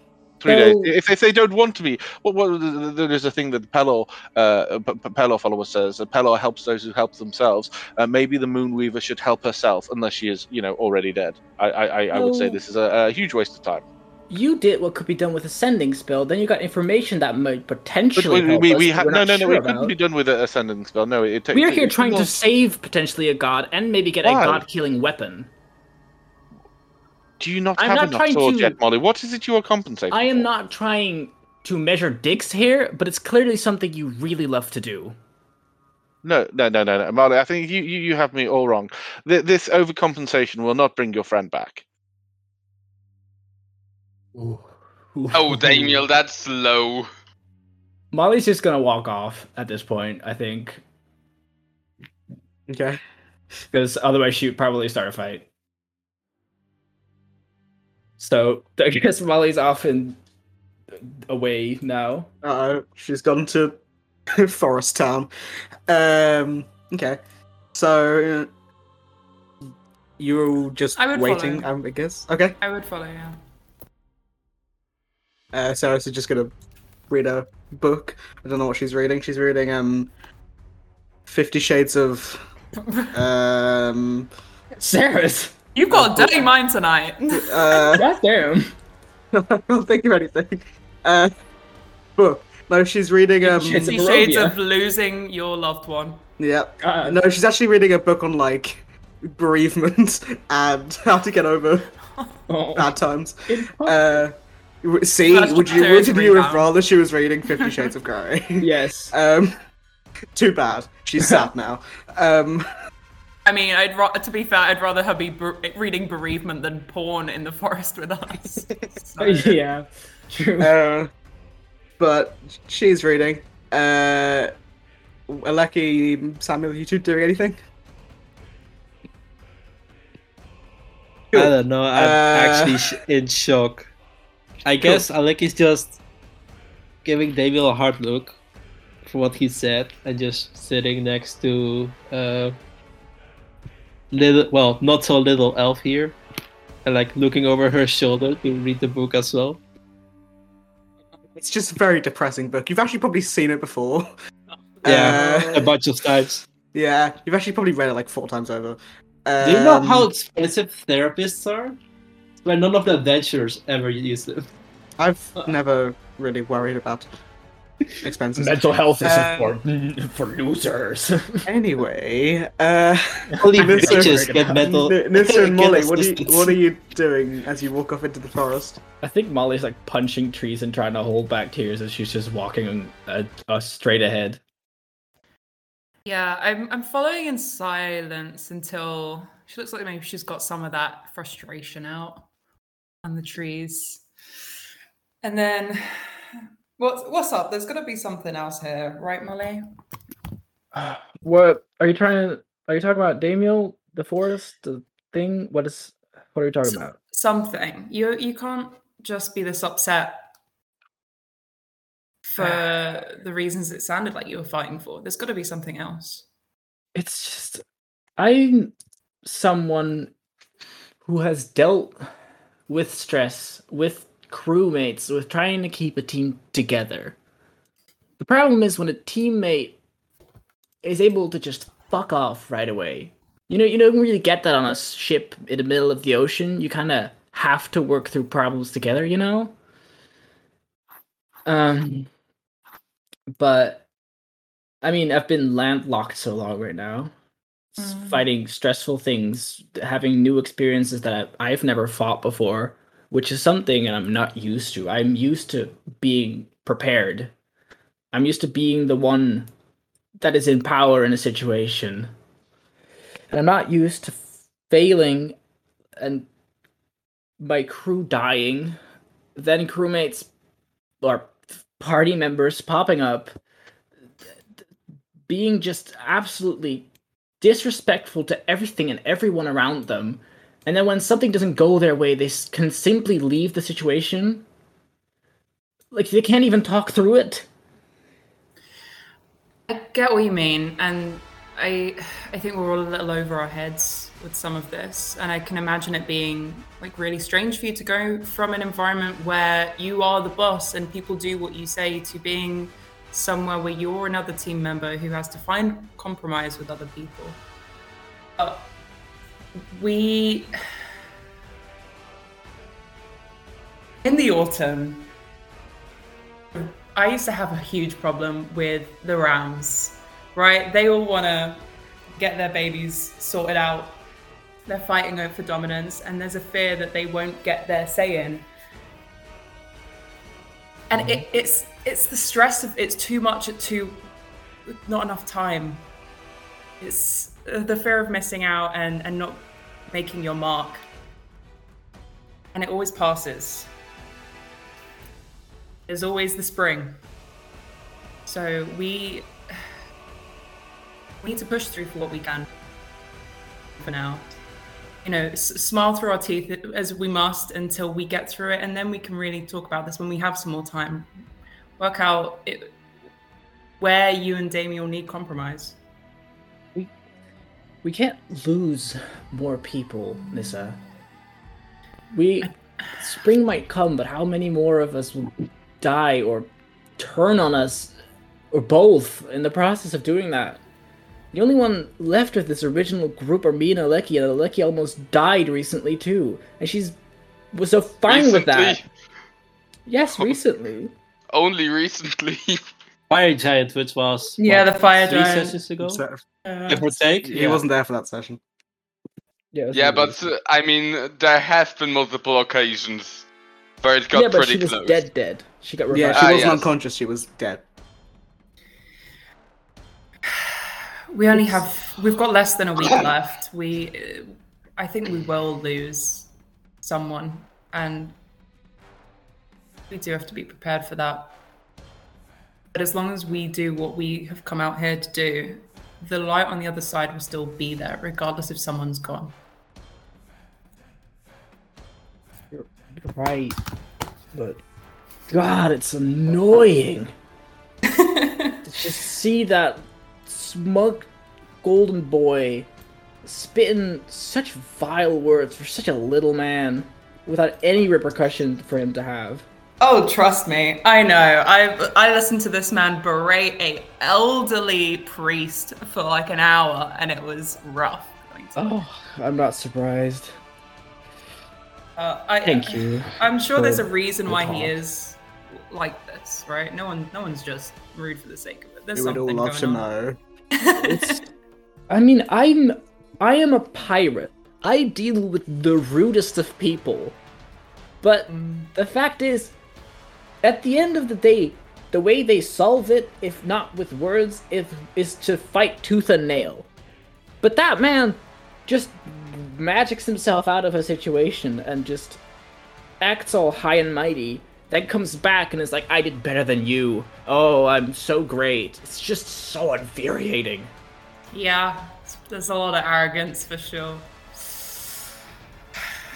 S2: three days.
S8: So-
S2: If, if they don't want to be, what, what there is a thing that Pelor, uh, P- P- Pelor follower says. Uh, Pelor helps those who help themselves. Uh, maybe the Moonweaver should help herself, unless she is, you know, already dead. I, I, I, I would say
S8: No.
S2: this is a, a huge waste of time.
S8: You did what could be done with a sending spell. Then you got information that might
S2: But
S8: potentially
S2: we,
S8: help
S2: we,
S8: us,
S2: we
S8: but
S2: ha-
S8: we're
S2: no,
S8: not
S2: no, no.
S8: sure
S2: it couldn't
S8: about.
S2: be done with a ascending spell. No, it, it takes.
S10: We are
S2: it-
S10: here
S2: it-
S10: trying
S2: well,
S10: to save potentially a god and maybe get
S2: Why?
S10: a god killing weapon.
S2: Do you not
S10: I'm
S2: have
S10: not
S2: enough
S10: trying
S2: sword
S10: to-
S2: yet, Molly? What is it you are compensating?
S10: I am
S2: for?
S10: not trying to measure dicks here, but it's clearly something you really love to do.
S2: No, no, no, no, no, Molly. I think you, you, you have me all wrong. Th- this overcompensation will not bring your friend back.
S7: Oh, Damiel, that's low.
S8: Molly's just gonna walk off at this point, I think,
S1: Okay.
S8: because otherwise she'd probably start a fight. So I guess Molly's off and away now.
S1: Uh oh, she's gone to Forest Town. Um, okay. So uh, you're all just
S4: I would
S1: waiting,
S4: follow.
S1: um, I guess. Okay.
S4: I would follow, yeah.
S1: Uh, Sarah's just gonna read a book. I don't know what she's reading. She's reading um, Fifty Shades of um,
S8: Sarah's
S4: You've got a dirty mind tonight.
S1: uh,
S8: goddamn.
S1: I don't think of anything. Uh, book. No, she's reading um,
S8: Shades
S4: Fifty
S8: of
S4: Shades
S8: Barovia.
S4: of losing your loved one.
S1: yeah.
S8: God.
S1: No, she's actually reading a book on like bereavement and how to get over
S8: Oh.
S1: bad times. Uh, w- see,
S4: That's
S1: would you
S4: terribly
S1: would you have
S4: bad.
S1: rather she was reading Fifty Shades of Grey?
S8: Yes.
S1: um, too bad. She's sad now. Um,
S4: I mean, I'd ra- to be fair, I'd rather her be ber- reading bereavement than uh, porn in the forest with us. So,
S8: yeah. True.
S1: uh, but she's reading. Uh, Aleki, Samuel, you two doing anything?
S5: I don't know. I'm
S1: Uh,
S5: actually sh- in shock. I guess Alec is just giving Daniel a hard look for what he said and just sitting next to uh, little, well, not so little elf here, and like looking over her shoulder to read the book as well.
S1: It's just a very depressing book. You've actually probably seen it before.
S5: Yeah,
S1: Uh,
S5: a bunch of times.
S1: yeah. You've actually probably read it like four times over.
S5: Do you know how
S1: Um,
S5: expensive therapists are? Well, none of the adventurers ever use them.
S1: I've never really worried about expenses.
S11: Mental health is
S1: Uh,
S11: for for losers.
S1: anyway, uh,
S5: Only
S1: I'm so
S5: bitches
S11: worried
S5: get
S11: about-
S5: mental.
S1: N- Nissa and
S5: get
S1: Molly, what are, you,
S5: assistance.
S1: what are you doing as you walk off into the forest?
S11: I think Molly's like punching trees and trying to hold back tears as she's just walking uh, uh, straight ahead.
S4: Yeah, I'm I'm following in silence until she looks like maybe she's got some of that frustration out on the trees. And then what's what's up? There's gotta be something else here, right, Molly?
S3: What are you trying to? Are you talking about Damiel, the forest, the thing? What is? What are you talking
S4: So-
S3: about?
S4: Something. You you can't just be this upset for the reasons it sounded like you were fighting for. There's gotta be something else.
S3: It's just I'm someone who has dealt with stress, with crewmates, with trying to keep a team together. The problem is when a teammate is able to just fuck off right away. You know, you don't really get that on a ship in the middle of the ocean. You kind of have to work through problems together, you know? Um but I mean, I've been landlocked so long right now, s-
S4: Mm.
S3: fighting stressful things, th- having new experiences that I- I've never fought before, which is something that I'm not used to. I'm used to being prepared. I'm used to being the one that is in power in a situation. And I'm not used to failing and my crew dying, then crewmates or party members popping up being just absolutely disrespectful to everything and everyone around them. And then when something doesn't go their way, they s- can simply leave the situation. Like they can't even talk through it.
S4: I get what you mean, and I I think we're all a little over our heads with some of this, and I can imagine it being like really strange for you to go from an environment where you are the boss and people do what you say to being somewhere where you're another team member who has to find compromise with other people. But we in the autumn I used to have a huge problem with the Rams, right? They all want to get their babies sorted out. They're fighting over dominance, and there's a fear that they won't get their say in. And it, it's it's the stress of it's too much at too not enough time. It's uh, the fear of missing out and and not making your mark. And it always passes there's always the spring. So we we need to push through for what we can for now. You know, s- smile through our teeth as we must until we get through it, and then we can really talk about this when we have some more time. Work out it, where you and Damien need compromise.
S3: We can't lose more people, Nissa. We spring might come, but how many more of us will die or turn on us or both in the process of doing that? The only one left of this original group are me and Aleki, and Aleki almost died recently too. And she's was so fine with that.
S7: Recently-
S3: Yes, recently.
S7: Only recently.
S5: Fire Giant, which was
S4: Yeah, the Fire
S5: three
S4: Giant.
S5: sessions ago,
S1: So,
S5: give or take.
S1: He wasn't there for that session.
S3: Yeah, it was
S7: yeah,
S3: really
S7: but uh, I mean, there have been multiple occasions where it got
S3: yeah, but
S7: pretty
S3: she was
S7: close.
S3: dead, dead. She got
S1: Yeah,
S3: revived.
S1: she
S7: Ah,
S1: wasn't
S7: yes.
S1: unconscious. She was dead.
S4: We only have we've got less than a week left. We uh, I think we will lose someone and we do have to be prepared for that. But as long as we do what we have come out here to do, the light on the other side will still be there, regardless if someone's gone.
S3: Right. But God, it's annoying to just see that smug golden boy spitting such vile words for such a little man without any repercussion for him to have.
S4: Oh, trust me, I know. I I listened to this man berate a elderly priest for like an hour, and it was rough.
S3: Oh, I'm not surprised.
S4: Uh, I,
S3: Thank you.
S4: I'm sure there's a
S3: for
S4: reason
S3: the
S4: why he
S3: talk.
S4: is like this, right? No one, no one's just rude for the sake of it. There's
S1: We would
S4: something
S1: all love
S4: going
S1: to
S4: on.
S1: know.
S3: It's I mean, I'm I am a pirate. I deal with the rudest of people. But
S4: Mm.
S3: the fact is at the end of the day, the way they solve it, if not with words, if is to fight tooth and nail. But that man just magics himself out of a situation and just acts all high and mighty, then comes back and is like, I did better than you. Oh, I'm so great. It's just so infuriating.
S4: Yeah, there's a lot of arrogance for sure.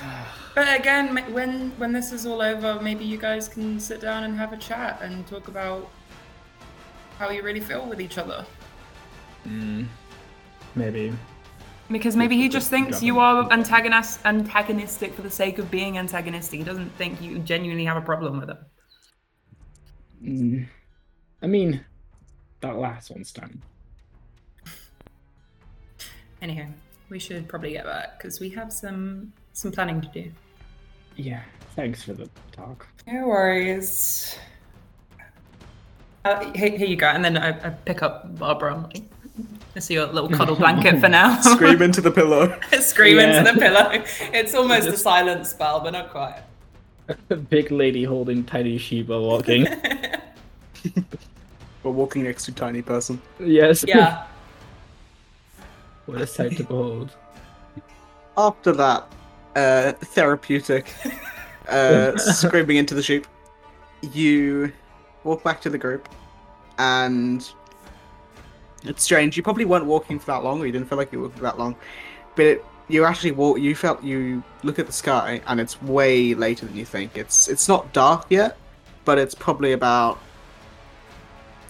S4: But again, ma- when when this is all over, maybe you guys can sit down and have a chat and talk about how you really feel with each other.
S12: Maybe.
S4: Because maybe he just thinks you are antagonist antagonistic for the sake of being antagonistic. He doesn't think you genuinely have a problem with it.
S12: Mm. I mean, that last one's done.
S4: Anywho, we should probably get back because we have some some planning to do.
S12: Yeah. Thanks for the talk.
S4: No worries. Uh, here, here you go, and then I, I pick up Barbara. I'm like, This is your little cuddle blanket for now.
S1: Scream into the pillow.
S4: Scream
S12: Yeah.
S4: into the pillow. It's almost a silent spell, but not quite.
S12: Big lady holding tiny Sheba walking.
S1: We're walking next to tiny person.
S12: yes.
S4: Oh, yeah.
S12: what a sight to behold.
S1: After that, uh, therapeutic uh, screaming into the sheep, you walk back to the group, and it's strange. You probably weren't walking for that long, or you didn't feel like you were walking that long, but it, you actually walk. You felt you look at the sky, and it's way later than you think. It's it's not dark yet, but it's probably about.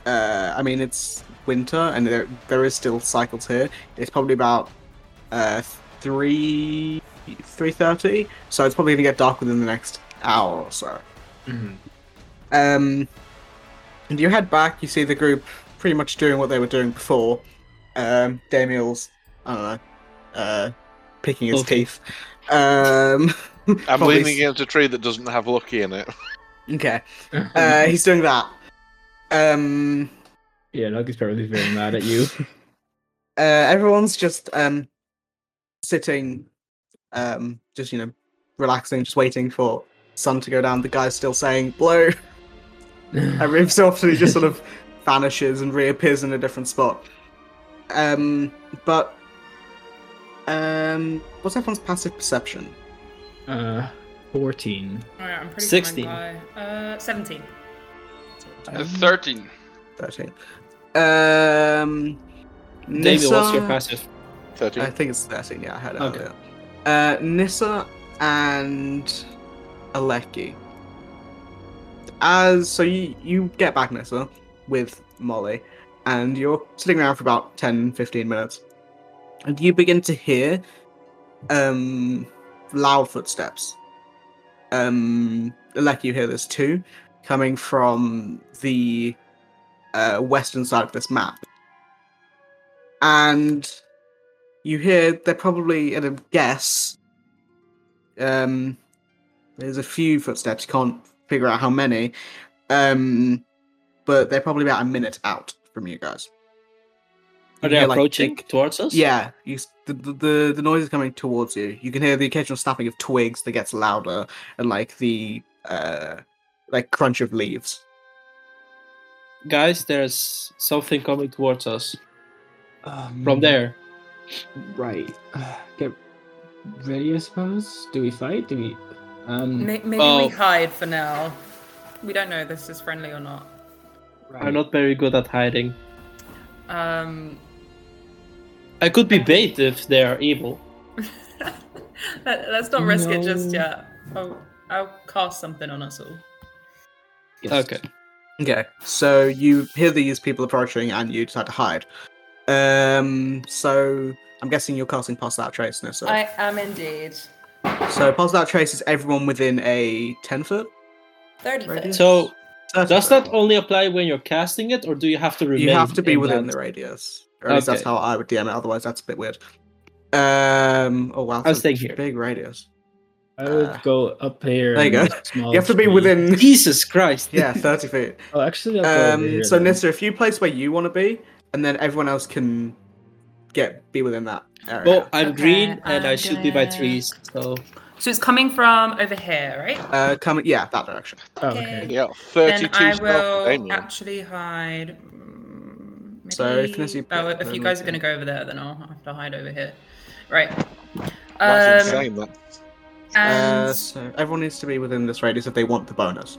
S1: Uh, I mean, it's winter, and there there is still cycles here. It's probably about uh, three three thirty, so it's probably gonna get dark within the next hour or so.
S2: Mm-hmm.
S1: Um, and you head back. You see the group pretty much doing what they were doing before. Um, Damiel's I don't know, uh, picking his
S5: Okay.
S1: teeth. Um,
S2: I'm
S1: probably
S2: leaning against a tree that doesn't have Lucky in it.
S1: Okay. Uh, he's doing that. Um,
S12: Yeah, Lucky's probably very mad at you.
S1: uh, everyone's just um, sitting, um, just you know, relaxing, just waiting for sun to go down. The guy's still saying "blow" every so often. He just sort of vanishes and reappears in a different spot. Um, but um, what's everyone's passive perception?
S12: uh, 14.
S4: All right, I'm pretty
S5: Sixteen.
S4: Sure mine by, uh, Seventeen.
S7: Uh, 13.
S1: Thirteen. Um,
S5: David, what's your
S1: Nissa-
S5: passive?
S2: 13.
S1: I
S4: Uh,
S1: think it's 13, yeah, I had it
S5: Okay.
S1: earlier. Uh, Nissa and Aleki. As so you you get back Nissa with Molly and you're sitting around for about 10 15 minutes. And you begin to hear um loud footsteps. Um Aleki you hear this too coming from the uh, western side of this map. And you hear they're probably at a guess. Um, there's a few footsteps. You can't figure out how many, um, but they're probably about a minute out from you guys.
S5: Are
S1: You
S5: they
S1: hear, like,
S5: approaching
S1: dink-
S5: towards us?
S1: yeah, you, s- the, the the the noise is coming towards you. You can hear the occasional snapping of twigs that gets louder, and like the uh, like crunch of leaves.
S5: Guys, there's something coming towards us
S1: Um,
S5: from there.
S12: Right. Uh, get ready, I suppose. Do we fight? Do we. Um,
S4: Maybe
S5: Oh.
S4: we hide for now. We don't know if this is friendly or not.
S5: I'm not very good at hiding.
S4: Um,
S5: I could be bait if they are evil.
S4: let, us not risk it just yet. I'll, I'll cast something on us all.
S5: Okay.
S1: Okay, so you hear these people approaching and you decide to hide. Um, so I'm guessing you're casting Pass Without Trace, no? So,
S4: I am indeed.
S1: so Pass Without Trace is everyone within a 10 foot?
S4: 30
S1: Ready?
S4: foot.
S5: So does
S1: Circle.
S5: that only apply when you're casting it, or do you have to remain?
S1: You have to be
S5: in
S1: within
S5: that?
S1: the radius. Or at least that's
S5: Okay.
S1: how I would DM it, otherwise that's a bit weird. Um, oh wow,
S5: I'll
S1: that's a
S5: stay here.
S1: big radius.
S8: I would
S1: Uh,
S8: go up here.
S1: there you
S8: and
S1: go.
S8: a small
S1: You have to be
S8: tree.
S1: within,
S5: Jesus Christ!
S1: yeah, 30 feet.
S8: Oh, actually, I'll go over
S1: Um,
S8: here
S1: so
S8: then.
S1: Nissa, if you place where you want to be, and then everyone else can get be within that area.
S5: Well, I'm
S4: Okay,
S5: green and i
S4: I'm
S5: should be by
S4: gonna-
S5: trees. So
S4: So it's coming from over here, right?
S1: Uh, come, yeah, that direction.
S8: Oh, okay.
S2: Yeah,
S4: Then
S2: 32
S4: I
S2: stealth for
S4: will uh,
S2: Damien.
S4: actually hide. mm,
S1: So if
S4: maybe-
S1: Nessie-
S4: oh, if
S1: then
S4: you
S1: we
S4: guys are
S1: can-
S4: going to go over there, then I'll have to hide over here. Right.
S2: That's
S4: Um,
S2: insane. That.
S4: and
S1: Uh, so everyone needs to be within this radius if they want the bonus.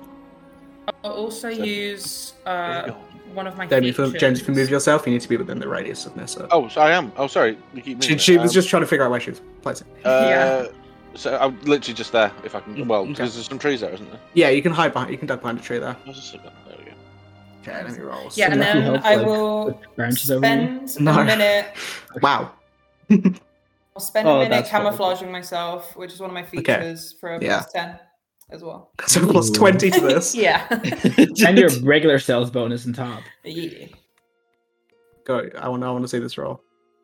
S4: I'll also use uh, one of my
S1: Jamie, if,
S4: features.
S1: James, if you move yourself, you need to be within the radius of Nissa.
S2: Oh, so I am. Oh, sorry. You keep moving
S1: she,
S2: it.
S1: she was
S2: Um,
S1: just trying to figure out where she was placing.
S2: Uh, So I'm literally just there. If I
S1: Mm,
S2: can. Well,
S1: okay.
S2: because there's some trees there, isn't there?
S1: Yeah, you can hide behind. You can duck behind a tree there.
S2: I was just looking- There we go.
S1: Okay, let me roll.
S4: Yeah, and
S8: Nothing
S4: then
S8: helps,
S4: I
S8: like,
S4: will
S8: Branches over here.
S4: spend
S1: No.
S4: a minute.
S1: Wow.
S4: I'll spend a
S5: Oh,
S4: minute
S5: that's horrible.
S4: camouflaging myself, which is one of my features for a
S1: Yeah.
S4: plus ten as well.
S1: So plus twenty to this.
S4: yeah.
S8: And your regular sales bonus on top.
S4: yeah.
S1: Go. I want. I want to see this roll.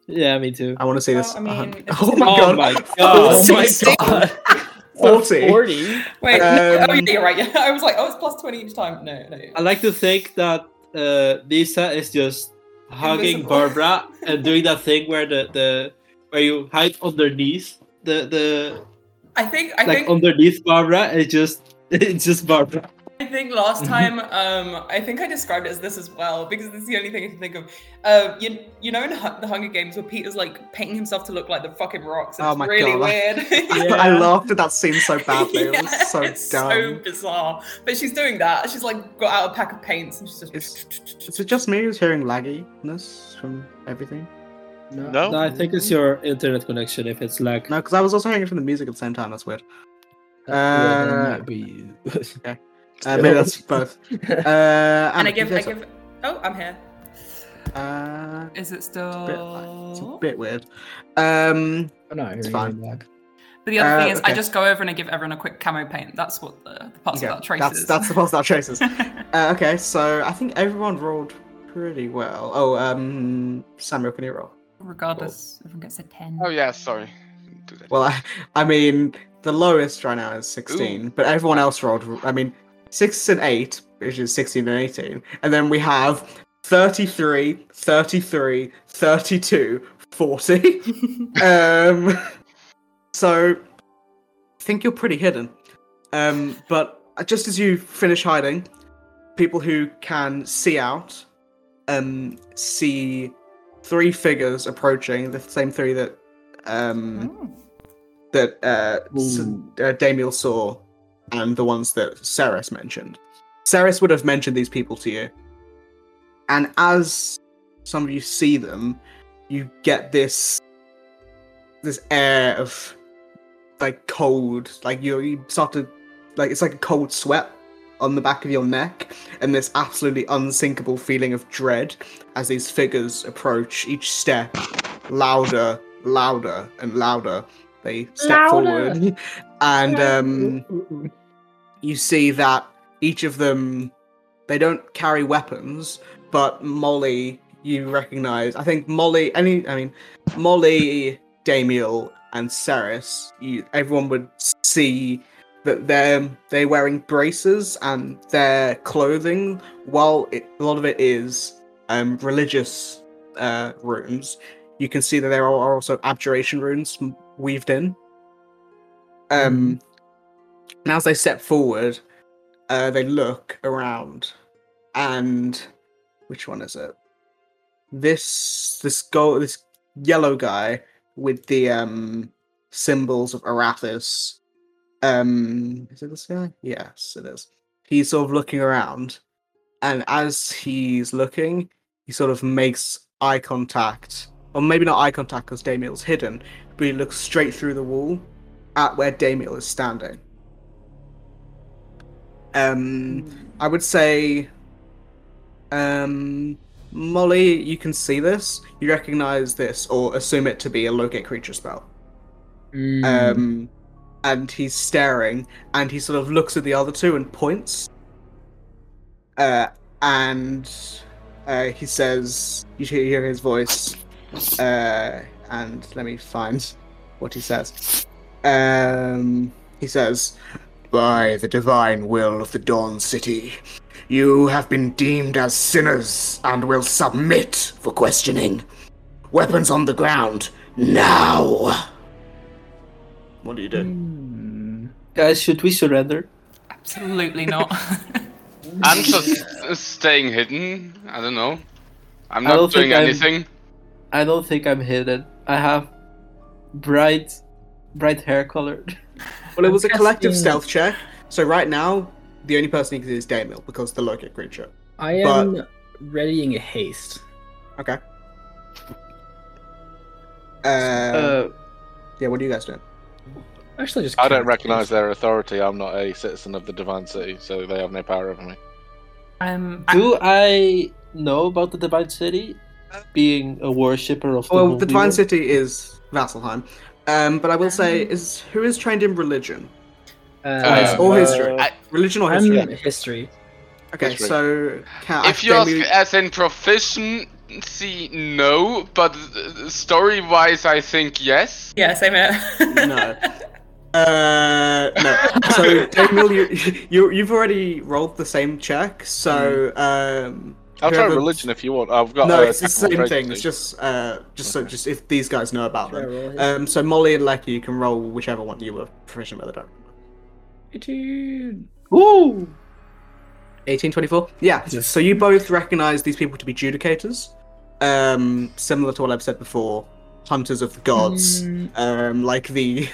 S5: yeah, me too.
S1: I want to see
S4: Well,
S1: this.
S4: I mean,
S1: 100
S4: if
S1: oh
S4: it's
S1: my
S5: Oh
S1: god.
S5: my
S1: Oh,
S5: god!
S1: my god. Forty.
S4: Wait. no, oh,
S1: Um,
S4: yeah, you're right. Yeah, I was like, oh, it's plus twenty each time. No, no.
S5: I like to think that uh, Lisa is just hugging
S4: Invisible.
S5: Barbara and doing that thing where the, the where you hide underneath the the
S4: I think. I
S5: like
S4: think.
S1: um,
S5: underneath Barbara. and It's just it's just Barbara.
S4: I think last
S1: mm-hmm.
S4: time, um, I think I described it as this as well because this is the only thing I can think of. Uh, you, you know, in Hu- the Hunger Games where Peter's like painting himself to look like the fucking rocks. It's
S1: Oh my
S4: really
S1: God.
S4: weird.
S1: I laughed at that scene so badly. It
S4: Yeah,
S1: was so dumb.
S4: it's so bizarre. But she's doing that. She's like got out a pack of paints and she's just.
S1: Is it just me who's hearing lagginess from everything?
S2: No?
S5: No, I think it's your internet connection if it's like
S1: No, because I was also hearing it from the music at the same time. That's weird. Uh, uh, maybe that's both. Uh,
S4: and I
S1: Anna,
S4: give, I
S1: yes,
S4: give. Oh, I'm here.
S1: Uh,
S4: Is it
S1: it's a
S4: still?
S1: bit weird. Um,
S8: Oh, no,
S1: it's
S8: here
S1: fine.
S8: you go.
S4: But the other
S1: Uh,
S4: thing is,
S1: okay.
S4: I just go over and I give everyone a quick camo paint. That's what the, the parts
S1: okay,
S4: about
S1: That's
S4: traces.
S1: that's the pulse that traces. uh, okay, so I think everyone rolled pretty well. Oh, um, Samuel, can you roll?
S4: Regardless, everyone gets a ten.
S7: Oh yeah, sorry. Do that.
S1: Well, I, I mean, the lowest right now is 16, but everyone else rolled, I mean, 6 and 8, which is 16 and 18. And then we have 33, 33, 32, 40. um, so, I think you're pretty hidden. Um, but just as you finish hiding, people who can see out um, see three figures approaching, the same three that. Um, that uh, S- uh, Damiel saw and the ones that Ceres mentioned. Ceres would have mentioned these people to you. And as some of you see them, you get this this air of like cold, like you you start to like it's like a cold sweat on the back of your neck and this absolutely unsinkable feeling of dread as these figures approach each step louder, louder and louder they step forward and um, you see that each of them they don't carry weapons but molly you recognize i think molly any i mean molly damiel and ceres you everyone would see that they're they're wearing braces and their clothing while it, a lot of it is um religious uh runes you can see that there are also abjuration runes m- weaved in. Um, and as they step forward, uh, they look around, and which one is it? This this gold this yellow guy with the um symbols of Arathis. Um, is it this guy? Yes, it is. He's sort of looking around, and as he's looking, he sort of makes eye contact, or maybe not eye contact because Damiel's hidden, but he looks straight through the wall at where Damiel is standing. Um, I would say, um, Molly, you can see this. You recognize this, or assume it to be a locate creature spell.
S10: Mm.
S1: Um, and he's staring, and he sort of looks at the other two and points. Uh, and uh, he says, you hear- hear his voice, uh, and let me find what he says. Um, he says, By the divine will of the Dawn City, you have been deemed as sinners and will submit for questioning.
S6: Weapons on the ground now. What do you do?
S5: Guys, should we surrender?
S4: Absolutely not.
S7: I'm just s- staying hidden. I don't know. I'm
S5: I don't
S7: not doing
S5: think I'm-
S7: anything.
S5: I don't think I'm hidden. I have bright, bright hair color.
S1: Well, it was a collective
S3: Interesting.
S1: stealth check, so right now, the only person he can see is Damil because the locate creature.
S10: I
S1: Uh,
S10: am readying a haste.
S1: Okay. Uh,
S5: Uh,
S1: yeah, what are you guys doing?
S10: Actually, just
S2: I don't
S10: cast
S2: recognize
S10: haste.
S2: their authority. I'm not a citizen of the Divine City, so they have no power over me.
S4: um,
S5: do I know about the Divine City? Being a worshipper of the
S1: Well,
S5: moon
S1: the Divine
S5: people?
S1: City is Vasselheim, um, but I will say,
S4: Um,
S1: is who is trained in religion?
S7: Uh,
S1: Or history?
S5: uh,
S1: Religion or
S10: I'm
S1: history?
S10: history.
S1: Okay,
S2: history.
S1: so can
S7: If you ask
S1: Damil-
S7: as in proficiency, no. But story wise, I think yes.
S4: yeah, same here.
S1: no. Uh, no. So, Damiel, you, you you've already rolled the same check, so um.
S2: I'll try
S1: whoever-
S2: religion if you want. I've got.
S1: No,
S2: uh,
S1: it's the
S2: technical
S1: same thing. It's
S2: proficiency.
S1: just uh, just so
S2: Okay.
S1: just if these guys know about
S10: Should I
S1: them.
S10: roll history?
S1: Um, so Molly and Lecky, you can roll whichever one you were proficient with. I don't. remember.
S10: 18.
S5: Woo!
S1: 1824. Yeah.
S10: Yes.
S1: So you both recognize these people to be judicators, um, similar to what I've said before, hunters of the gods,
S10: Mm,
S1: um, like the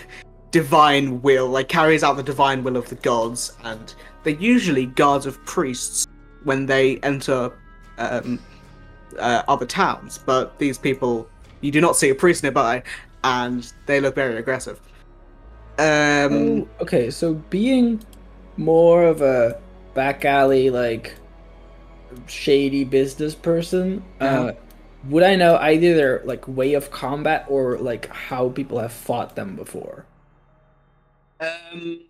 S1: divine will, like carries out the divine will of the gods, and they're usually guards of priests when they enter um, uh, other towns. But these people, you do not see a priest nearby, and they look very aggressive. Um,
S10: Oh, okay, so being more of a back alley, like shady business person,
S5: Uh-huh.
S10: uh, would I know either their like way of combat or like how people have fought them before?
S1: Um,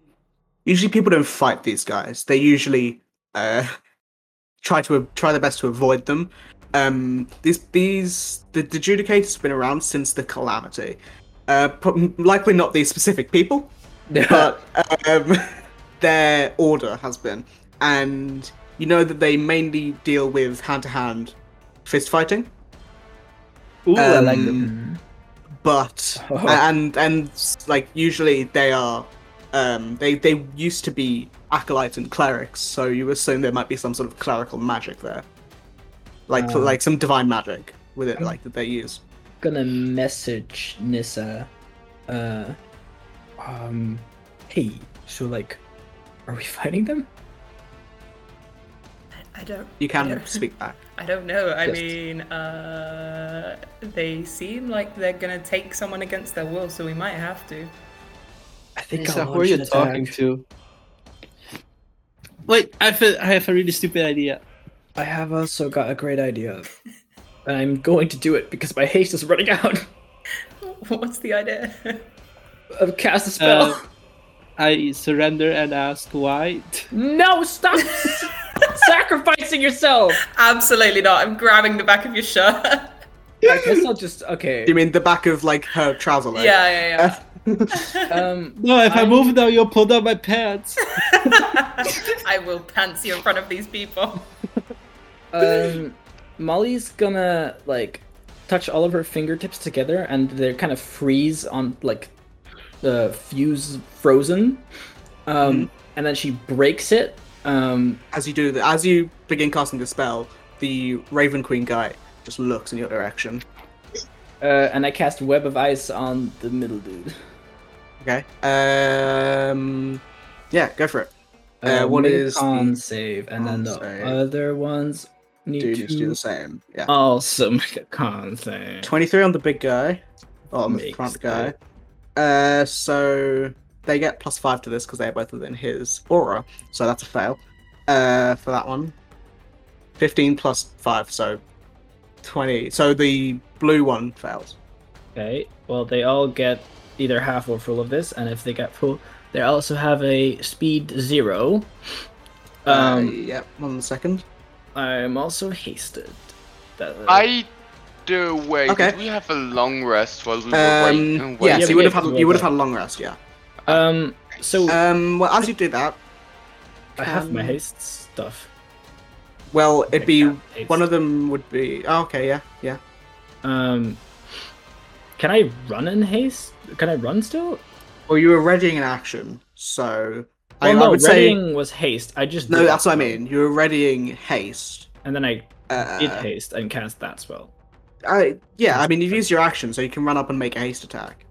S1: usually people don't fight these guys. They usually uh, try to try their best to avoid them. Um, these these the, the adjudicators have been around since the calamity. Uh, pro- likely not these specific people, but um, their order has been, and you know that they mainly deal with hand to hand fist fighting.
S5: Ooh, I like
S1: Um,
S5: them.
S1: but
S10: Oh.
S1: and and like usually they are um they they used to be acolytes and clerics so you assume there might be some sort of clerical magic there like
S10: Um.
S1: like some divine magic with it like that they use
S10: gonna message Nissa. Uh, um, hey, so like, are we fighting them?
S4: I don't.
S1: you can
S4: Yeah.
S1: speak back
S4: I don't know. I
S10: Just-
S4: mean, uh, they seem like they're gonna take someone against their will, so we might have to.
S10: I think
S5: Lisa,
S10: I'll
S5: who are you
S10: launch an
S5: talking
S10: attack.
S5: to? Wait, I have, a, I have a really stupid idea.
S10: I have also got a great idea, and I'm going to do it because my haste is running out.
S4: What's the idea?
S10: I've cast a spell.
S5: Uh, I surrender and ask why.
S10: no, stop s- sacrificing yourself.
S4: Absolutely not. I'm grabbing the back of your shirt. yeah,
S10: I guess I'll just okay.
S1: you mean the back of like her trouser leg
S4: yeah,
S10: Um,
S5: No, if i
S10: I'm-
S5: move now, you'll pull down my pants.
S4: yeah. I will pants you in front of these people.
S10: um, Molly's gonna like touch all of her fingertips together, and they kind of freeze on like the fuse frozen. Um, and then she breaks it. Um,
S1: as you do that as you begin casting the spell the raven queen guy just looks in your direction
S10: uh, and I cast web of ice on the middle dude.
S1: okay um yeah go for it Uh, one
S10: make a
S1: is the
S10: con save, and
S1: con
S10: then the
S1: save.
S10: other ones need
S1: Do you
S10: to
S1: just do the same? Yeah.
S10: also make a con save.
S1: 23 on the big guy. Or on the
S10: Makes
S1: front guy. Uh, so they get plus 5 to this because they're both within his aura. So that's a fail uh, for that one. 15 plus 5, so 20. So the blue one fails.
S10: Okay. Well, they all get either half or full of this, and if they get full, they also have a speed zero.
S1: uh,
S10: Um,
S1: yep, one second.
S10: I'm also hasted. That-
S7: I do wait.
S1: Okay.
S7: Did we have a long rest while we were waiting?
S1: Um,
S7: and
S1: yeah,
S7: waiting?
S1: so
S10: but
S1: you would
S10: yeah,
S1: have had
S10: it's
S1: you would
S10: over.
S1: have had a long rest, yeah.
S10: um. So
S1: Um, well, as you do that,
S10: I have my
S1: um,
S10: haste stuff.
S1: well, it'd be
S10: Haste.
S1: one of them would be oh, okay, yeah, yeah.
S10: Um. Can I run in haste? Can I run still?
S1: Well, you were readying an action, so I,
S10: Well,
S1: I
S10: no,
S1: would
S10: readying was haste. I just
S1: say no.
S10: did
S1: That's
S10: that
S1: what I
S10: spell.
S1: mean. You were readying haste.
S10: And then I
S1: Uh,
S10: did haste and cast that spell.
S1: I, yeah, I mean you've used your action, so you can run up and make a haste attack.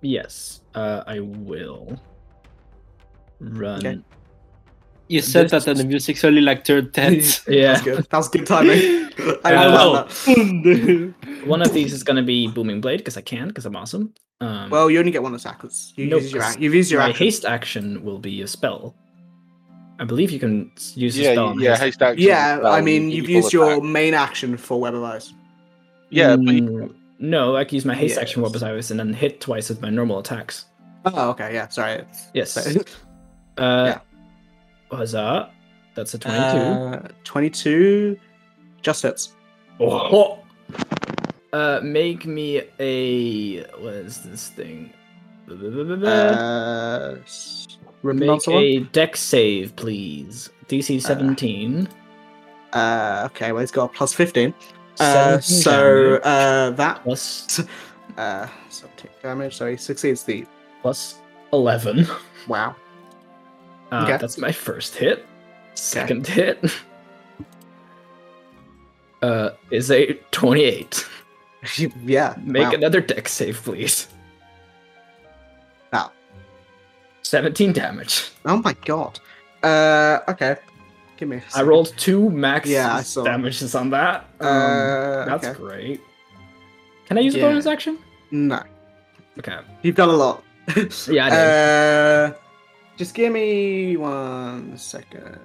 S10: Yes, uh, I will run.
S1: Okay.
S5: You said
S10: This-
S5: that and the music's only like turned tense.
S10: Yeah,
S1: That's good. That's good timing. I
S10: Uh,
S1: love
S10: well-
S1: that.
S10: one of these is gonna be booming blade because I can because I'm awesome. Um,
S1: Well, you only get one attack. 'cause You
S10: Nope,
S1: use your,
S10: 'cause
S1: ac- you've used your
S10: my
S1: action.
S10: haste action will be a spell. I believe you can s- use a
S2: yeah,
S10: spell.
S2: you-
S10: on
S2: yeah,
S10: haste.
S2: haste action.
S1: Yeah, I
S2: spell,
S1: mean
S2: you
S1: you've
S2: full
S1: used your
S2: attack.
S1: main action for web of eyes.
S2: yeah, but you-
S10: Mm, no, I can use my haste action
S1: Yes.
S10: weapons I was and then hit twice with my normal attacks.
S1: Oh, okay, yeah. Sorry.
S10: Yes.
S1: So-
S10: Uh,
S1: Yeah.
S10: Huzzah! That's a twenty-two.
S1: Uh, 22 just hits.
S10: Oh. Uh, make me a what is this thing? Blah, blah, blah, blah, blah.
S1: Uh, s-
S10: make
S1: remember
S10: a deck save, please. DC seventeen.
S1: uh, okay, well, he's got a plus 15. Uh, so
S10: damage,
S1: uh, that
S10: plus
S1: uh, 17 damage, so he succeeds the
S10: plus eleven.
S1: wow.
S10: Uh,
S1: Okay.
S10: That's my first hit. Second hit. Uh, is a twenty-eight.
S1: yeah,
S10: Make
S1: wow.
S10: another deck save, please.
S1: Wow.
S10: Seventeen damage.
S1: Oh my god. Uh, okay, give me. a
S10: I
S1: second.
S10: rolled two max
S1: Yeah, I saw.
S10: damages on that.
S1: Uh,
S10: Um, that's
S1: okay.
S10: great. Can I use
S1: Yeah.
S10: a bonus action?
S1: No,
S10: Okay.
S1: you've done a lot.
S10: Yeah, I did.
S1: uh, just give me one second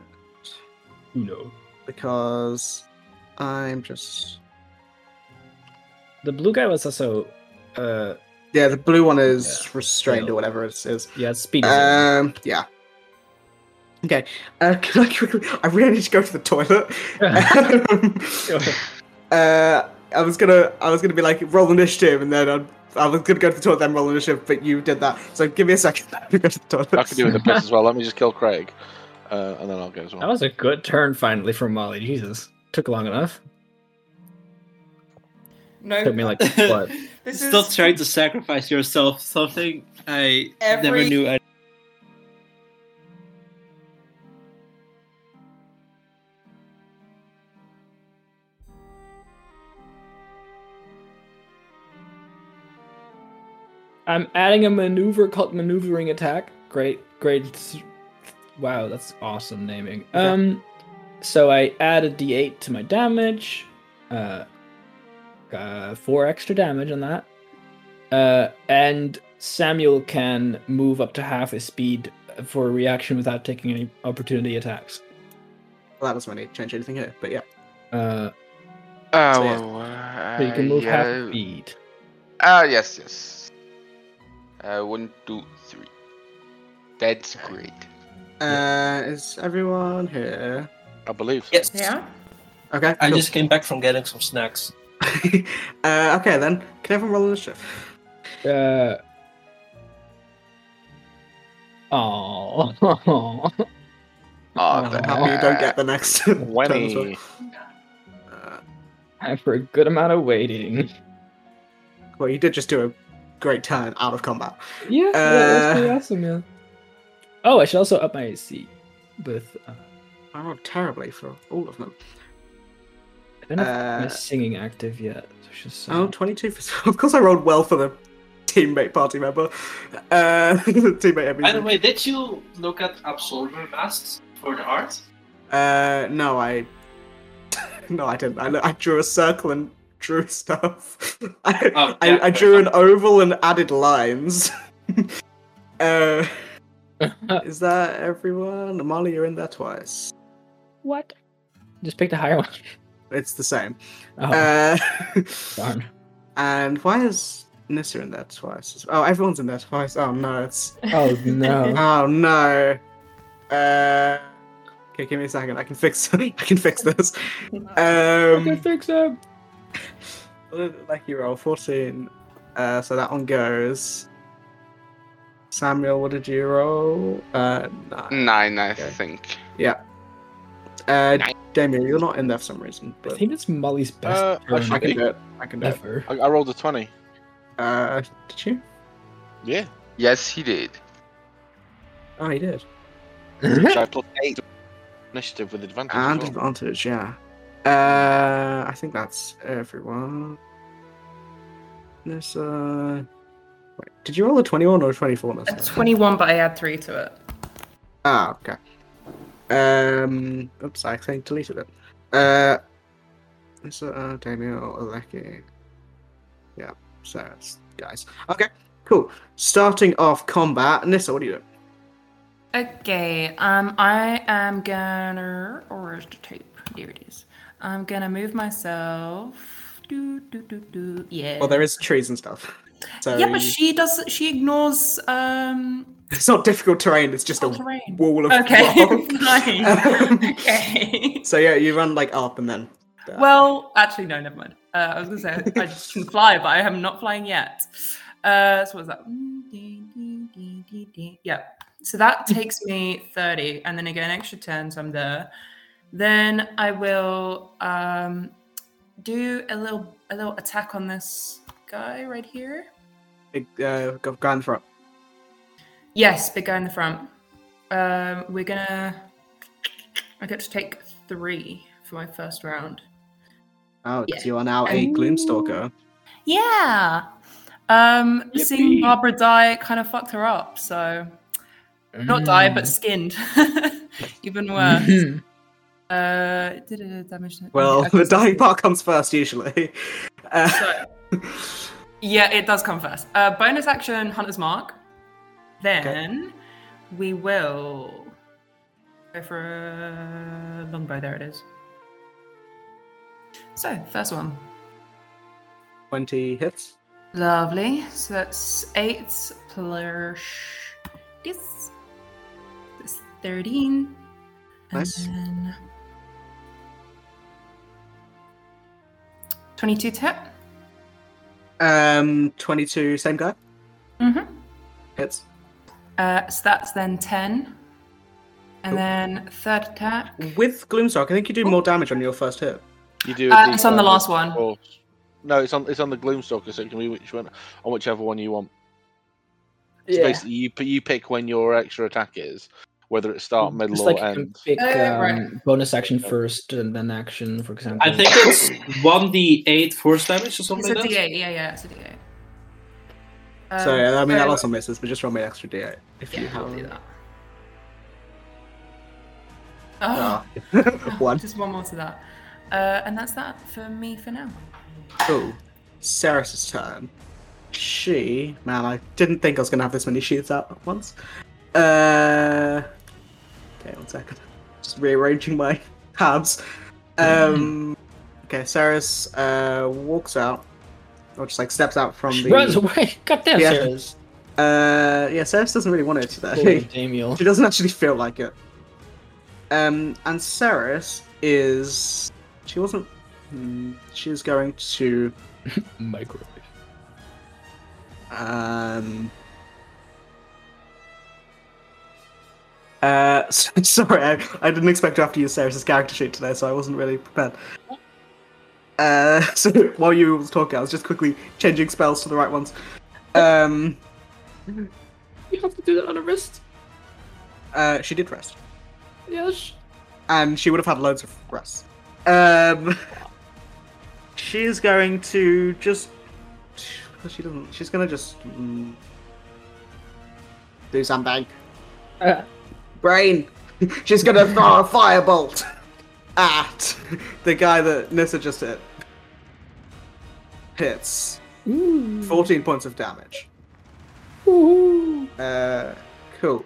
S10: no.
S1: because I'm just
S10: The blue guy was also, uh,
S1: yeah. The blue one is
S10: Yeah,
S1: restrained
S10: fail.
S1: or whatever it is.
S10: yeah, speed. is it.
S1: Um, yeah. Okay. Uh, can I quickly? I really need to go to the toilet. Um, uh, I was gonna, I was gonna be like roll initiative, and then I'd, I was gonna go to the toilet, then roll initiative, but you did that. So give me a second to go to the toilet.
S2: I can do it in a bit as well. Let me just kill Craig, uh, and then I'll go as
S10: that
S2: well.
S10: was a good turn finally from Molly. Jesus, took long enough.
S4: No,
S10: Took me like what?
S4: this
S5: Still
S4: is
S5: trying to sacrifice yourself, something I never
S4: Every-
S5: knew. I...
S10: I'm adding a maneuver called maneuvering attack. Great, great. s- Wow, that's awesome naming. Um, so I add a d8 to my damage. Uh, uh, four extra damage on that. Uh, and Samuel can move up to half his speed for a reaction without taking any opportunity attacks.
S1: Well, that doesn't really change anything here, but yeah.
S10: Uh,
S7: Oh,
S1: So, yeah.
S7: yeah.
S10: so you can move half
S7: Uh, yeah.
S10: speed.
S7: Ah, yes, yes. Uh, one, two, three. That's great.
S1: Uh, is everyone here?
S2: I believe. So.
S5: Yes.
S4: yeah.
S1: Okay.
S5: I
S1: cool.
S5: just came back from getting some snacks.
S1: uh, okay then. Can everyone roll initiative?
S10: Uh. Oh.
S7: Oh,
S1: I'm happy you don't get the next turn as well.
S2: Twenty.
S1: Uh,
S10: After a good amount of waiting.
S1: well, you did just do a great turn out of combat.
S10: Yeah,
S1: that's pretty
S10: awesome, yeah. Oh, I should also up my AC with uh,
S1: I rolled terribly for all of them.
S10: I don't know if
S1: Uh,
S10: my singing active yet. So it's just,
S1: oh,
S10: uh,
S1: 22 for, Of course I rolled well for the teammate, party member, uh, teammate.
S5: By the
S1: MEV.
S5: way, did you look at Absolver masks for the art?
S1: Uh, no, I, no, I didn't. I, lo- I drew a circle and drew stuff. I,
S5: Oh,
S1: I,
S5: yeah,
S1: I
S5: fair
S1: drew an oval and added lines. uh, is that everyone? Molly, you're in there twice.
S10: What? Just pick the higher one.
S1: It's the same.
S10: Oh,
S1: Uh,
S10: darn.
S1: and why is Nissa in there twice? Oh, everyone's in there twice. Oh no, it's
S10: Oh no.
S1: Oh no. Uh okay, give me a second. I can fix I can fix this. Um
S10: fix him.
S1: like you roll 14. Uh so that one goes. Samuel, what did you roll? Uh nine.
S7: Nine, I
S1: Okay.
S7: think.
S1: Uh
S7: Nine.
S1: Damien, you're not in there for some reason,
S10: I
S1: but
S10: think it's Molly's best
S2: Uh,
S10: turn
S1: I
S2: actually-
S1: can do it. I can do it.
S10: ever.
S2: I, I rolled a 20.
S1: Uh did you?
S2: Yeah.
S7: Yes, he did.
S1: Oh you did.
S2: Which I plus 8 initiative with advantage.
S1: And
S2: as well.
S1: advantage, yeah. Uh, I think that's everyone. This, uh. Wait, did you roll a 21 or a 24?
S4: A
S1: Nessa?
S4: 21, but I add three to it.
S1: Ah, okay. Um, oops, I accidentally deleted it. Uh, it's uh, Daniel Alecki. Yeah, so it's guys. Okay, cool. Starting off combat. Nissa, what do you do?
S4: Okay, um, I am gonna. Or where's the tape? There it is. I'm gonna move myself. Do, do, do, do. Yeah.
S1: Well, Oh, there is trees and stuff. So
S4: yeah, but
S1: you-
S4: she does. She ignores. Um,
S1: it's not difficult terrain, it's just a
S4: Not terrain.
S1: wall of
S4: okay.
S1: rock.
S4: fine. okay.
S1: So yeah, you run like up and then. uh, down.
S4: Well, actually, no, never mind. Uh, I was gonna say I just can fly, but I am not flying yet. Uh, so what's that? Yeah. So that takes me thirty, and then I get an extra ten, so I'm there. Then I will um, do a little a little attack on this guy right here.
S1: big uh, go- go in front.
S4: Yes, big guy in the front. Um, we're gonna. I get to take three for my first round.
S1: Oh, 'cause
S4: Yeah.
S1: you are now a
S4: Um,
S1: gloomstalker.
S4: Yeah. Um, seeing
S10: Yippee.
S4: Barbara die kind of fucked her up. So not die,
S10: Mm.
S4: but skinned. Even worse.
S10: Mhm.
S4: uh, did it damage? to-
S1: Well,
S4: okay,
S1: the
S4: so-
S1: dying part comes first usually. Uh,
S4: so- yeah, it does come first. Uh, bonus action, Hunter's Mark. Then we will go for a longbow. There it is. So first one.
S1: Twenty hits.
S4: Lovely. So that's eight plus this. That's thirteen.
S1: Nice.
S4: And then twenty-two tip.
S1: Um, twenty-two. Same guy.
S4: Mm-hmm.
S1: Hits.
S4: Uh, so that's then ten. And
S1: Cool.
S4: then third attack.
S1: With gloomstalk, I think you do more damage on your first hit.
S2: You do
S4: Uh,
S2: at
S4: it's
S2: least
S4: on the
S2: one
S4: last one.
S2: or- No, it's on it's on the Gloomstalker, so it can be which one on whichever one you want. So
S10: Yeah.
S2: basically, you p- you pick when your extra attack is, whether it's start, middle,
S10: Just
S2: or
S10: like you can
S2: end.
S10: pick
S4: Uh,
S10: um,
S4: right.
S10: bonus action first and then action, for example.
S5: I think it's 1d8 force damage or
S4: It's
S5: something
S4: a
S5: like that.
S4: D8. Yeah, yeah, it's a D8. Um,
S1: so I mean that
S4: so-
S1: also misses, but just roll me an extra d8 if you
S4: Yeah,
S1: have
S4: I'll do that. oh.
S1: Ah, one.
S4: Just one more to that. Uh, and that's that for me for now.
S1: Cool. Ceres' turn. She, man, I didn't think I was gonna have this many sheets out at once. Uh, okay, one second. Just rearranging my tabs.
S4: Mm-hmm.
S1: Um, okay, Ceres uh, walks out, or just like steps out from the.
S10: Runs away. God damn,
S1: Yeah.
S10: Sarah.
S1: Uh, yeah, Ceres doesn't really want it
S10: Holy
S1: today.
S10: Damiel.
S1: She doesn't actually feel like it. Um, and Ceres is. She wasn't. hmm, She's going to.
S10: Microwave.
S1: Um. Uh, s- sorry, I, I didn't expect to have to use Ceres' character sheet today, so I wasn't really prepared. Uh, so while you were talking, I was just quickly changing spells to the right ones. Um,
S10: You have to do that on a wrist.
S1: uh, she did rest,
S10: Yes.
S1: and she would have had loads of rest. Um, she is going to just But she doesn't. She's gonna just mm, do sandbag.
S3: Uh.
S1: Brain. she's gonna throw a firebolt at the guy that Nissa just hit. Hits. 14 points of damage. Uh, cool.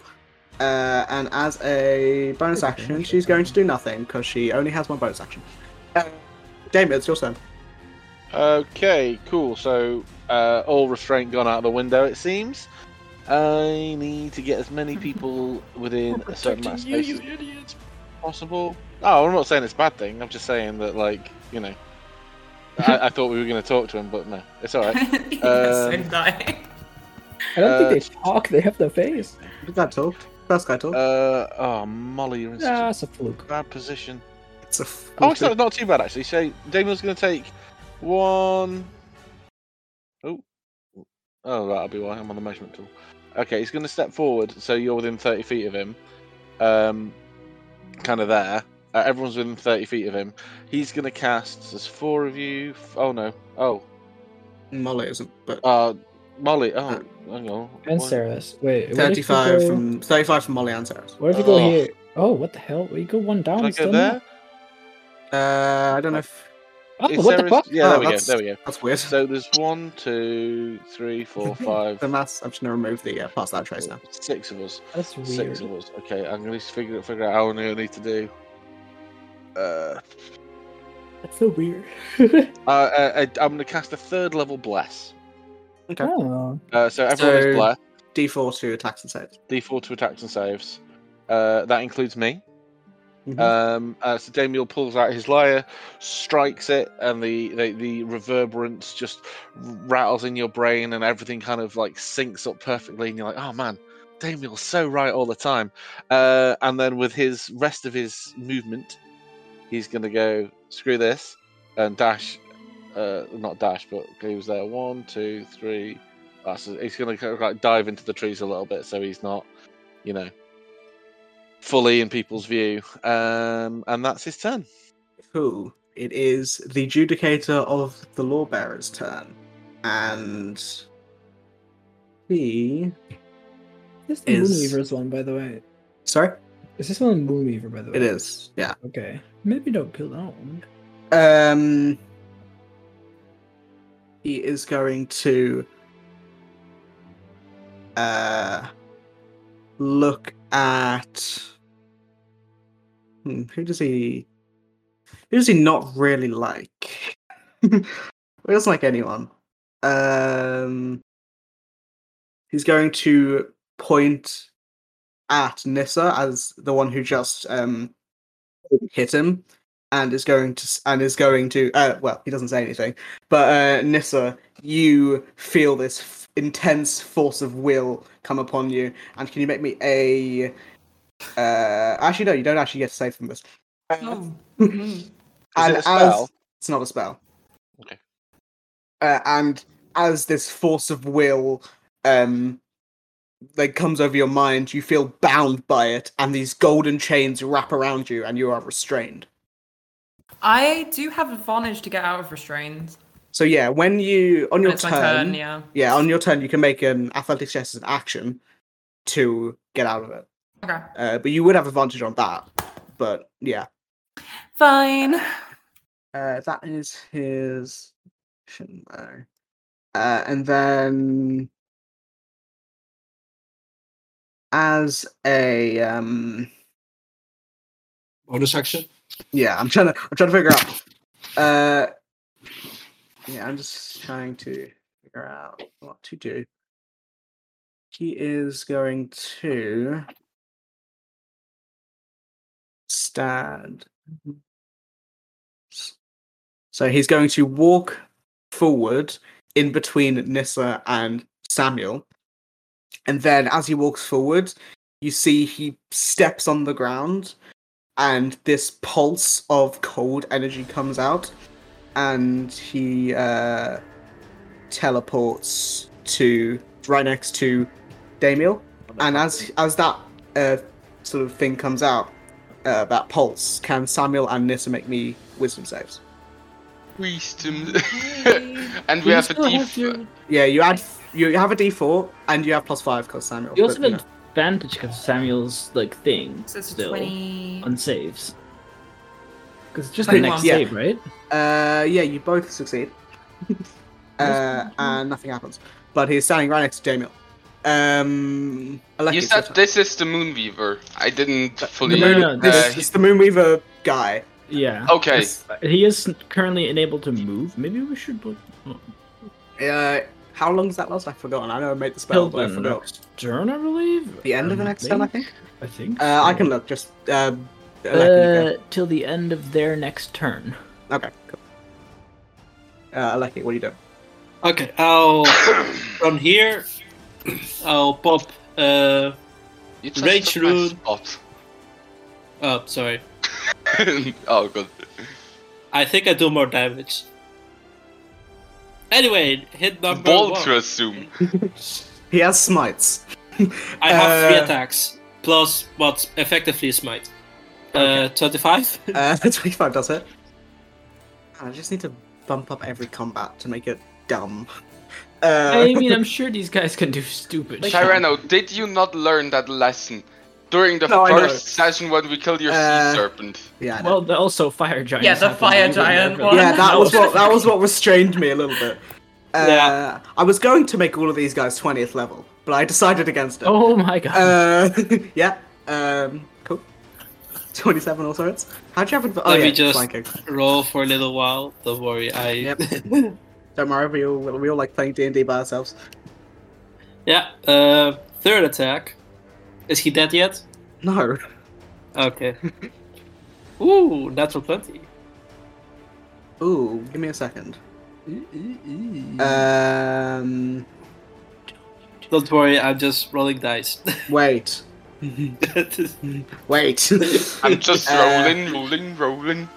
S1: Uh, and as a bonus action, she's going to do nothing because she only has one bonus action. Uh, Damien, it's your turn.
S2: Okay, cool. So uh, all restraint gone out of the window, it seems. I need to get as many people within a certain amount of space as possible. Oh, I'm not saying it's a bad thing. I'm just saying that, like, you know, I, I thought we were going to talk to him, but no, it's all right.
S4: so
S2: Um,
S4: did I.
S10: I don't
S1: Uh,
S10: think they talk. They have their face.
S1: Did that talk? First guy talk.
S2: Uh, oh, Molly, you're in such
S10: Ah, it's a fluke.
S2: a bad position.
S1: it's a
S2: Oh, it's not, not too bad actually. So Damien's going to take one. Oh, oh, that'll be why I'm on the measurement tool. Okay, he's going to step forward, so you're within thirty feet of him. Um, kind of there. Uh, everyone's within thirty feet of him. He's going to cast. There's four of you. f- Oh no. Oh,
S1: Molly isn't, but
S2: uh, Molly. Oh, hang on.
S10: And
S2: Why-
S10: Sarah's. Wait, what if you
S1: 35
S10: go-
S1: from 35 from Molly and Sarah's.
S10: What if you go
S2: Oh.
S10: here? Oh, what the hell? You go one down.
S2: Can I
S10: it's
S2: go
S10: done
S2: there?
S1: Uh, I don't know if
S10: Oh,
S2: Is
S10: what the
S2: Sarah's-
S10: fuck?
S2: Yeah,
S1: Oh,
S2: there we go.
S1: that's-
S2: There we go.
S1: that's weird.
S2: So there's one, two, three, four, five,
S1: the mass. I'm just gonna remove the uh, past that trace now.
S2: six of us.
S10: That's weird.
S2: Six of us. Okay, I'm gonna figure figure out how many I need to do. Uh,
S10: That's so weird.
S2: uh, uh, I, I'm gonna cast a third level bless.
S10: Oh.
S2: Uh, so everyone
S1: So-
S2: is bless.
S1: D4 to attacks and saves.
S2: D4 to attacks and saves. Uh, that includes me.
S1: Mhm.
S2: Um, uh, so Damiel pulls out his lyre, strikes it, and the, the the reverberance just rattles in your brain, and everything kind of like syncs up perfectly, and you're like, oh man, Damiel's so right all the time. Uh, and then with his rest of his movement, he's gonna go screw this and dash. Uh, not dash, but he was there. One, two, three. Uh, so he's gonna kind of like dive into the trees a little bit, so he's not, you know, fully in people's view. Um, and that's his turn.
S1: Cool. It is the judicator of the lawbearer's turn, and he.
S10: This is the
S1: Is-
S10: Moonweaver's one, by the way.
S1: Sorry,
S10: Is this one Moonweaver, by the way?
S1: it is. Yeah.
S10: Okay. Maybe don't kill that one.
S1: Um. He is going to. Uh. Look at. Hmm, who does he? Who does he not really like? he doesn't like anyone. Um. He's going to point at Nissa as the one who just um hit him and is going to s- and is going to uh, well he doesn't say anything but uh, nissa you feel this f- intense force of will come upon you and can you make me a uh, actually no you don't actually get to save from this Uh,
S4: Oh.
S2: Is
S1: and
S2: it a spell?
S1: it's not a spell
S2: Okay.
S1: uh, and as this force of will um like comes over your mind you feel bound by it and these golden chains wrap around you and you are restrained
S4: I do have advantage to get out of restraints.
S1: So yeah, when you on your
S4: It's
S1: turn,
S4: my turn, yeah.
S1: yeah, on your turn you can make an athletics test as an action to get out of it.
S4: Okay.
S1: Uh, but you would have advantage on that. But yeah,
S4: Fine.
S1: uh, that is his action there. Uh, and then as a um,
S13: Bonus action.
S1: yeah, I'm trying to I'm trying to figure out. Uh, yeah, I'm just trying to figure out what to do. He is going to stand. S- So he's going to walk forward in between Nissa and Samuel. And then as he walks forward, you see he steps on the ground and this pulse of cold energy comes out and he uh, teleports to right next to Damiel. And as as that uh, sort of thing comes out, uh, that pulse, can Samuel and Nissa make me wisdom saves?
S7: Wisdom. And we
S5: You
S7: have a
S5: still
S7: D.
S5: have your-
S1: Yeah, you add you have a d4 and you have plus five because Samuel.
S10: You also
S1: but,
S10: have advantage because Samuel's like thing
S4: So it's a
S10: still
S4: 20.
S10: on saves. Because it's just the
S4: Like,
S10: next
S4: well,
S1: yeah.
S10: save, right?
S1: Uh, yeah, you both succeed. uh, and nothing happens. But he's standing right next to Jamil. Um, Aleki,
S7: You
S1: it's your
S7: said
S1: turn.
S7: this is the Moonweaver. I didn't
S1: the
S7: fully.
S1: moon,
S10: no, no,
S1: this,
S7: uh,
S1: it's the Moonweaver guy.
S10: Yeah.
S7: Okay.
S10: He is currently unable to move. Maybe we should put
S1: Uh, how long does that last? I've forgotten. I know I made the spell,
S10: Till
S1: but I
S10: the
S1: forgot.
S10: next turn, I believe.
S1: The end of the
S10: Um,
S1: next turn, I think.
S10: I think.
S1: Uh, I
S10: so.
S1: can look. Just uh, Aleki,
S10: Uh, till the end of their next turn.
S1: go. okay, cool. Uh, Aleki, what do you do?
S5: Okay, I'll from here. I'll pop. Uh,
S7: You just
S5: Rage
S7: took my
S5: rune.
S7: spot.
S5: oh, sorry.
S7: oh good.
S5: I think I do more damage. Anyway, hit number one.
S7: Boltra zoom.
S1: He has smites.
S5: I have three
S1: Uh,
S5: attacks plus what effectively is might. Uh, twenty-five.
S1: Uh, 25 does it. Ah, I just need to bump up every combat to make it dumb. Uh,
S10: I mean, I'm sure these guys can do stupid. shit.
S7: Tyranno, did you not learn that lesson during the
S1: No, I know.
S7: first session when we killed your
S1: Uh,
S7: sea serpent?
S1: yeah, I know.
S10: Well, Oh, the- also fire giant.
S3: Yeah, the
S10: happened
S3: fire
S10: in England,
S3: giant
S10: never-
S3: one.
S1: yeah, that
S3: no.
S1: was what that was what restrained me a little bit. Uh,
S5: Yeah.
S1: I was going to make all of these guys 20th level, but I decided against it.
S10: Oh my god.
S1: Uh, yeah. Um, cool. 27 also hits. How'd you have adv- Oh,
S5: Let me
S1: yeah,
S5: just-
S1: flanking.
S5: Roll for a little while. Don't worry. I
S1: Yep. Don't worry, we all, we all like playing D&D by ourselves.
S5: yeah. Uh, third attack. Is he dead yet?
S1: No.
S5: Okay. Ooh, natural twenty.
S1: Ooh, give me a second. Um,
S5: Don't worry. I'm just rolling dice.
S1: wait. Wait.
S7: I'm just
S1: Uh,
S7: rolling, rolling, rolling.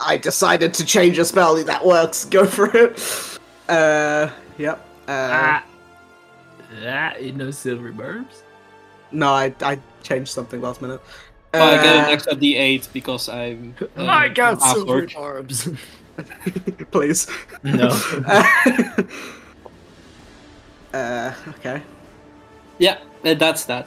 S1: I decided to change a spell. That works. Go for it. Uh, yep. Uh,
S10: Ah. that no silver burbs.
S1: no, I, I changed something last minute.
S5: Well, Oh, I get an
S1: Uh,
S5: extra D8 because I'm. uh,
S10: I got
S5: half
S10: silver
S5: orc.
S10: burbs.
S1: please.
S10: No.
S1: Uh, uh, okay.
S5: Yeah, and that's that.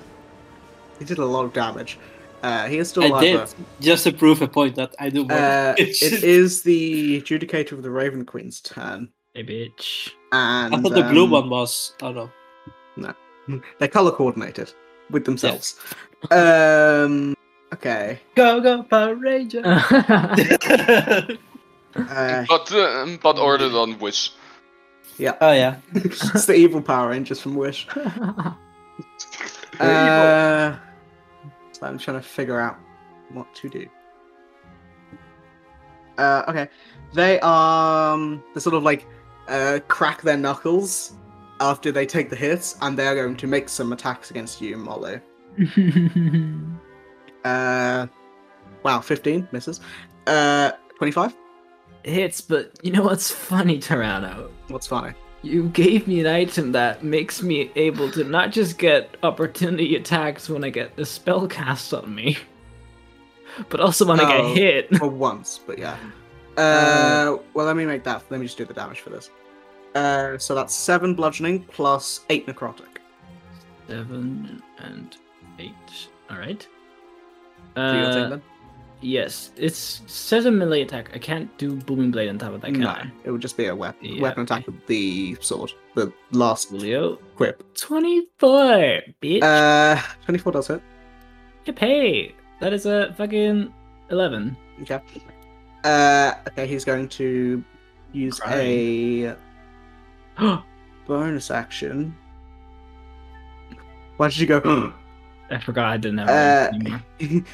S1: He did a lot of damage. Uh, he is still
S5: I
S1: alive.
S5: did
S1: though.
S5: just to prove a point that I do more.
S1: Uh,
S5: damage.
S1: it is the adjudicator of the Raven Queen's turn,
S10: Hey, bitch.
S1: and
S5: I thought the blue
S1: um,
S5: one was. Oh no.
S1: They're color coordinated with themselves. Um. Okay.
S5: Go go Power Ranger. oh
S1: Uh,
S7: But uh, but ordered on Wish.
S5: yeah.
S1: it's the evil Power Rangers from Wish. Uh, so I'm trying to figure out what to do. Uh, okay, they um, they sort of like uh, crack their knuckles after they take the hits, and they are going to make some attacks against you, Molo. Uh, wow, 15 misses. Uh, 25.
S10: Hits, but you know what's funny, Tyranno?
S1: What's funny?
S10: You gave me an item that makes me able to not just get opportunity attacks when I get the spell cast on me, but also when I
S1: Oh.
S10: get hit.
S1: Well, once, but yeah. Uh, well, let me make that. Let me just do the damage for this. Uh, so that's seven bludgeoning plus eight necrotic.
S10: Seven and eight. All right.
S1: Do your thing
S10: Uh,
S1: then.
S10: yes, it says a melee attack. I can't do booming blade on top of that, can
S1: No,
S10: I?
S1: it would just be a weapon
S10: Yeah,
S1: weapon attack with the sword, the last
S10: Julio,
S1: quip.
S10: twenty-four, bitch.
S1: Uh, twenty-four does hit.
S10: Yep, hey, that is a fucking eleven.
S1: Okay. Uh, okay, he's going to use a
S10: I
S1: bonus action. Why did you go?
S10: forgot I didn't have
S1: Uh,
S10: it anymore.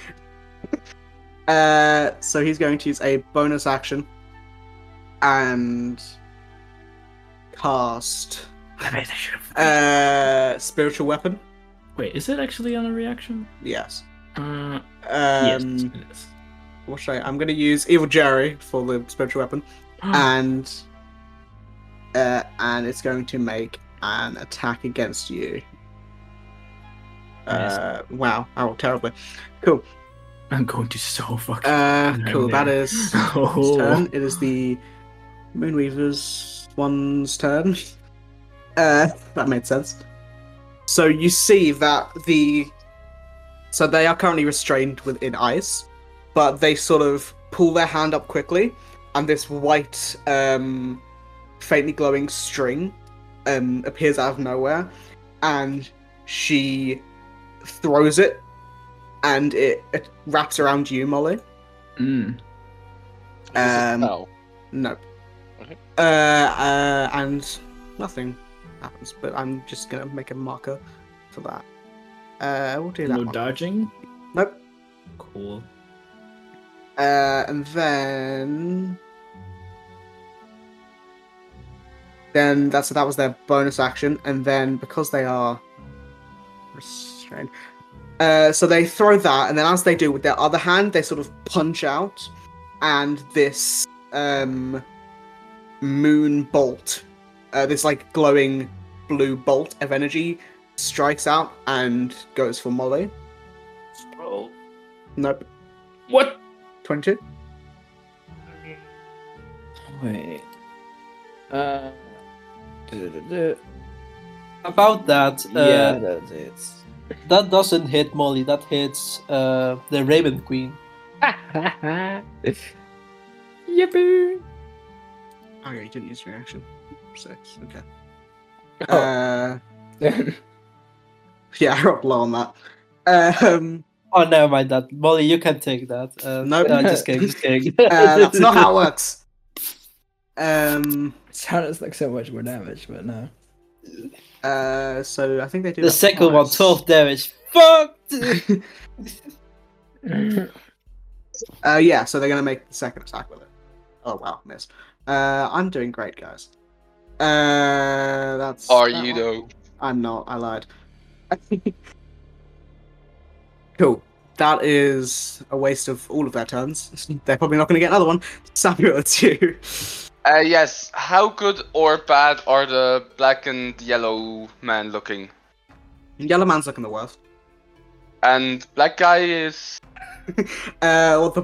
S1: uh, so he's going to use a bonus action and cast uh spiritual weapon.
S10: Wait, is it actually on a reaction?
S1: Yes.
S10: Uh, yes,
S1: Um,
S10: it is.
S1: What should I? I'm going to use Evil Jerry for the spiritual weapon, and uh, and it's going to make an attack against you. Uh, wow! Oh, terribly. Cool.
S10: I'm going to so fuck.
S1: Uh,
S10: I'm
S1: cool. That
S10: there.
S1: is his
S10: oh.
S1: turn. It is the Moonweaver's one's turn. Uh, that made sense. So you see that the. So they are currently restrained within ice, but they sort of pull their hand up quickly, and this white, um, faintly glowing string um, appears out of nowhere, and she throws it, and it, it wraps around you, Molly.
S10: Mm.
S1: Um,
S2: no.
S1: Nope.
S2: Okay.
S1: Uh, uh, and nothing happens, but I'm just gonna make a marker for that. Uh, we'll do that
S8: No
S1: one.
S8: dodging.
S1: Nope.
S8: Cool.
S1: Uh, and then. Then that's that was their bonus action, and then because they are restrained, uh, so they throw that, and then as they do with their other hand, they sort of punch out, and this um, moon bolt, uh, this like glowing blue bolt of energy, strikes out and goes for Molly.
S10: Roll.
S1: Nope,
S10: What?
S1: twenty-two.
S5: Wait.
S10: Uh,
S5: About that, uh,
S10: yeah, that's it.
S5: that doesn't hit Molly. That hits uh, the Raven Queen.
S10: Yippee!
S1: Oh yeah, you didn't use your action. Six. Okay.
S10: Oh.
S1: Uh, yeah, I rolled low on that. Um,
S5: Oh, never mind that. Molly, you can take that. Uh,
S1: Nope.
S5: no, just kidding. Just kidding.
S1: uh, that's not how it works. Um.
S10: Sounds like so much more damage, but no.
S1: Uh. So I think they do
S5: the
S1: that
S5: second one,
S1: twice.
S5: 12 damage. Fuck!
S1: Uh. Yeah. So they're gonna make the second attack with it. Oh wow, missed. Uh. I'm doing great, guys. Uh. That's.
S7: Are
S1: that
S7: you
S1: one.
S7: though?
S1: I'm not. I lied. cool. That is a waste of all of their turns. They're probably not going to get another one. Samuel, it's you.
S7: Uh, yes. How good or bad are the black and yellow man looking?
S1: Yellow man's looking the worst.
S7: And black guy is
S1: Uh, what the?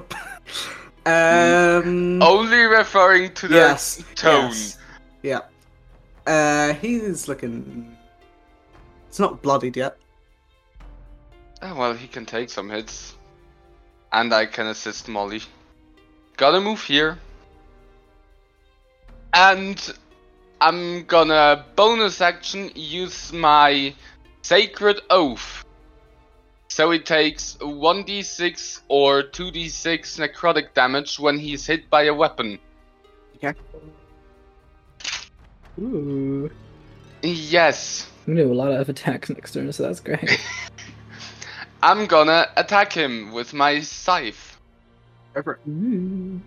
S1: um.
S7: only referring to Oh, the
S1: yes.
S7: tone.
S1: yes. Yeah. Uh, he's looking. It's not bloodied yet.
S7: Oh, well, he can take some hits. And I can assist Molly. Gotta move here. And I'm gonna bonus action use my Sacred Oath. So it takes 1d6 or 2d6 necrotic damage when he's hit by a weapon.
S10: Ooh.
S7: Yes.
S10: I'm gonna do a lot of attacks next turn, so that's great.
S7: I'm gonna attack him with my scythe.
S1: Go for it.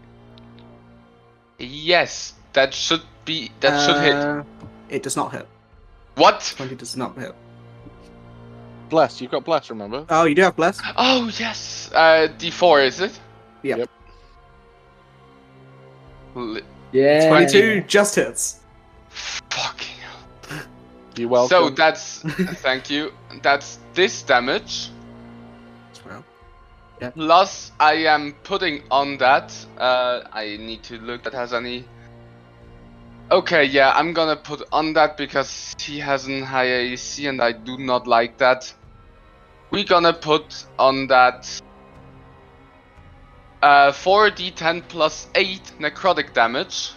S7: Yes, that should be. That should hit.
S1: Uh, It does not hit.
S7: What?
S1: Twenty does not hit.
S2: Bless. You've got bless. Remember.
S1: Oh, you do have bless.
S7: Oh yes, uh, D4 is it?
S1: Yep.
S2: Yep.
S7: Li-
S10: Yeah.
S1: Twenty-two just hits.
S7: fucking. hell.
S2: You welcome.
S7: So that's thank you. That's this damage.
S1: Well,
S7: Plus, I am putting on that. Uh, I need to look that has any. Okay, yeah, I'm gonna put on that because he has an high AC and I do not like that. We're gonna put on that. Uh, 4d10 plus 8 necrotic damage.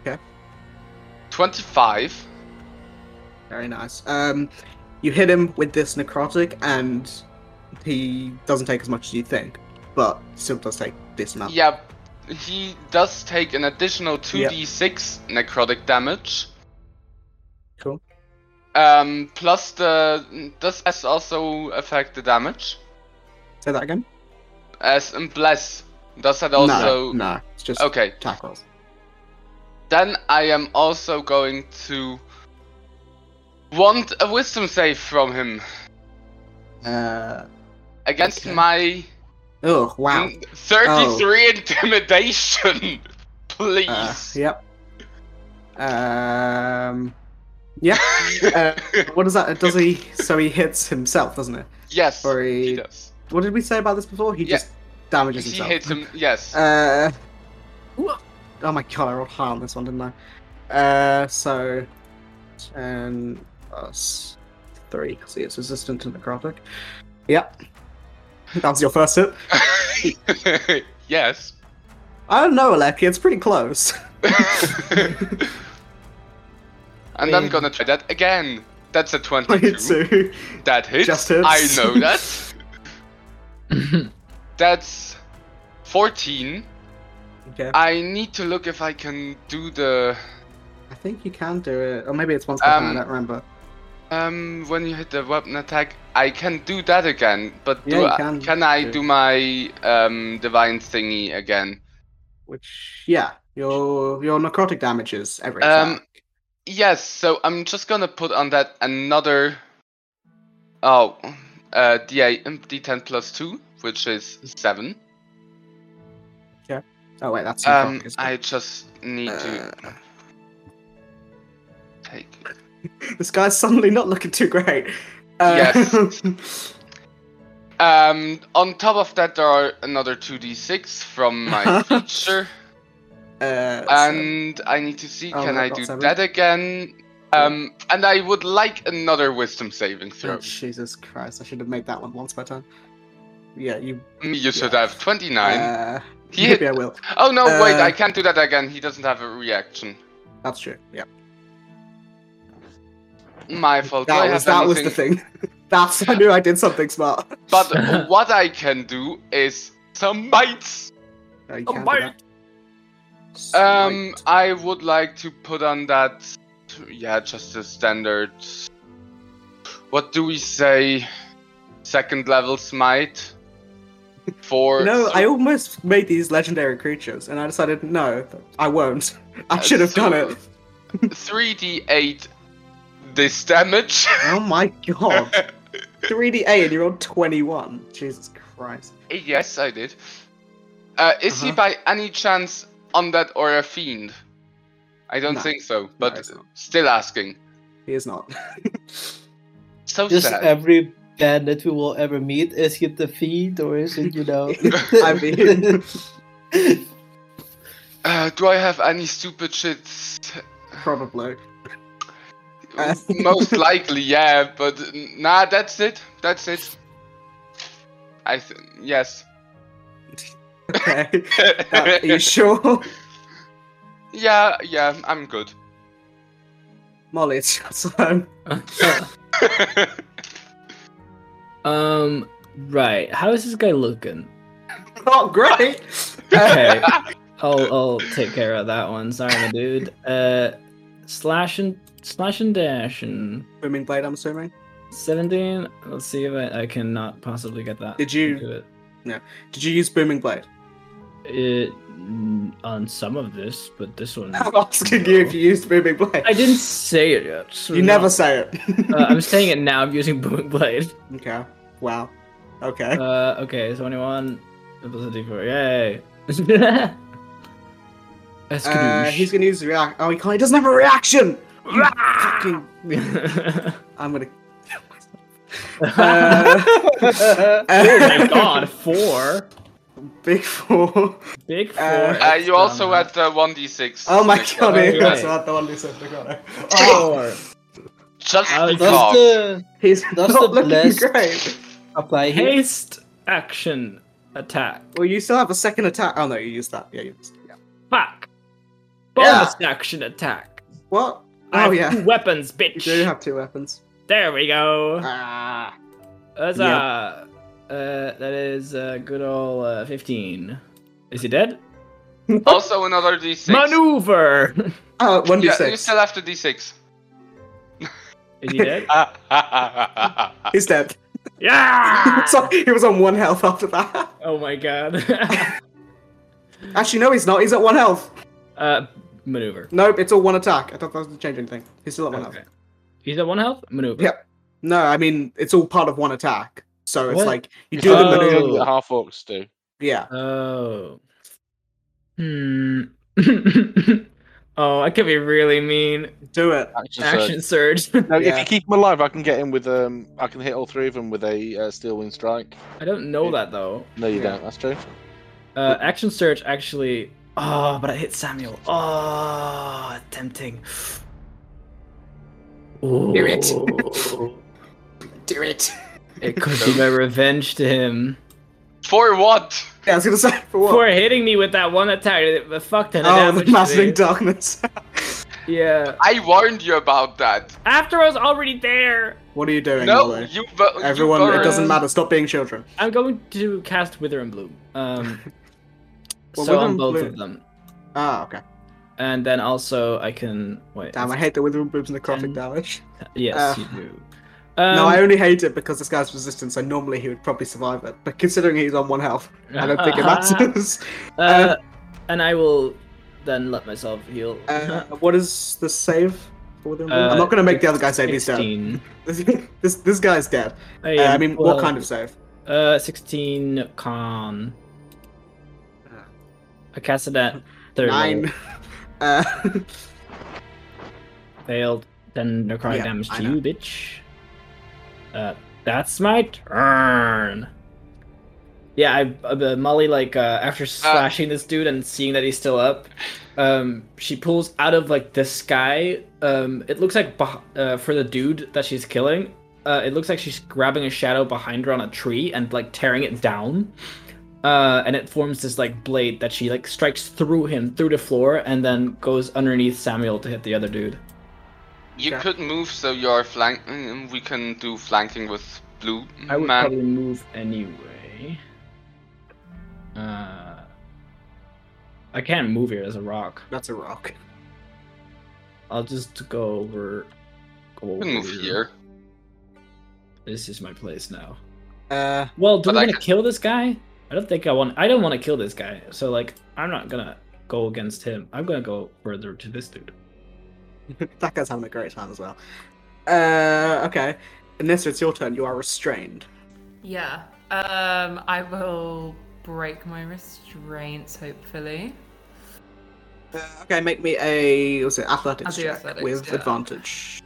S1: Okay.
S7: 25.
S1: Very nice. Um, you hit him with this necrotic, and he doesn't take as much as you think, but still does take this amount.
S7: Yeah, he does take an additional 2d6 necrotic damage.
S1: Cool.
S7: Um, plus the does S also affect the damage?
S1: Say that again.
S7: As and bless does that also?
S1: no, no, it's just
S7: Okay,
S1: attack rolls.
S7: then I am also going to want a wisdom save from him
S1: Uh,
S7: against
S1: Okay.
S7: my
S1: oh wow.
S7: n- 33 intimidation, please.
S1: Uh, yep. Um. Yeah. uh, what does that? Does he? So he hits himself, doesn't it?
S7: yes,
S1: Or
S7: he
S1: he?
S7: does.
S1: What did we say about this before? He
S7: Yeah.
S1: just damages
S7: He
S1: himself.
S7: hits him. Yes.
S1: Uh. Oh my god, I rolled high on this one, didn't I? Uh, so ten plus three because he is resistant to necrotic. Yep, that's your first hit.
S7: yes.
S1: I don't know, Aleki. It's pretty close.
S7: and I'm gonna try that again. That's a 22.
S1: Twenty-two.
S7: That hits.
S1: Just hits.
S7: I know that. That's 14.
S1: Okay. I...
S7: I need to look if I can do the.
S1: think you can do it, or maybe it's one step down,
S7: Um,
S1: I don't remember.
S7: Um, when you hit the weapon attack, I can do that again, but do
S1: Yeah, you
S7: I,
S1: can
S7: can, I
S1: do
S7: do
S1: it.
S7: my um divine thingy again?
S1: Which yeah, your your necrotic damage is every
S7: Um,
S1: attack.
S7: Yes, so I'm just gonna put on that another. Oh, uh, D8, um, D10 plus 2, which is 7.
S1: Oh wait, that's necrotic,
S7: Um,
S1: isn't
S7: I
S1: it?
S7: just need
S1: Uh,
S7: to. Take.
S1: This guy's suddenly not looking too great. Uh, yes.
S7: Um, on top of that, there are another 2d6 from my feature,
S1: uh, so-
S7: and I need to see
S1: Oh,
S7: can
S1: no,
S7: I
S1: not
S7: do
S1: seven.
S7: that again? Um, and I would like another wisdom saving
S1: Oh,
S7: throw.
S1: Jesus Christ, I should have made that one once by time. Yeah, you.
S7: Mm, You should
S1: yeah.
S7: have 29.
S1: Uh,
S7: He
S1: maybe I
S7: hit-
S1: will.
S7: oh no, wait,
S1: uh,
S7: I can't do that again. He doesn't have a reaction.
S1: That's true. Yeah.
S7: My fault. Do I
S1: That was,
S7: have
S1: that was the
S7: anything?
S1: thing. That's I knew I did something smart.
S7: But what I can do is some bites.
S1: No, you
S4: Oh,
S1: can't do
S4: my-
S1: that.
S7: Um,
S1: Smite.
S7: I would like to put on that. Yeah, just a standard. What do we say? Second level smite. For
S1: No,
S7: so-
S1: I almost made these legendary creatures, and I decided no, I won't. I should have done it.
S7: 3d8 this damage.
S1: Oh my god. 3d8 and you're on 21. Jesus Christ.
S7: yes, I did. Uh, is he
S1: Uh-huh.
S7: by any chance on that or a fiend? I don't
S1: No.
S7: think so, but
S1: he's not.
S7: still asking.
S1: He is not.
S7: So
S5: Just
S7: sad.
S5: every band that we will ever meet, is it the feed or is it, you know?
S1: I mean,
S7: Uh, do I have any stupid shit?
S1: probably. Uh.
S7: Most likely, yeah, but nah, that's it. That's it. I th- yes.
S1: Okay. Uh, are you sure?
S7: yeah, yeah, I'm good.
S1: Molly, it's your turn.
S7: Uh,
S10: Um, right. How is this guy looking?
S1: Not great. Uh,
S10: Okay. I'll I'll take care of that one. Sorry, my dude. Uh, slash and slash and dash and
S1: Booming blade, I'm assuming.
S10: seventeen. Let's see if I I cannot possibly get that.
S1: Did you-
S10: Do it.
S1: Did you use booming blade?
S10: It mm, on some of this, but this one.
S1: I'm asking you if you used booming blade.
S10: I didn't say it yet. so
S1: You
S10: no.
S1: never say it.
S10: Uh, I'm saying it now. I'm using booming blade.
S1: Okay. Wow. Okay.
S10: Uh, okay, so anyone plus a d4. Yay! Escadouche.
S1: Uh, he's gonna use react. Oh, he can't. He doesn't have a reaction. You fucking- I'm gonna. Uh,
S10: oh my god, four.
S1: Big four.
S10: Big four.
S1: Uh,
S7: Uh,
S10: extra
S7: you also
S10: man.
S7: had the 1d6.
S1: Oh my
S7: Nico.
S1: god, he
S10: Okay.
S1: also had the one who said Nagano. Oh,
S5: Or
S7: Just
S10: I
S5: does
S10: was-
S7: because.
S5: the
S1: he's
S5: That's
S1: not
S5: the
S1: looking
S5: blessed-
S1: great.
S5: apply here?
S10: Haste action attack.
S1: Well, you still have a second attack. Oh no, you used that. Yeah, you used yeah.
S10: Fuck.
S1: Yeah.
S10: Bonus action attack.
S1: What?
S10: I
S1: Oh
S10: have
S1: yeah,
S10: Two weapons,
S1: you
S10: bitch.
S1: do have two weapons.
S10: There we go.
S1: Ah,
S10: That's uh, uh, that is uh, good old uh, fifteen. Is he dead?
S7: Also another d6.
S10: Maneuver.
S1: oh, one d
S7: Yeah, you
S1: six.
S7: still have the d6.
S10: Is he dead?
S1: He's dead.
S10: yeah.
S1: Sorry, he was on one health after that.
S10: Oh my god.
S1: Actually, no, he's not. He's at one health.
S10: uh, maneuver.
S1: Nope, it's all one attack. I thought that doesn't change anything. He's still at one
S10: Okay.
S1: health.
S10: He's at one health. Maneuver.
S1: Yep. No, I mean it's all part of one attack. So it's
S5: What?
S1: like you do the
S10: Oh.
S1: maneuver.
S2: half orcs do.
S1: Yeah.
S10: Oh. Hmm. oh, I could be really mean.
S1: Do it.
S2: Action surge.
S10: Action surge.
S2: No, if
S1: Yeah.
S2: you keep him alive, I can get him with um. I can hit all three of them with a uh, steel wing strike.
S10: I don't know that though.
S2: No, you
S1: Yeah.
S2: don't. That's true.
S10: Uh, action surge actually Oh, but I hit Samuel. Oh, tempting.
S6: Do it.
S10: Ooh.
S6: Do it.
S10: it could be my revenge to him
S7: For what?
S1: Yeah, I was gonna say for what?
S10: for hitting me with that one attack. But fuck that
S1: oh,
S10: damage.
S1: the mastering
S10: dude.
S1: darkness.
S10: Yeah.
S7: I warned you about that.
S10: After I was already there,
S1: what are you doing,
S7: No,
S1: Ollie?
S7: you. bu- you
S1: Everyone, it
S7: burned.
S1: doesn't matter. Stop being children.
S10: I'm going to cast Wither and Bloom. Um,
S1: Well,
S10: so
S1: Wither
S10: on
S1: and
S10: both
S1: Bloom-
S10: of them,
S1: Ah, okay.
S10: and then also I can wait.
S1: Damn, I hate the withering boobs necrotic
S10: Ten.
S1: damage.
S10: Yes,
S1: uh,
S10: you do. Um,
S1: no, I only hate it because this guy's resistant, so normally he would probably survive it. But considering he's on one health, I don't think it matters.
S10: Uh, and I will then let myself heal.
S1: Uh, what is the save? for Withering Bloom? I'm not going to make the other guy save. He's dead.
S10: 16.
S1: this this guy's dead.
S10: I,
S1: Uh,
S10: am
S1: I mean,
S10: full
S1: what
S10: health.
S1: kind of save?
S10: Uh, 16 con. I casted that third. roll.
S1: Uh. Nine. Uh,
S10: Failed. Then necrotic
S1: Yeah,
S10: damage
S1: I
S10: to
S1: know.
S10: you, bitch. Uh, that's my turn. Yeah, I uh, Molly like uh, after slashing this dude and seeing that he's still up, um, she pulls out of like the sky. Um, it looks like beh- uh, for the dude that she's killing, uh, it looks like she's grabbing a shadow behind her on a tree and like tearing it down. Uh, and it forms this like blade that she like strikes through him through the floor and then goes underneath Samuel to hit the other dude.
S7: You
S1: Okay.
S7: could move, so you're flank. mm, We can do flanking with blue
S10: I would
S7: man.
S10: probably move anyway. Uh, I can't move here as a rock.
S1: that's a rock.
S10: I'll just go over. Go
S7: You
S10: over
S7: can move here.
S10: This is my place now.
S1: Uh,
S10: Well, do
S7: But
S10: we
S7: I
S10: want to
S7: can-
S10: kill this guy? I don't think I want. I don't want to kill this guy. So like, I'm not gonna go against him. I'm gonna go further to this dude.
S1: that guy's having a great time as well. Uh, okay. Anissa, it's your turn. You are restrained.
S4: Yeah. Um, I will break my restraints, hopefully.
S1: Uh, okay, make me a what's it, athletics
S4: I'll do
S1: check
S4: athletics,
S1: with
S4: yeah.
S1: advantage.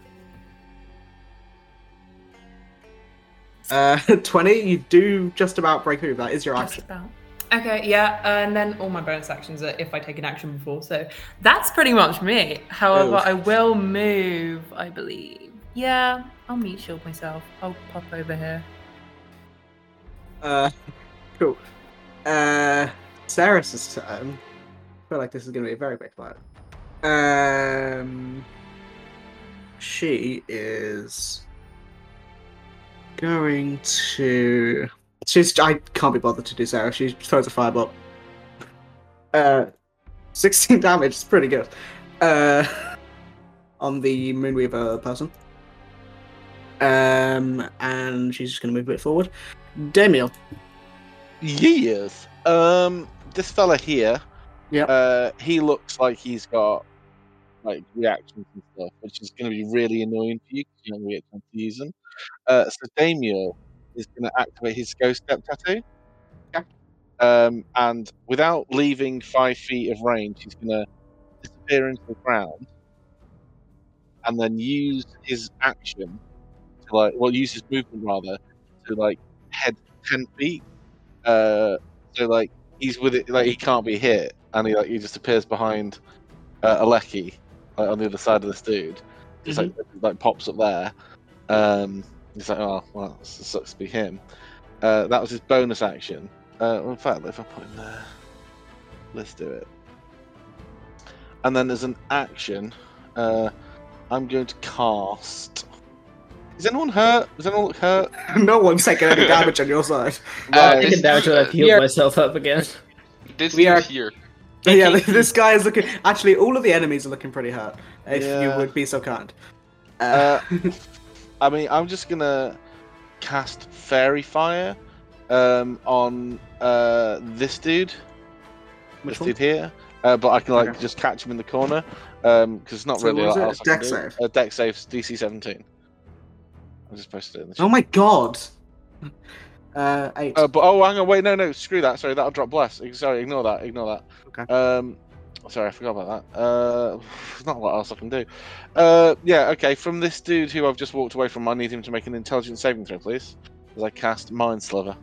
S1: Uh, twenty. You do just about break through. That is your
S4: Just
S1: action.
S4: about. Okay, yeah, and then all my bonus actions are if I take an action before, so that's pretty much me. However,
S1: Oof.
S4: I will move, I believe. Yeah, I'll meat shield myself. I'll pop over here.
S1: Uh, cool. Uh, Saris's turn. I feel like this is going to be a very big fight. Um, she is going to. She's. I can't be bothered to do Sarah. She throws a fireball. Uh, sixteen damage. It's pretty good. Uh, on the Moonweaver person. Um, and she's just going to move a bit forward. Demiel.
S2: Years. Um, this fella here.
S1: Yep.
S2: Uh, he looks like he's got like reactions and stuff, which is going to be really annoying for you because you don't get time to use them. Uh, so Damiel is going to activate his ghost step tattoo.
S1: Okay.
S2: Um, and without leaving five feet of range, he's going to disappear into the ground, and then use his action to like, well, use his movement rather to like head ten feet. Uh, so like he's with it, like he can't be hit, and he like he just appears behind uh, Aleki like, on the other side of this dude. Just like like pops up there. Um, he's like, oh well, that sucks to be him. Uh, that was his bonus action. Uh, well, in fact, if I put him there, let's do it. And then there's an action. Uh, I'm going to cast. Is anyone hurt? Does anyone look hurt?
S1: no one's taking any damage on your side.
S7: Uh,
S10: I
S7: this
S10: can damage when I
S7: dude,
S10: healed
S5: Yeah.
S10: myself up again.
S7: this
S1: We
S7: dude
S1: are-
S7: here.
S1: yeah, this guy is looking. Actually, all of the enemies are looking pretty hurt. If
S2: Yeah.
S1: you would be so kind. Uh,
S2: Uh, I mean, I'm just gonna cast Fairy Fire um, on uh, this dude,
S1: which
S2: this
S1: one?
S2: dude here. Uh, but I can like
S1: Okay.
S2: just catch him in the corner because it's not
S1: So
S2: really.
S1: what was
S2: a lot
S1: it?
S2: else I can
S1: Dex
S2: do.
S1: save?
S2: Uh, deck saves DC 17. I just posted it in the.
S1: Oh
S2: chat.
S1: my god. Uh, eight.
S2: Uh, but oh, hang on, wait, no, no, screw that. Sorry, that'll drop bless. Ig- Sorry, ignore that, ignore that.
S1: Okay.
S2: Um, sorry, I forgot about that. Uh, there's not a lot else I can do. Uh, yeah, okay. From this dude who I've just walked away from, I need him to make an intelligence saving throw, please. As I cast Mind Sliver.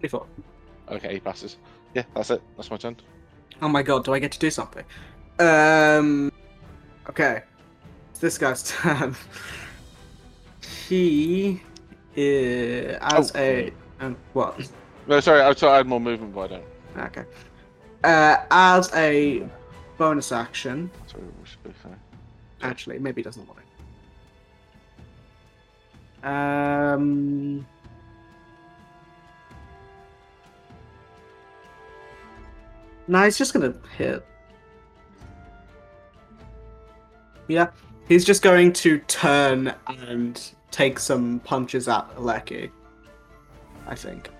S1: 24.
S2: Okay, he passes. Yeah, that's it. That's my turn.
S1: Oh my god, do I get to do something? Um. Okay. It's this guy's turn. he. Is, as
S2: Oh,
S1: a.
S2: great.
S1: Um, what?
S2: No, sorry, I thought I had more movement, but I don't.
S1: Okay. Uh, as a bonus action,
S2: Sorry, we should be fine.
S1: actually, maybe he doesn't want it. Um. Nah, he's just gonna hit. Yeah, he's just going to turn and take some punches at Lecky. I think.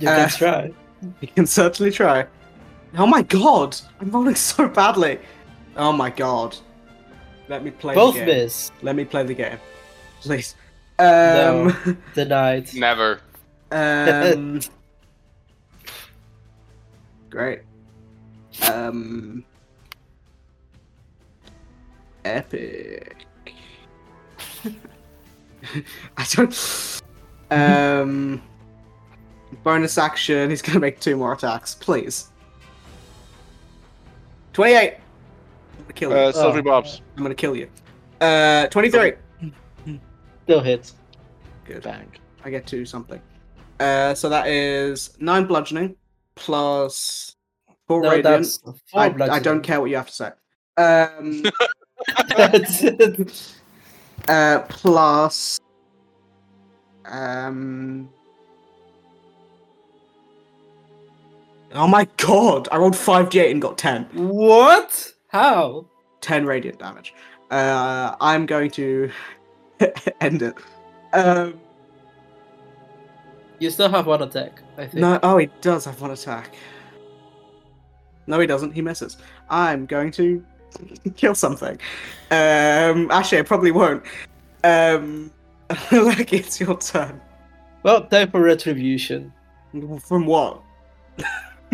S5: You
S1: Uh,
S5: can try.
S1: You can certainly try. Oh my god! I'm rolling so badly. Oh my god. Let me play
S5: Both
S1: the game.
S5: miss.
S1: Let me play the game. Please. Um,
S5: Denied.
S7: Never.
S1: um Great. Um Epic. I don't Um bonus action, he's gonna make two more attacks, please. Twenty-eight! I'm gonna kill you.
S2: Uh, Silvery Bobs.
S1: I'm gonna kill you. Uh twenty-three.
S5: Still hits.
S1: Good.
S2: Dang.
S1: I get to something. Uh, so that is nine bludgeoning plus four
S5: No,
S1: radiant.
S5: that's four
S1: I, I
S5: bludgeoning.
S1: don't care what you have to say. Um,
S5: That's it.
S1: uh, plus um. Oh my god! I rolled five d8 and got ten.
S5: What? How?
S1: 10 radiant damage. Uh, I'm going to end it. Um,
S5: You still have one attack, I think.
S1: No, oh, he does have one attack. No, he doesn't. He misses. I'm going to kill something. Um, actually, I probably won't. Um, like it's your turn.
S5: Well, time for retribution.
S1: From what?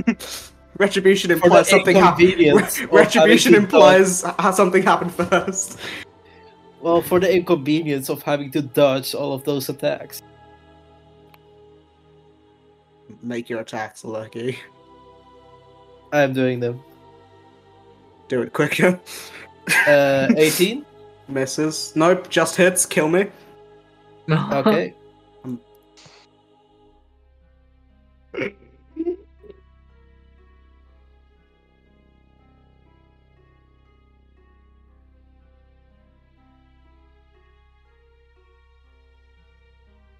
S1: Retribution
S5: For the
S1: implies something happened.
S5: inconvenience. of
S1: Retribution
S5: having to dodge-
S1: implies how something happened first.
S5: Well, for the inconvenience of having to dodge all of those attacks.
S1: Make your attacks, Lucky.
S5: I'm doing them.
S1: Do it quicker.
S5: Uh, 18.
S1: Misses. Nope, just hits. Kill me.
S5: Okay.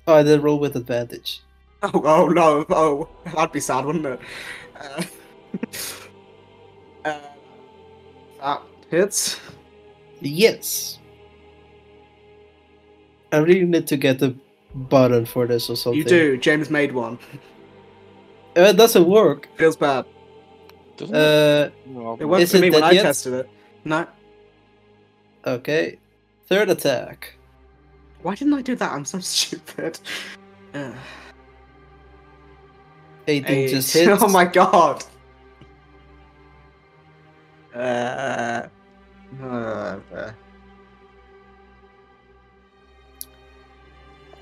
S5: Oh, I did roll with advantage.
S1: Oh, oh no! Oh, that'd be sad, wouldn't it? Uh, uh, that hits.
S5: Yes. I really need to get a button for this or something.
S1: You do. James made one.
S5: Uh, it doesn't work.
S1: Feels bad.
S2: Doesn't it?
S5: Uh,
S2: No,
S1: It worked
S5: Is
S1: for
S5: it
S1: me when
S5: dead
S1: I
S5: yet?
S1: tested it. No.
S5: okay. Third attack.
S1: Why didn't I do that? I'm so stupid. Uh,
S5: 18
S1: eight.
S5: just hits.
S1: Oh my god. Uh, uh,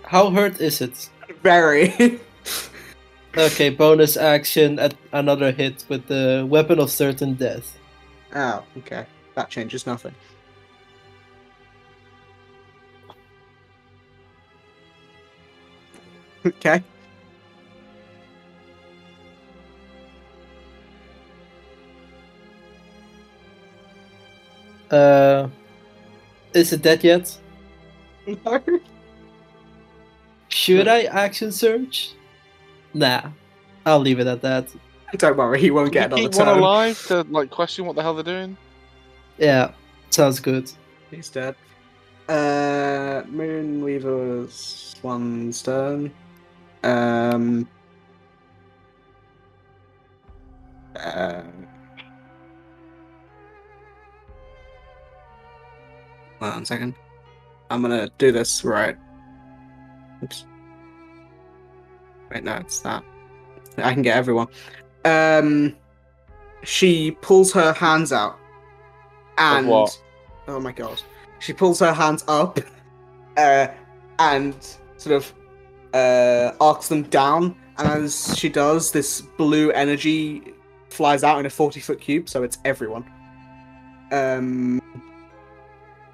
S5: How hurt is it?
S1: very.
S5: Okay, bonus action at another hit with the weapon of certain death.
S1: oh, okay. That changes nothing. Okay.
S5: Uh, is it dead yet?
S1: No.
S5: Should I action search? Nah, I'll leave it at that.
S1: Don't worry, he won't
S2: Can you
S1: get another
S2: keep one
S1: turn.
S2: alive to like question what the hell they're doing.
S5: Yeah, sounds good.
S1: He's dead. Uh, Moonweaver's one turn. Um. Uh, hold on a second. I'm gonna do this right. Oops. Wait, no, it's that. I can get everyone. Um, she pulls her hands out, and
S2: what?
S1: oh my god, she pulls her hands up, uh, and sort of uh, arcs them down. And as she does, this blue energy flies out in a 40 foot cube, so it's everyone. Um,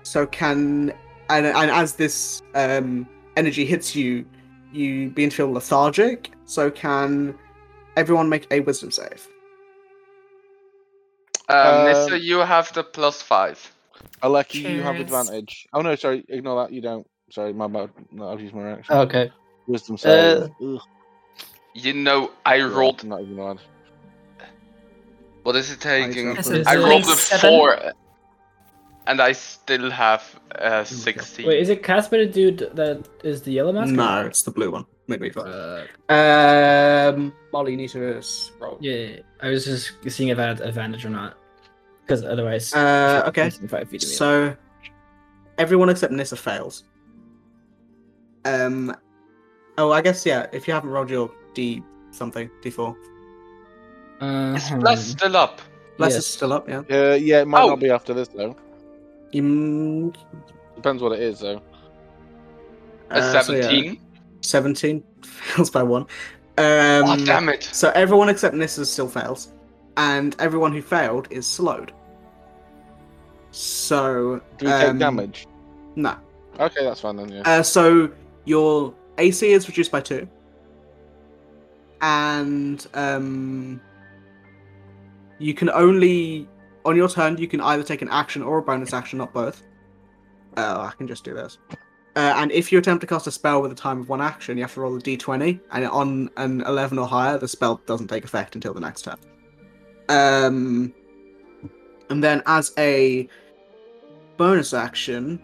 S1: so can and and as this um, energy hits you, you begin to feel lethargic. So can everyone make a wisdom save? Um,
S7: Uh, Nissa, you have the plus five.
S2: Aleki, you have
S4: Cheers.
S2: advantage. Oh no, sorry, ignore that. You don't. Sorry, my bad. No, I've used my reaction.
S5: Okay.
S2: Wisdom save.
S5: Uh,
S2: Ugh,
S7: You know, I
S2: yeah,
S7: rolled.
S2: Not even allowed.
S7: What is it taking?
S1: This
S4: is
S7: I rolled a
S4: Twenty-seven.
S7: four, and I still have uh, sixteen.
S10: Wait, is it Casper the dude that is the yellow mask?
S1: No, it's the blue one. Make me five.
S10: Uh,
S1: Um, Molly, you need to s- roll.
S10: yeah, I was just seeing if I had advantage or not, because otherwise.
S1: Uh, okay.
S10: he's Five feet of me.
S1: So everyone except Nissa fails. Um. Oh, I guess yeah. If you haven't rolled your D something D4,
S10: Uh,
S7: Is plus still up?
S1: bless
S10: Yes.
S1: is still up. Yeah.
S2: Uh, yeah, it might
S7: Oh.
S2: not be after this though.
S1: Mm,
S2: Depends what it is though.
S7: A
S1: uh, so yeah,
S7: seventeen.
S1: 17 fails by one. Um,
S7: oh damn it!
S1: So everyone except Nissa still fails, and everyone who failed is slowed. So
S2: Do we take
S1: um,
S2: damage?
S1: No.
S2: Okay, that's fine then. Yeah.
S1: Uh, so your AC is reduced by two, and um, you can only on your turn you can either take an action or a bonus action, not both. Oh, I can just do this. Uh, and if you attempt to cast a spell with a time of one action, you have to roll a d20, and on an 11 or higher, the spell doesn't take effect until the next turn. Um, and then as a bonus action,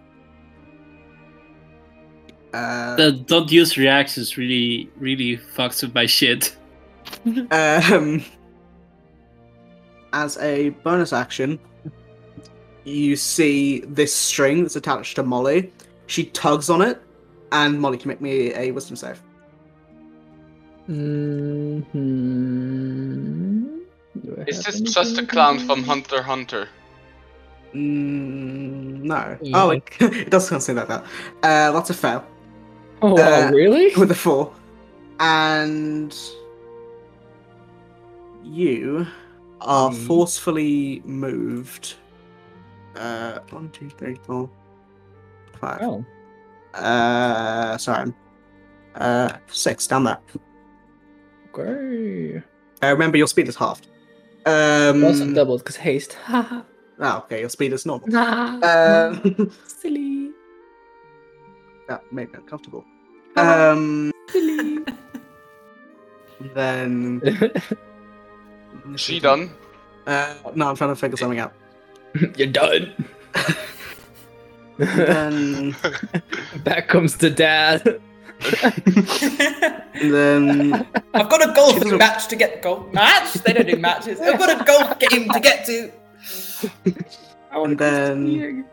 S1: uh,
S5: The don't use reactions really really fucks with my shit.
S1: Um, as a bonus action, you see this string that's attached to Molly. She tugs on it, and Molly can make me a wisdom save.
S10: Mm-hmm. hmm
S7: Is this just a clown from Hunter x Hunter?
S1: Mm, no. Oh, it, it does kind of seem like that. Uh, that's a fail
S10: Oh,
S1: Uh,
S10: really?
S1: with a four. And you are
S10: Hmm.
S1: forcefully moved. Uh, one, two, three, four, five.
S10: Oh,
S1: Uh, sorry. Uh, six down there.
S10: okay.
S1: Uh, remember, your speed is halved. Um,
S10: Also doubled because haste. Ha
S1: oh, okay, your speed is normal.
S10: ha.
S1: Um,
S10: Silly.
S1: that made me uncomfortable. Um, then
S7: She done?
S1: Uh, no, I'm trying to figure something out.
S10: You're done.
S1: Then,
S10: Back comes the dad.
S1: then,
S14: I've got a
S1: She
S14: golf
S1: doesn't-
S14: match to get golf match. They don't do matches. I've got a golf game to get to.
S1: and then.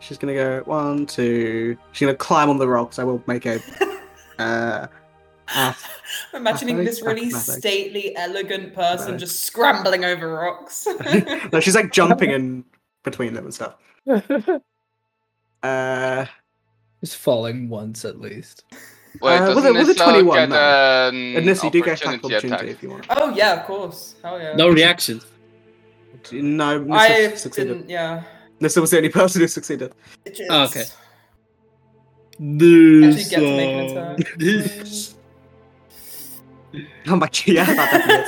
S1: She's gonna go one, two. She's gonna climb on the rocks. I will make a. Uh, ath-
S14: I'm imagining this really
S1: Mathematics.
S14: stately, elegant person
S1: Mathematics.
S14: just scrambling over rocks.
S1: no, she's like jumping in between them and stuff. Uh,
S10: Just falling once at least.
S7: Wait,
S1: Uh,
S7: doesn't
S1: with a- with a
S7: Nissa
S1: 21
S7: get
S1: though.
S7: an
S1: and Nissa, you do get attack
S7: Hmm, opportunity
S1: opportunity
S7: attack?
S1: if you want.
S14: oh yeah, of course. Hell yeah.
S5: No reactions.
S1: No, Nissa
S14: I
S1: succeeded.
S14: didn't. Yeah.
S1: Nissa was the only person who succeeded.
S14: It just-
S5: Oh, okay.
S14: Actually get to make an
S5: This-
S1: Oh my god, yeah. that definitely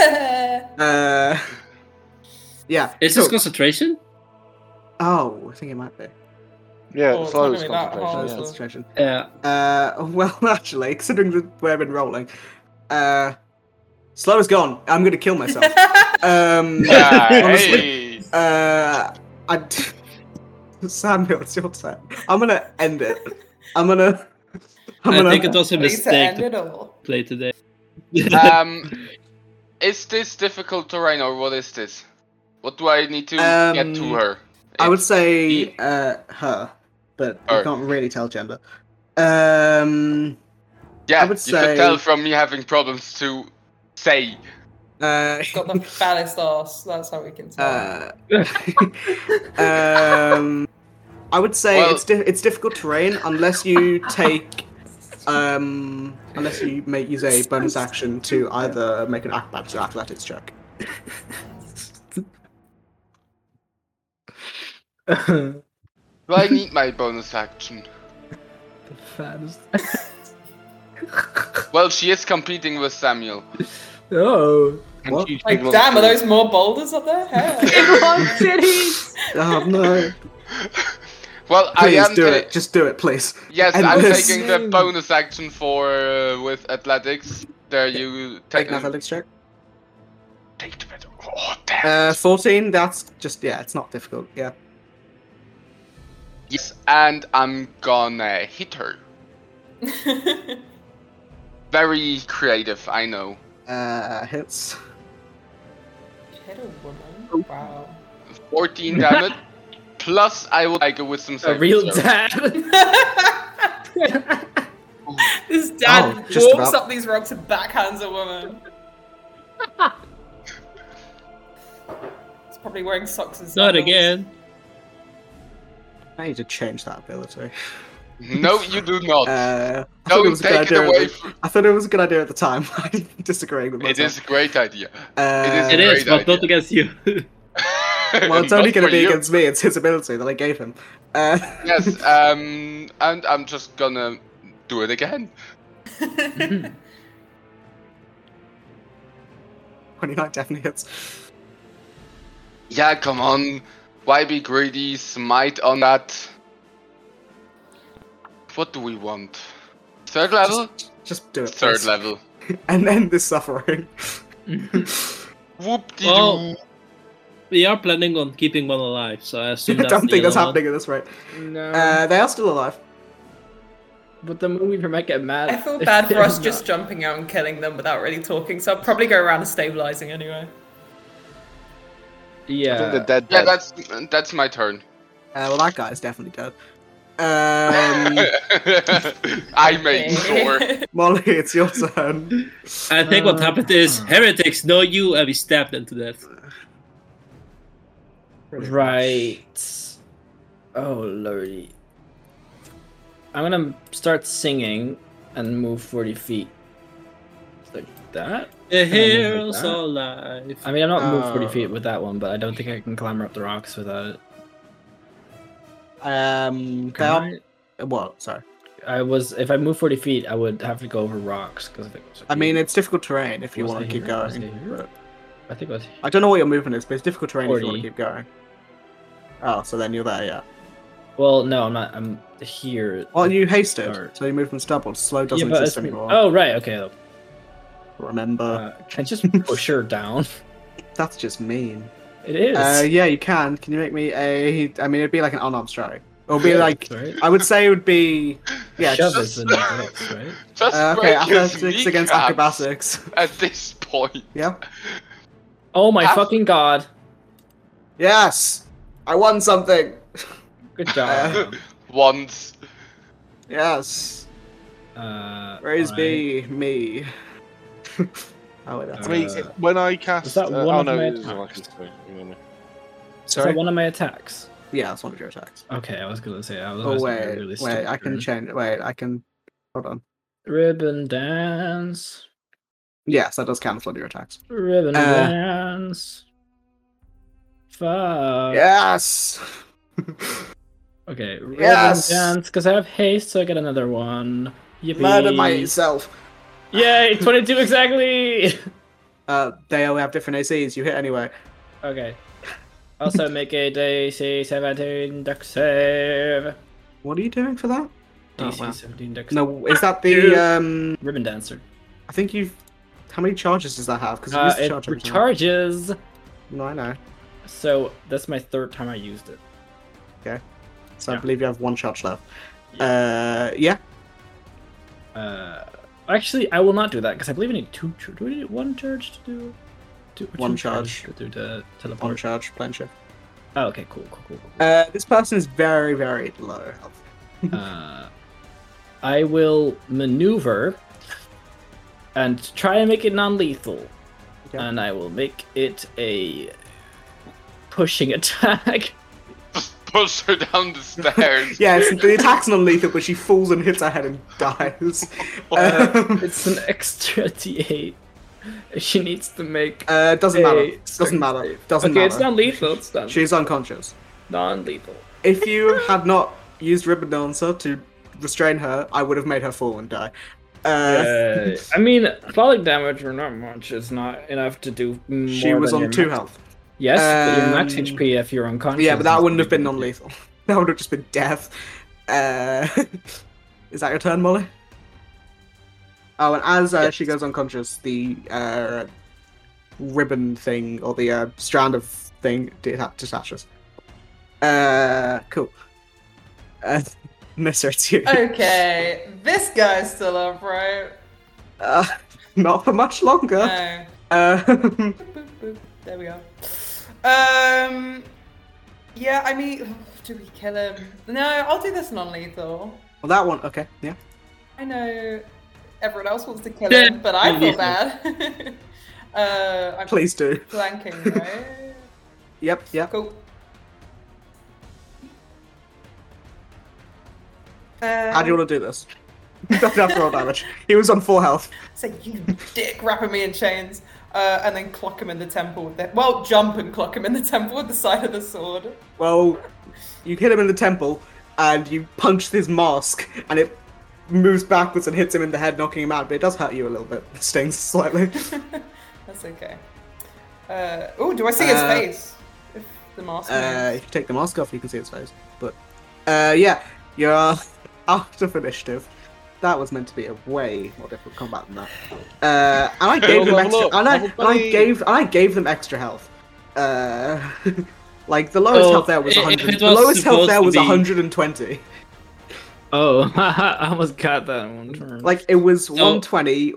S1: is. uh, yeah.
S5: Is this
S1: cool.
S5: concentration?
S1: Oh, I think it might be.
S2: Yeah,
S14: Oh,
S2: it's
S14: it's not
S2: always
S14: gonna be that
S2: concentration.
S14: hard.
S1: That's
S2: yeah.
S1: the situation.
S5: Yeah.
S1: Uh, well, actually, considering the way I've been rolling, uh, slow is gone. I'm gonna kill myself. um,
S7: Yeah,
S1: Honestly.
S7: hey.
S1: uh, I. D- Samuel, it's your turn. I'm gonna end it. I'm gonna. I'm
S5: i
S1: gonna.
S5: think it was a
S14: Lisa
S5: mistake to
S14: ended all.
S5: play today.
S7: um, is this difficult terrain or what is this? What do I need to get
S1: Um,
S7: to her?
S1: I would
S5: E.
S1: say uh, her, but you
S7: Her.
S5: Oh.
S1: can't really tell gender. Um,
S7: Yeah,
S1: I would
S7: you can
S1: say-
S7: tell from me having problems to say.
S1: uh,
S14: Got the ballast ass. That's how we can tell.
S1: uh, um, I would say
S7: Well-
S1: it's di- it's difficult terrain unless you take um, unless you make use a bonus action to either make an acrobatics or athletics check.
S7: Do I need my bonus action?
S10: The fattest.
S7: Well, she is competing with Samuel.
S10: oh. What?
S4: Like, damn, are those more boulders up there? Hell.
S1: Oh no!
S7: Well,
S1: Please
S7: I am.
S1: do
S7: ta-
S1: it. Just do it, please.
S7: Yes,
S1: End
S7: I'm
S1: this.
S7: taking the bonus action for uh, with athletics. There you
S1: Take
S7: take
S1: an
S7: the
S1: athletics check.
S7: take the medal. Oh damn!
S1: Uh, fourteen. That's just yeah. It's not difficult. Yeah.
S7: Yes, and I'm gonna hit her. Very creative, I know.
S1: Uh, hits.
S4: Hit a woman. Wow.
S7: 14 damage. Plus, I would like a wisdom
S10: A
S7: save.
S10: real
S7: so-
S10: dad.
S4: this dad
S1: Oh,
S4: walks
S1: just about.
S4: up these rocks and backhands a woman. He's probably wearing socks and
S5: Not
S4: sandals.
S5: again.
S1: I need to change that ability.
S7: No, you do not.
S1: Uh, I thought it
S7: Don't
S1: was a good
S7: take
S1: idea.
S7: it
S1: at
S7: away.
S1: the-
S7: From...
S1: I thought it was a good idea at the time. I'm disagreeing with
S7: It
S1: myself.
S7: is a great idea.
S1: Uh,
S5: It is,
S7: Great
S5: but
S7: idea.
S5: not against you.
S1: Well, it's only
S7: Not
S1: going
S7: for
S1: to be
S7: you.
S1: against me. It's his ability that I gave him. Uh,
S7: Yes, um, and I'm just gonna do it again.
S1: Twenty-nine definitely hits.
S7: Yeah, come on. Why be greedy? Smite on that. What do we want? Third level?
S1: Just, just do it.
S7: Third
S1: please.
S7: level.
S1: And end this suffering.
S7: Whoop de doo.
S5: Well, we are planning on keeping one alive, so I
S1: I
S5: assume that's
S1: don't
S5: the
S1: think that's
S5: yellow one.
S1: happening at this rate.
S10: no.
S1: Uh, they are still alive.
S10: but the moonweaver might get mad.
S4: I feel
S10: if
S4: bad for
S10: they're
S4: us
S10: not.
S4: just jumping out and killing them without really talking, so I'll probably go around and stabilizing anyway.
S2: I think
S10: Yeah.
S2: the dead.
S7: Yeah,
S2: dead.
S7: that's that's my turn.
S1: Uh, well, that guy is definitely dead. Um,
S7: I made sure.
S1: Molly, it's your turn.
S5: I think what happened is heretics know you, and we stabbed them to death.
S3: Right. Oh lordy. I'm gonna start singing and move 40 feet. Like that?
S5: The
S3: Can I move like
S5: heroes
S3: that?
S5: alive.
S3: I mean, I'm not moved 40
S1: Oh.
S3: feet with that one, but I don't think I can clamber up the rocks without it.
S1: Um, they
S3: Can
S1: are. Well, sorry.
S3: I? I was, if I move 40 feet, I would have to go over rocks because I think. it was
S1: I mean,
S3: here.
S1: it's difficult terrain if you
S3: Was
S1: want
S3: it
S1: to keep
S3: here? Was
S1: going.
S3: it here?
S1: but-
S3: I think it was.
S1: I don't know what your movement is, but it's difficult terrain if you want
S3: 40.
S1: to keep going. Oh, so then you're there, yeah.
S3: Well, no, I'm not. I'm here.
S1: Well, you hasted,
S3: Start.
S1: so your movement's doubled. Slow
S3: Oh, Yeah,
S1: doesn't
S3: but
S1: exist
S3: it's-
S1: anymore.
S3: Oh, right. Okay.
S1: Remember,
S3: Uh, can I just push her down?
S1: that's just mean.
S3: It is.
S1: Uh, yeah, you can. Can you make me a? I mean, it'd be like an unarmed strike. It'll be like.
S3: Right?
S1: I would say it would be. Yeah.
S3: Shove
S1: just-
S3: is in the box, right?
S7: Just
S1: uh, okay,
S7: break his
S1: athletics against
S7: kneecaps
S1: acrobatics.
S7: At this point,
S1: yeah.
S3: Oh my
S7: Ah.
S3: fucking god.
S1: Yes. I won something.
S3: Good job.
S7: once.
S1: Yes.
S3: Uh,
S1: Praise
S3: alright.
S1: be me. oh wait, that's
S2: I mean,
S3: Uh,
S2: when I cast,
S3: that
S2: uh,
S3: one
S2: oh
S3: of
S2: no,
S3: my
S2: it isn't like
S3: attacks?
S2: it's doing- hang on.
S3: Is
S1: sorry.
S3: that one of my attacks?
S1: Yeah, that's one of your attacks.
S3: Okay, I was gonna say I was.
S1: Oh
S3: gonna say
S1: wait,
S3: really
S1: wait, I can
S3: stupid.
S1: change. Wait, I can. Hold on.
S3: ribbon dance,
S1: Yes, that does count as one of your attacks.
S3: ribbon
S1: Uh.
S3: dance. Fuck.
S1: yes.
S3: Okay, ribbon
S1: Yes!
S3: dance because I have haste, so I get another one. Yippee!
S1: Murder myself.
S3: Yay! Twenty-two exactly.
S1: Uh, they all have different ACs. You hit anyway.
S3: okay. Also make a DC seventeen duck save.
S1: What are you doing for that? Oh,
S3: DC
S1: wow.
S3: seventeen duck save.
S1: No, is that the um?
S3: Ribbon dancer.
S1: I think you've. How many charges does that have? Because
S3: Uh, it
S1: charge every time.
S3: recharges.
S1: No, I know.
S3: So that's my third time I used it.
S1: So I
S3: Yeah.
S1: believe you have one charge left. Uh, yeah.
S3: Uh, actually, I will not do that because I believe I need two. char- Do we need one charge to do? Two, or
S1: One
S3: two charges
S1: charge.
S3: to do the teleport.
S1: One charge, plan shift.
S3: Oh, okay, cool, cool, cool. cool.
S1: Uh, this person is very, very low health.
S3: uh, I will maneuver and try and make it non-lethal,
S1: Okay.
S3: and I will make it a pushing attack.
S7: Just push her down the stairs.
S1: Yes, the attack's non-lethal, but she falls and hits her head and dies. Um,
S3: it's an extra D8. She needs to make.
S1: uh, doesn't matter.
S3: a
S1: Doesn't
S3: strength
S1: matter.
S3: save.
S1: Doesn't
S3: okay,
S1: matter.
S3: it's not lethal. It's not.
S1: She's unconscious.
S10: Non-lethal.
S1: If you had not used Ribbon Dancer to restrain her, I would have made her fall and die. Uh,
S10: Uh, I mean, falling damage or not much is not enough to do. More
S1: she was
S10: than
S1: on
S10: your
S1: two
S10: max-
S1: health.
S10: Yes, but your max
S1: Um,
S10: HP if you're unconscious.
S1: yeah, but that
S10: is
S1: wouldn't have
S10: pretty
S1: been
S10: good.
S1: non-lethal. That would have just been death. Uh, is that your turn, Molly? Oh, and as uh, she goes unconscious, the uh, ribbon thing or the uh, strand of thing deta- detaches. Uh, cool. Uh, Mister, it's you.
S4: Oh.
S14: Okay, this guy's still up, right?
S1: Uh, not for much longer.
S14: No.
S1: Uh,
S14: Boop, boop. There we are. Um, yeah, I mean, do we kill him? No, I'll do this non-lethal.
S1: Well, that one, okay, yeah.
S14: I know everyone else wants to kill
S1: Yeah,
S14: him, but I feel
S1: non-lethal.
S14: bad. uh, I'm
S1: Please do.
S14: Blanking, right?
S1: Yep, yep.
S14: Cool. Uh,
S1: How do you want to do this? Don't have to roll damage. He was on four health.
S14: Say Um, you dick, wrapping me in chains, uh, and then clock him in the temple with the well, jump and clock him in the temple with the side of the sword.
S1: Well, you hit him in the temple, and you punch his mask, and it moves backwards and hits him in the head, knocking him out. But it does hurt you a little bit. It stings slightly.
S14: That's okay. Uh, oh, do I see his
S1: Uh,
S14: face? If the mask.
S1: Uh,
S14: moves.
S1: if you take the mask off, you can see his face. But uh, yeah, you're out of initiative. That was meant to be a way more difficult combat than that. Uh, and I gave them
S2: Level
S1: extra.
S2: up,
S1: And I, and I
S2: everybody.
S1: gave and I gave them extra health. Uh, like the lowest
S5: Oh,
S1: health there was
S5: i- if
S1: 100.
S5: it
S1: the
S5: was
S1: lowest health
S5: supposed
S1: there
S5: to
S1: was
S5: be-
S1: 120.
S5: Oh, I almost got that in one turn.
S1: Like it was
S5: No.
S1: 120,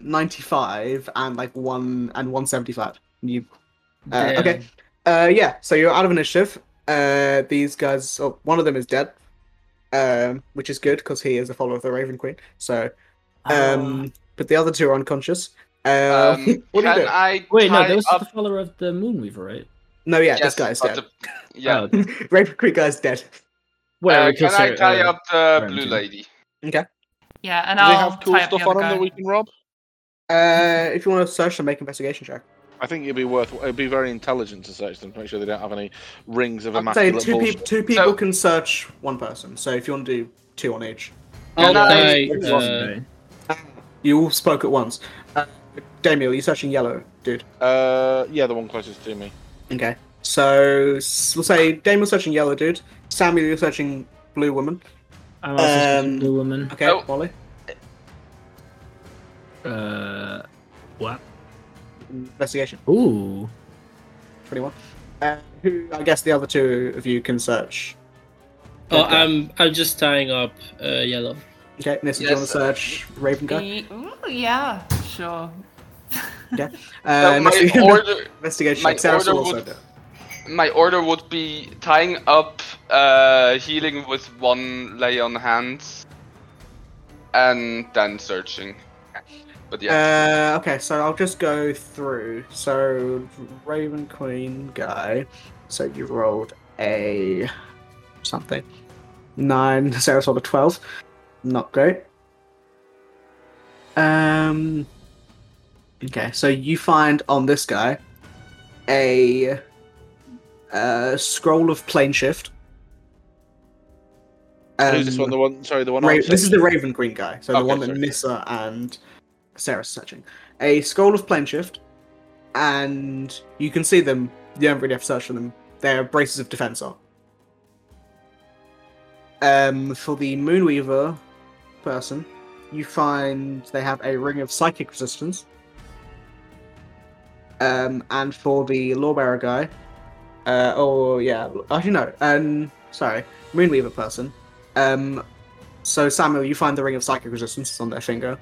S1: 195, and like one and 175. You, uh,
S5: Damn.
S1: okay, uh, yeah. So you're out of initiative. Uh, these guys, oh, one of them is dead, um, which is good because he is a follower of the Raven Queen. So, um, but the other two are unconscious. Uh,
S7: Oh. Um,
S1: what do you
S7: can
S1: do?
S7: I
S10: Wait, no,
S7: tie
S10: that was
S7: up-
S10: the follower of the Moonweaver, right?
S1: No, yeah,
S7: yes,
S1: this guy's
S7: of
S1: dead.
S7: the- yeah.
S10: Oh,
S1: Raven Queen guy's dead.
S10: whatever,
S7: Uh, can I
S10: consider-
S7: tie
S10: uh,
S7: up the blue
S10: quarantine.
S7: lady?
S1: Okay.
S4: Yeah, and
S2: Do they
S4: I'll
S2: have cool
S4: tie up the
S2: stuff on
S4: other
S2: them
S4: guy.
S2: that we can rob?
S1: Uh, if you want to search them, make investigation check.
S2: I think it'd be worth. It'd be very intelligent to search them to make sure they don't have any rings of
S1: I'd say
S2: immaculate
S1: two
S2: bullshit.
S1: people. Two people can search one person. So if you want to do two on each.
S5: I'll
S7: Can I-
S5: die, uh,
S1: You all spoke at once. Uh, Damien, are you searching yellow, dude?
S2: Uh, yeah, the one closest to me.
S1: Okay. So s- we'll say Damiel's searching yellow, dude. Samuel, you're searching blue woman.
S10: I'm also searching
S1: Um,
S10: blue woman.
S1: Okay,
S7: Oh.
S1: Molly.
S10: Uh, what?
S1: Investigation
S10: Ooh,
S1: twenty-one. Uh, who? I guess the other two of you can search.
S5: oh, I'm I'm just tying up uh, yellow.
S1: Okay, Nissa, do you
S7: Yes,
S1: want to search Raven guy?
S4: Ye- ooh, yeah, sure.
S1: Yeah.
S7: No,
S1: Uh,
S7: my
S1: investi-
S7: order,
S1: investigation.
S7: my
S1: check. Sarah's
S7: order
S1: also
S7: would-
S1: there.
S7: my order would be tying up, uh, healing with one lay on hands, and then searching. But yeah,
S1: Uh, okay, so I'll just go through. So Raven Queen guy. So you rolled a something. Nine. Sarah's rolled a twelve. Not great. Um. Okay, so you find on this guy a uh, scroll of plane shift.
S2: Who's this
S1: Um,
S2: one? The one. Sorry, the one.
S1: Ra-
S2: I'm
S1: this is the
S2: searching?
S1: Raven Green guy, so the
S2: Okay,
S1: one that
S2: sorry.
S1: Nissa and Sarah's searching. A scroll of plane shift, and you can see them. You don't really have to search for them. Their braces of defense are. Um, for the Moonweaver person, you find they have a ring of psychic resistance. Um, and for the Lawbearer guy, uh, or yeah, actually no, um, sorry, Moonweaver person, um, so Samuel, you find the ring of psychic resistance is on their finger.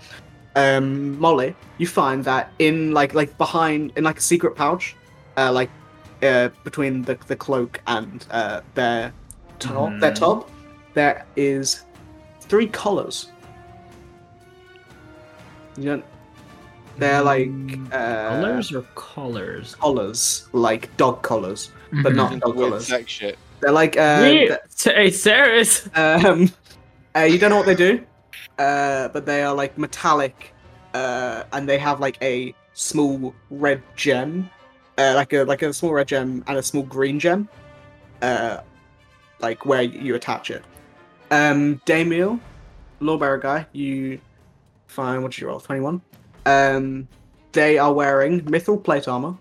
S1: Um, Molly, you find that in like like behind in like a secret pouch, uh, like uh, between the the cloak and uh, their top, their top, there is three collars. You don't. They're like uh,
S10: collars or collars?
S1: collars, like dog collars,
S10: Mm-hmm.
S1: but not
S2: Into
S1: dog
S2: weird
S1: collars.
S2: sex shit.
S1: They're like uh,
S10: Yeah.
S1: th-
S10: Hey, Sarah's.
S1: um, uh, you don't know what they do, uh, but they are like metallic, uh, and they have like a small red gem, uh, like a like a small red gem and a small green gem, uh, like where you attach it. Um, Damiel, Lawbearer guy, you find what did you roll? Twenty one. Um, they are wearing mithril plate armor.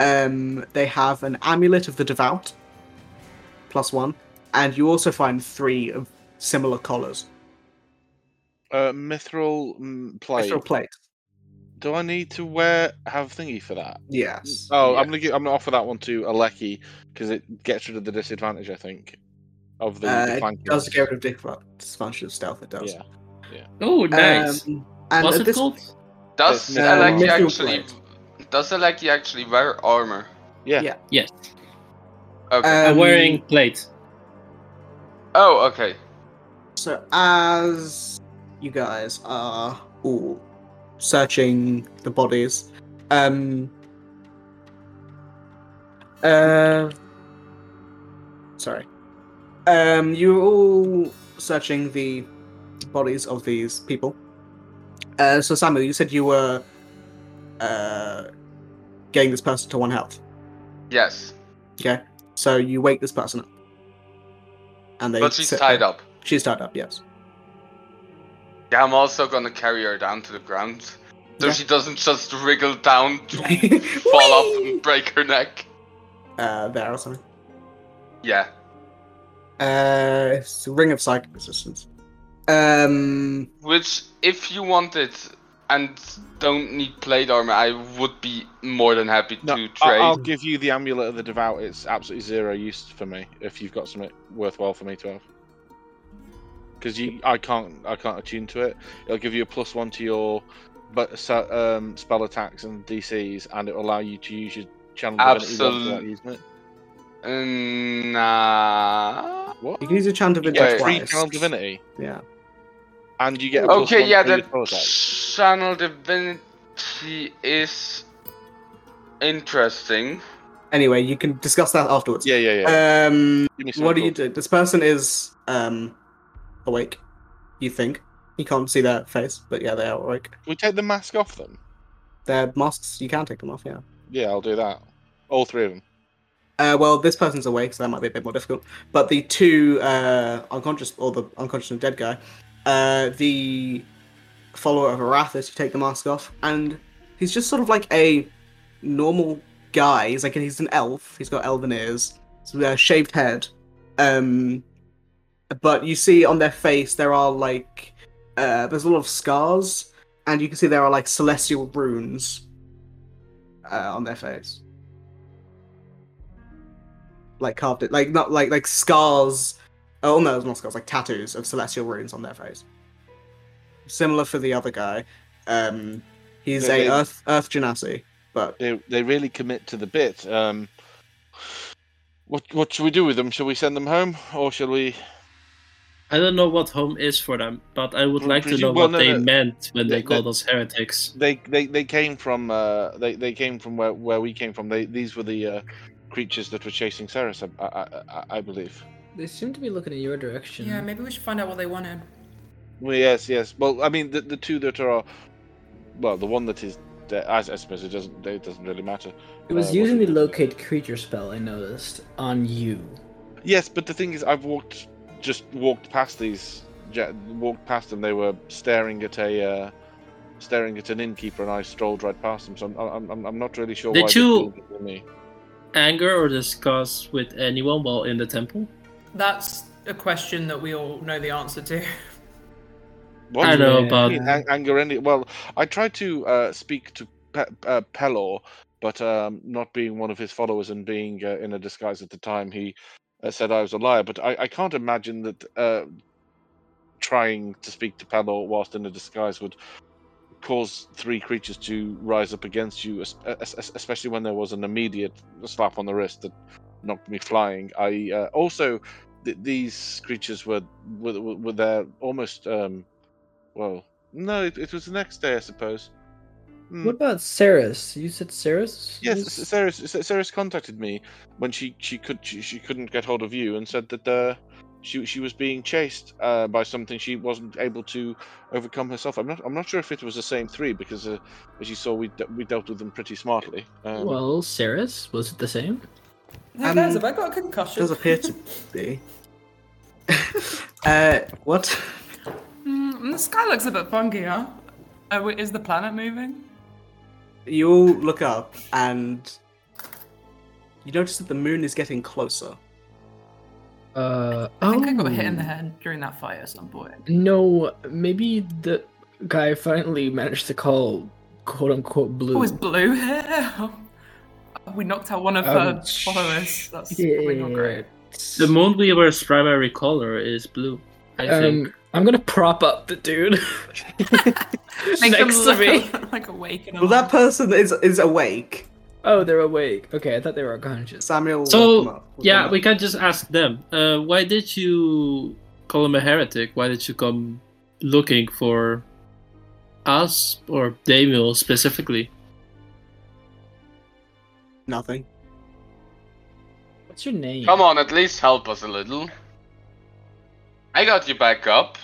S1: Um, they have an amulet of the devout, plus one, and you also find three of similar collars.
S2: Uh, mithril mm, plate.
S1: Mithril plate.
S2: Do I need to wear have thingy for that?
S1: Yes.
S2: Oh, I'm gonna gi- I'm gonna offer that one to Aleki because it gets rid of the disadvantage. I think of the,
S1: Uh,
S2: the flanking.
S1: it does get rid of dick disadvantage of stealth. It does.
S2: Yeah. Yeah.
S5: Oh, nice.
S1: Um, and
S5: What's
S1: at
S5: it
S1: this-
S5: called?
S7: Does
S1: Uh,
S7: Aleki
S1: mithril
S7: actually
S1: plate.
S7: does Aleki actually wear armor?
S2: Yeah.
S1: Yeah.
S5: Yes.
S7: Okay.
S5: I'm
S1: Um,
S5: wearing plates.
S7: oh, okay.
S1: So as you guys are all searching the bodies, um, uh, sorry, um, you're all searching the bodies of these people. Uh, so Samuel, you said you were uh, getting this person to one health.
S7: Yes,
S1: Okay, so you wake this person up, and they
S7: but she's
S1: sit
S7: tied
S1: there.
S7: up.
S1: She's tied up. Yes.
S7: Yeah, I'm also gonna carry her down to the ground, so
S1: Yeah.
S7: she doesn't just wriggle down, to fall off, and break her neck.
S1: uh, there or something.
S7: Yeah.
S1: Uh, it's a ring of psychic resistance. Um,
S7: Which, if you want it and don't need plate armor, I would be more than happy
S2: No,
S7: to
S2: I-
S7: trade.
S2: I'll give you the amulet of the devout. It's absolutely zero use for me if you've got something worthwhile for me to have. Because you, I can't, I can't attune to it. It'll give you a plus one to your, but sa- um, spell attacks and DCs, and it'll allow you to use your channel divinity once without
S7: Absolute-
S2: using it.
S7: Mm, Nah.
S2: What?
S1: you can use your chant
S2: You
S1: divinity
S2: get free
S1: twice.
S2: channel divinity,
S1: Yeah.
S2: and you get a plus
S7: Okay,
S2: one
S7: yeah,
S2: to your
S7: then
S2: spell attack.
S7: channel divinity is interesting.
S1: Anyway, you can discuss that afterwards.
S2: Yeah, yeah, yeah.
S1: Um,
S2: Give me some
S1: what do you
S2: cool-
S1: do? This person is um awake. You think you can't see their face, but yeah, they are awake.
S2: We take the mask off them.
S1: Their masks, you can take them off. Yeah.
S2: Yeah, I'll do that. All three of them.
S1: Uh, well, this person's awake, so that might be a bit more difficult. But the two uh, unconscious, or the unconscious and dead guy, uh, the follower of Arathis, you take the mask off, and he's just sort of like a normal guy. He's like he's an elf. He's got elven ears, he's got a shaved head. Um, but you see on their face there are like uh, there's a lot of scars, and you can see there are like celestial runes uh, on their face like carved it, like not like like scars. Oh no, not scars, like tattoos of celestial runes on their face. Similar for the other guy. Um, he's
S2: Yeah,
S1: a
S2: they-
S1: Earth Earth Genasi, but
S2: they they really commit to the bit. Um, what what should we do with them? Shall we send them home, or shall we?
S5: I don't know what home is for them, but I would
S2: Well,
S5: like to
S2: presu-
S5: know
S2: Oh, well,
S5: what
S2: no,
S5: they
S2: no.
S5: meant when they
S2: They-
S5: called
S2: they-
S5: us heretics.
S2: They they, they came from uh, they they came from where, where we came from. They these were the uh, creatures that were chasing Ceres, I, I, I, I believe.
S3: They seem to be looking in your direction.
S4: Yeah, maybe we should find out what they wanted.
S2: Well, yes, yes. Well, I mean the, the two that are, well, the one that is, dead, I, I suppose it doesn't it doesn't really matter.
S3: It was
S2: Uh, what
S3: using
S2: do
S3: the
S2: you do?
S3: locate creature spell I noticed on you.
S2: Yes, but the thing is, I've walked just walked past these, ja- walked past them. They were staring at a, uh, staring at an innkeeper, and I strolled right past them. So I'm, I'm, I'm, I'm not really sure.
S5: Did
S2: why they
S5: you-
S2: did it to me.
S5: Anger or disgust with anyone while in the temple?
S4: That's a question that we all know the answer to.
S2: What?
S5: I know,
S2: Yeah.
S5: but
S2: Ang- anger. Any? Well, I tried to uh, speak to Pe- uh, Pelor, but um, not being one of his followers and being uh, in a disguise at the time, he uh, said I was a liar. But I, I can't imagine that uh, trying to speak to Pelor whilst in a disguise would cause three creatures to rise up against you, es- es- es- especially when there was an immediate slap on the wrist that knocked me flying. I uh, also. th- These creatures were were, were were there almost um, well, no, it, it was the next day, I suppose. Hmm.
S3: What about Ceres? You said Ceres?
S2: Yes,
S3: was-
S2: Ceres, Ceres contacted me when she she could she, she couldn't get hold of you and said that uh, she she was being chased uh, by something she wasn't able to overcome herself. I'm not I'm not sure if it was the same three because uh, as you saw we de- we dealt with them pretty smartly. Um,
S5: well, Ceres was it the same?
S14: Hey
S1: Um,
S14: guys, have I got a concussion?
S1: does appear to be. uh, what?
S4: Mm, the sky looks a bit funky, huh? Uh, wait, is the planet moving?
S1: You all look up and you notice that the moon is getting closer.
S10: Uh,
S4: I think I got hit in the
S10: oh.
S4: head during that fight at some point.
S10: No, maybe the guy finally managed to call quote unquote blue.
S4: Oh, is Blue here? We knocked out one of
S1: Um,
S4: her followers. That's probably not great.
S5: The Moonweaver's primary color is blue. I think.
S10: Um, I'm gonna prop up the dude.
S4: Make them
S10: Next to
S4: look
S10: me.
S4: a- like awake and
S1: Well, that
S4: alive.
S1: person is is awake.
S10: Oh, they're awake. Okay, I thought they were unconscious.
S1: Samuel. woke him
S5: So
S1: up.
S5: yeah, we can just ask them. Uh, why did you call him a heretic? Why did you come looking for us or Damiel specifically?
S1: Nothing.
S10: What's your name?
S7: Come on, at least help us a little. I got you back up.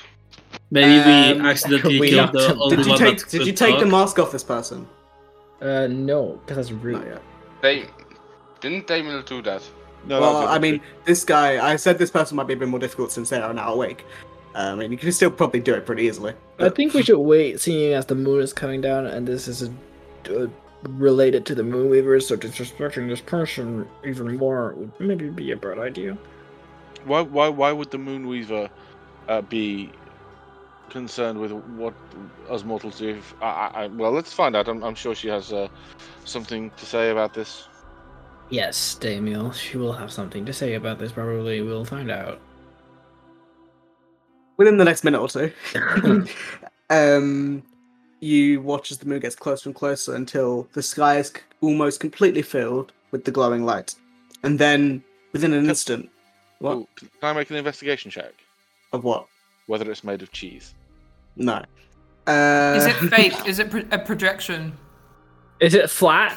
S5: Maybe
S10: Um,
S5: we accidentally
S10: we
S5: killed Oh, the
S10: don't-
S5: only
S1: Did you
S5: one that
S1: take Did
S5: could
S1: you take the
S5: talk.
S1: mask off this person?
S10: Uh, no, because that's rude.
S1: Not yet.
S7: They didn't Damil do that.
S2: No, that
S1: well,
S2: was
S1: I mean, this guy. I said this person might be a bit more difficult since they are now awake. Uh, I mean, you can still probably do it pretty easily.
S10: I think we should wait, seeing as the moon is coming down, and this is a, uh related to the moon weaver, so disrespecting this person even more would maybe be a bad idea.
S2: Why, why, why would the Moonweaver uh, be concerned with what us mortals do? If, I, I, I, well, let's find out. I'm, I'm sure she has uh, something to say about this.
S10: Yes, Damiel, she will have something to say about this. Probably, we'll find out.
S1: within the next minute or two. um, you watch as the moon gets closer and closer until the sky is c- almost completely filled with the glowing light, and then within an instant, what
S2: Ooh, can I make an investigation check?
S1: of what?
S2: Whether it's made of cheese.
S1: No. Uh,
S4: Is it fake? Is it pro- a projection?
S10: Is it flat?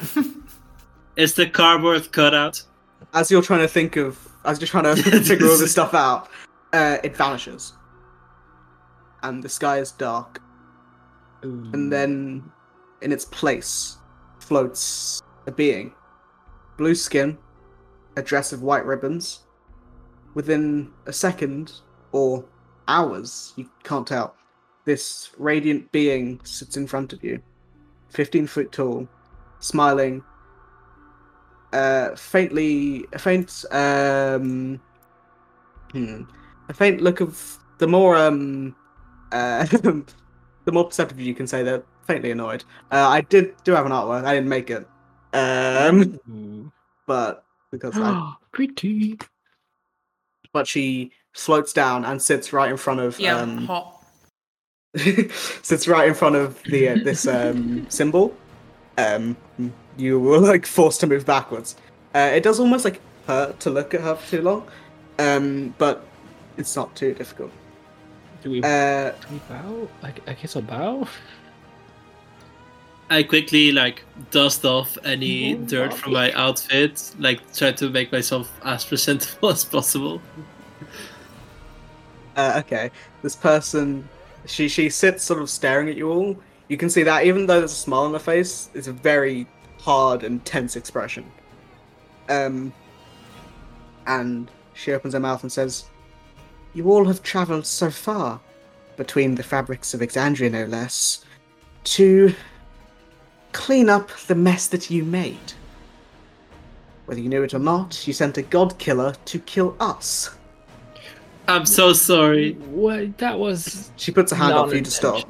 S5: It's the cardboard cutout.
S1: as you're trying to think of, as you're trying to figure all this stuff out, uh, it vanishes, and the sky is dark.
S10: Hmm.
S1: And then, in its place, floats a being, blue skin, a dress of white ribbons. Within a second or hours, you can't tell, this radiant being sits in front of you, fifteen foot tall, smiling uh, faintly a faint um hmm, a faint look of the more um uh, the more perceptive you can say they're faintly annoyed uh, i did do have an artwork i didn't make it um but because i
S10: Pretty.
S1: but she floats down and sits right in front of
S4: Yeah,
S1: um
S4: hot.
S1: sits right in front of the uh, this um, symbol. Um, you were like forced to move backwards. Uh, it does almost like hurt to look at her for too long, um, but it's not too difficult.
S10: Do we,
S1: Uh,
S10: do we bow? I, I guess I'll bow.
S5: I quickly like dust off any
S1: Mm-hmm.
S5: dirt from my outfit, like try to make myself as presentable as possible.
S1: uh, okay, this person, she she sits sort of staring at you all. You can see that even though there's a smile on her face, it's a very hard and tense expression. Um, and she opens her mouth and says, You all have travelled so far, between the fabrics of Exandria no less, to clean up the mess that you made. Whether you knew it or not, you sent a god killer to kill us.
S5: I'm so sorry.
S10: What? That was.
S1: She puts a hand up for you to stop.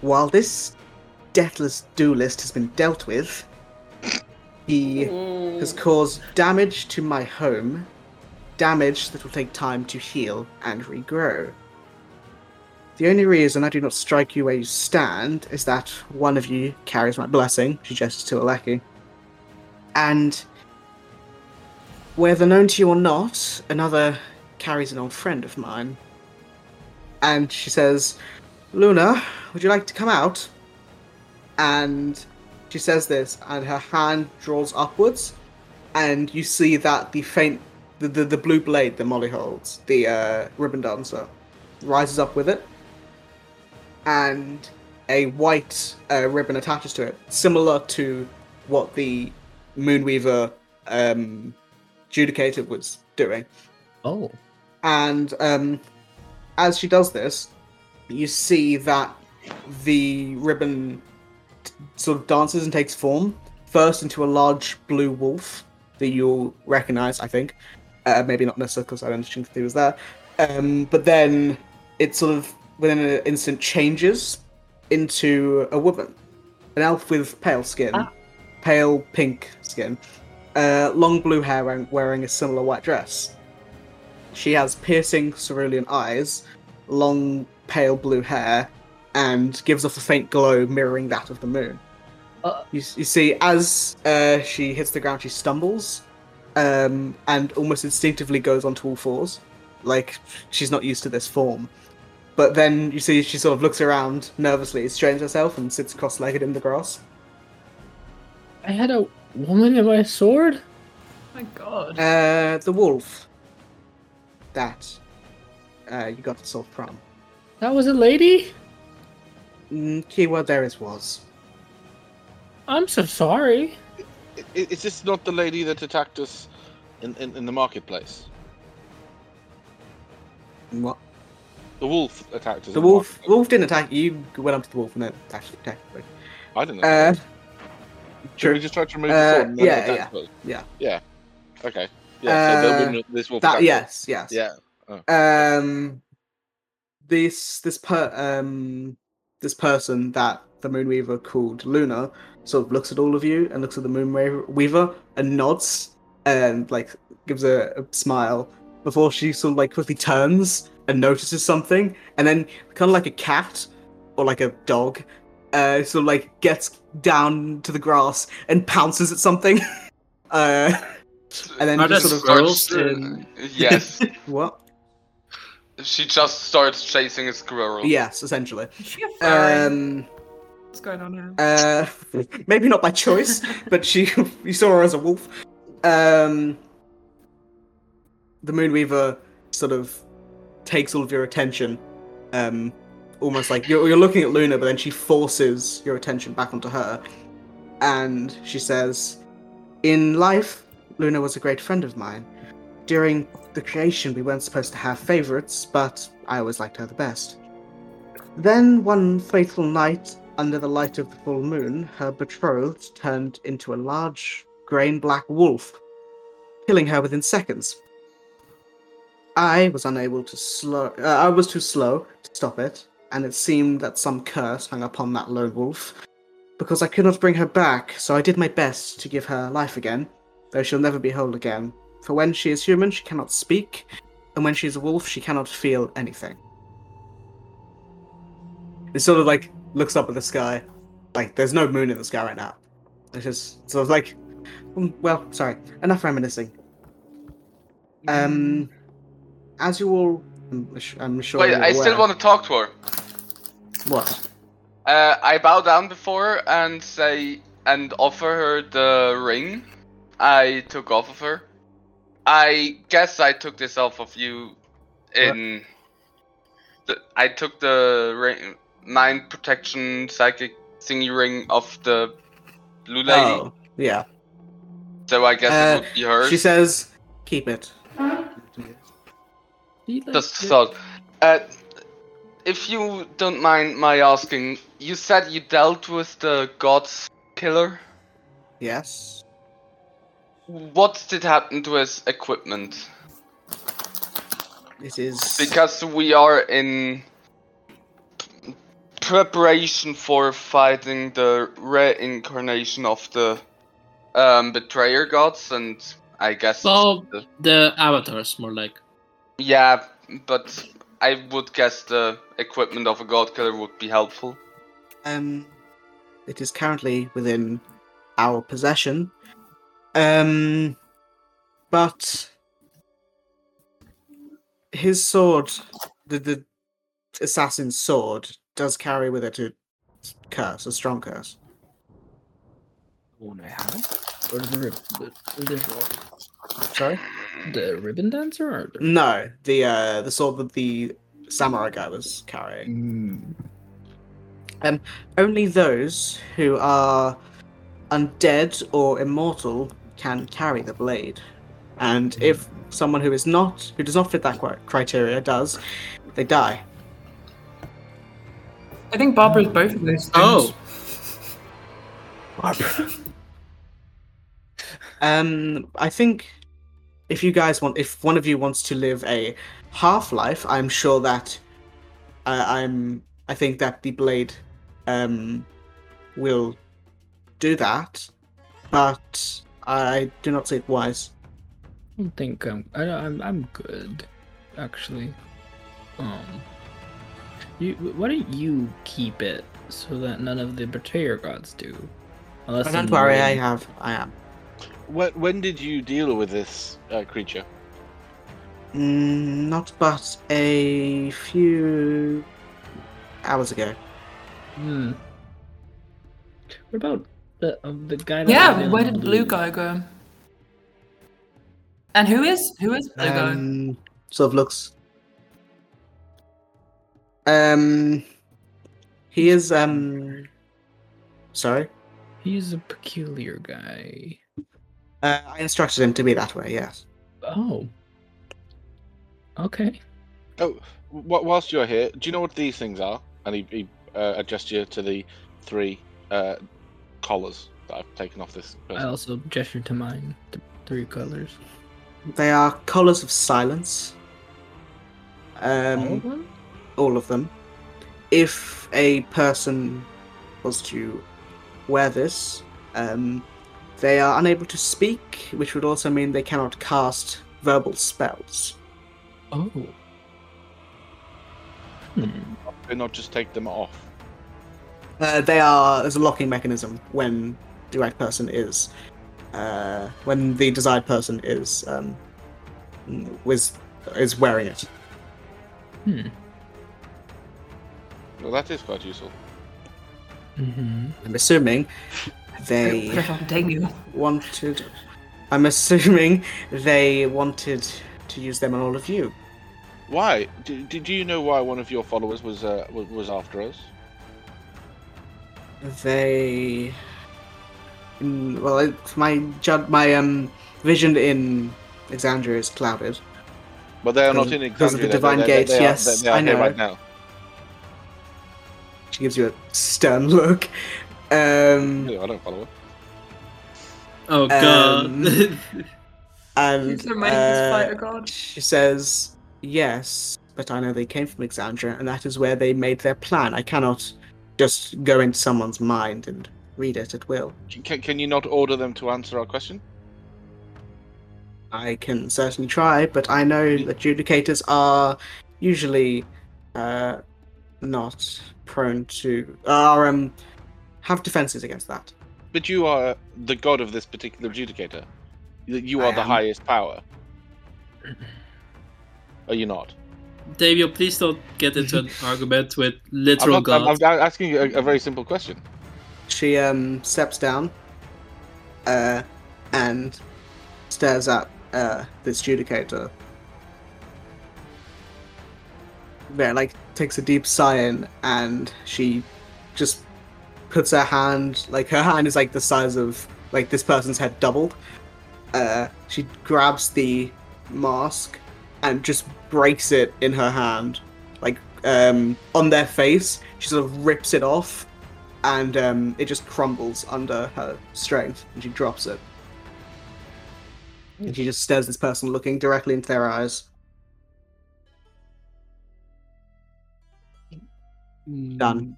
S1: While this deathless do list has been dealt with, he has caused damage to my home, damage that will take time to heal and regrow. The only reason I do not strike you where you stand is that one of you carries my blessing, she gestures to Aleki. And whether known to you or not, another carries an old friend of mine. And she says, Luna, would you like to come out? And she says this, and her hand draws upwards, and you see that the faint, the, the, the blue blade that Molly holds, the uh, ribbon dancer, rises up with it, and a white uh, ribbon attaches to it, similar to what the Moonweaver um, Judicator was doing.
S10: Oh.
S1: And um, as she does this, you see that the ribbon t- sort of dances and takes form, first into a large blue wolf that you'll recognize, I think. Uh, maybe not necessarily because I don't think he was there. Um, but then it sort of, within an instant, changes into a woman. An elf with pale skin, pale pink skin, uh, long blue hair, and wearing a similar white dress. She has piercing cerulean eyes, long pale blue hair, and gives off a faint glow mirroring that of the moon. You, s- you see, as uh, she hits the ground, she stumbles um, and almost instinctively goes onto all fours. Like, she's not used to this form. But then you see she sort of looks around nervously, strains herself, and sits cross legged in the grass.
S10: I had a woman in my sword?
S4: my god.
S1: Uh, the wolf. That. Uh, you got yourself from.
S10: That was a lady?
S1: Mm, keyword there is was.
S10: I'm so sorry.
S2: I- i- Is this not the lady that attacked us in, in, in the marketplace?
S1: What?
S2: The wolf attacked us.
S1: The
S2: in
S1: wolf. Wolf didn't attack you. You Went up to the wolf and then actually attacked. you.
S2: market- I didn't know.
S1: Uh,
S2: Should
S1: true.
S2: we just try to remove
S1: Uh,
S2: the sword and then
S1: yeah,
S2: attack
S1: yeah.
S2: first?
S1: yeah.
S2: Yeah. Okay. Yeah. so
S1: Uh,
S2: the woman, this wolf.
S1: that-
S2: attacked us.
S1: yes, yes.
S2: Yeah.
S1: Um. This this per um this person that the Moonweaver called Luna sort of looks at all of you and looks at the Moonweaver Weaver and nods and like gives a, a smile before she sort of like quickly turns and notices something and then kind of like a cat or like a dog uh sort of like gets down to the grass and pounces at something uh and then
S5: Are there
S1: just sort of
S5: squirrels
S7: starts to-
S5: in
S7: Yes.
S1: what
S7: she just starts chasing a squirrel.
S1: Yes, essentially.
S4: Is she a fairy?
S1: Um,
S4: What's going on here?
S1: uh, maybe not by choice, but she you saw her as a wolf. Um, the Moonweaver sort of takes all of your attention, um, almost like you're, you're looking at Luna, but then she forces your attention back onto her, and she says, "In life, Luna was a great friend of mine. During the creation, we weren't supposed to have favorites, but I always liked her the best." Then, one fatal night, under the light of the full moon, her betrothed turned into a large, grey and black wolf, killing her within seconds. I was unable to slow. Uh, I was too slow to stop it, and it seemed that some curse hung upon that lone wolf, because I could not bring her back. So I did my best to give her life again, though she'll never be whole again. For when she is human, she cannot speak, and when she is a wolf, she cannot feel anything. It sort of like looks up at the sky. Like there's no moon in the sky right now. It's just sort of like, "Mm, well, sorry, enough reminiscing. Um, as you all, I'm sh- I'm sure.
S7: Wait,
S1: you're
S7: I still
S1: aware-
S7: want to talk to her.
S1: What?
S7: Uh, I bow down before her and say and offer her the ring I took off of her. I guess I took this off of you in the, I took the ring mind protection psychic thingy ring of the blue lady.
S1: Oh, yeah.
S7: So I guess
S1: Uh,
S7: it would be hers.
S1: She says, "Keep it."
S7: Just thought. Uh, if you don't mind my asking, you said you dealt with the gods killer.
S1: Yes.
S7: What did happen to his equipment?
S1: It is.
S7: Because we are in p- preparation for fighting the reincarnation of the um, betrayer gods, and I guess.
S5: Well,
S7: the-
S5: the avatars, more like.
S7: yeah, but I would guess the equipment of a god killer would be helpful.
S1: Um, it is currently within our possession. Um, but his sword, the, the assassin's sword, does carry with it a curse, a strong curse.
S10: One Oh, I had? Or the rib the, the,
S1: Sorry?
S10: the ribbon dancer or the
S1: No, the uh, the sword that the samurai guy was carrying.
S10: Mm.
S1: Um, only those who are undead or immortal can carry the blade. And if someone who is not, who does not fit that cri- criteria does, they die.
S4: I think Barbara's both of those. Things.
S1: Oh. Barbara. um, I think if you guys want, if one of you wants to live a half life, I'm sure that uh, I'm. I think that the blade um, will do that, but I do not see it wise.
S10: I don't think I'm. I, am i I'm good, actually. Um, you. Why don't you keep it so that none of the betrayer gods do? Unless
S1: But don't
S10: you
S1: worry, I
S10: really-
S1: have. I am.
S2: When, when did you deal with this uh, creature?
S1: Mm, not but a few hours ago.
S10: Hmm. What about the um, the guy? That was
S4: Yeah,
S10: in
S4: where did Blue
S10: blue?
S4: Guy go? And who is who is Blue Guy?
S1: Um, sort of looks. Um, he is um. Sorry,
S10: He's a peculiar guy.
S1: uh, I instructed him to be that way. Yes.
S10: Oh. Okay.
S2: Oh, wh- whilst you're here, do you know what these things are? And he, he uh, adjusts you to the three uh, collars that I've taken off this
S10: I
S2: person.
S10: also gestured to mine. The three colors.
S1: They are colors of silence.
S10: All of
S1: Um,
S10: them?
S1: all of them. If a person was to wear this, um, they are unable to speak, which would also mean they cannot cast verbal spells.
S10: Oh. Hmm.
S1: Oh.
S2: Do not just take them off.
S1: Uh, they are there's a locking mechanism when the right person is, uh, when the desired person is um, was is wearing it.
S10: Hmm.
S2: Well, that is quite useful.
S10: Mm-hmm.
S1: I'm assuming
S4: What
S1: they
S4: if I'm Daniel?
S1: wanted. I'm assuming they wanted to use them on all of you.
S2: Why? D- did you know why one of your followers was uh, wa- was after us?
S1: They. Mm, Well, it- my jud- my um vision in Exandria is clouded.
S2: But they are not
S1: Because-
S2: in Exandria.
S1: because of the
S2: they're-
S1: Divine
S2: they're-
S1: Gate,
S2: they are-
S1: yes,
S2: they are
S1: I
S2: here
S1: know.
S2: right now.
S1: She gives you a stern look. Um,
S2: No, I don't follow it.
S5: Oh
S1: Um,
S5: god.
S1: and
S4: He's the mightiest
S1: uh,
S4: fighter god.
S1: she says, "Yes, but I know they came from Exandria, and that is where they made their plan. I cannot just go into someone's mind and read it at will.
S2: Can, can you not order them to answer our question?
S1: I can certainly try, but I know adjudicators are usually uh, not prone to are um have defenses against that.
S2: But you are the god of this particular adjudicator. You- You
S1: I
S2: are the
S1: am.
S2: highest power. Are you not?
S5: Daniel, please don't get into an argument with
S2: I'm,
S5: literal
S2: not, I'm,
S5: gods.
S2: I'm asking you a, a very simple question.
S1: She um steps down, uh, and stares at uh this adjudicator. Very like takes a deep sigh in, and she just puts her hand like her hand is like the size of like this person's head doubled. Uh, she grabs the mask and just breaks it in her hand, like um on their face. She sort of rips it off and um, it just crumbles under her strength, and she drops it. And she just stares this person looking directly into their eyes. Done.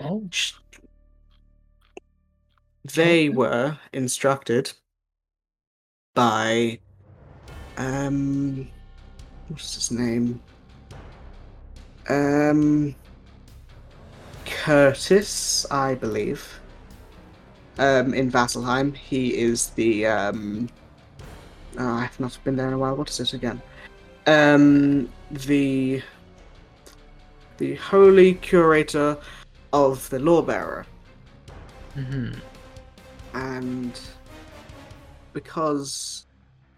S10: Oh.
S1: Sh- They were instructed by, um, what's his name? Um, Curtis, I believe. Um, in Vasselheim, he is the um. oh, I've not been there in a while. What is it again? Um, the the holy curator of the lawbearer,
S10: Mm-hmm.
S1: and because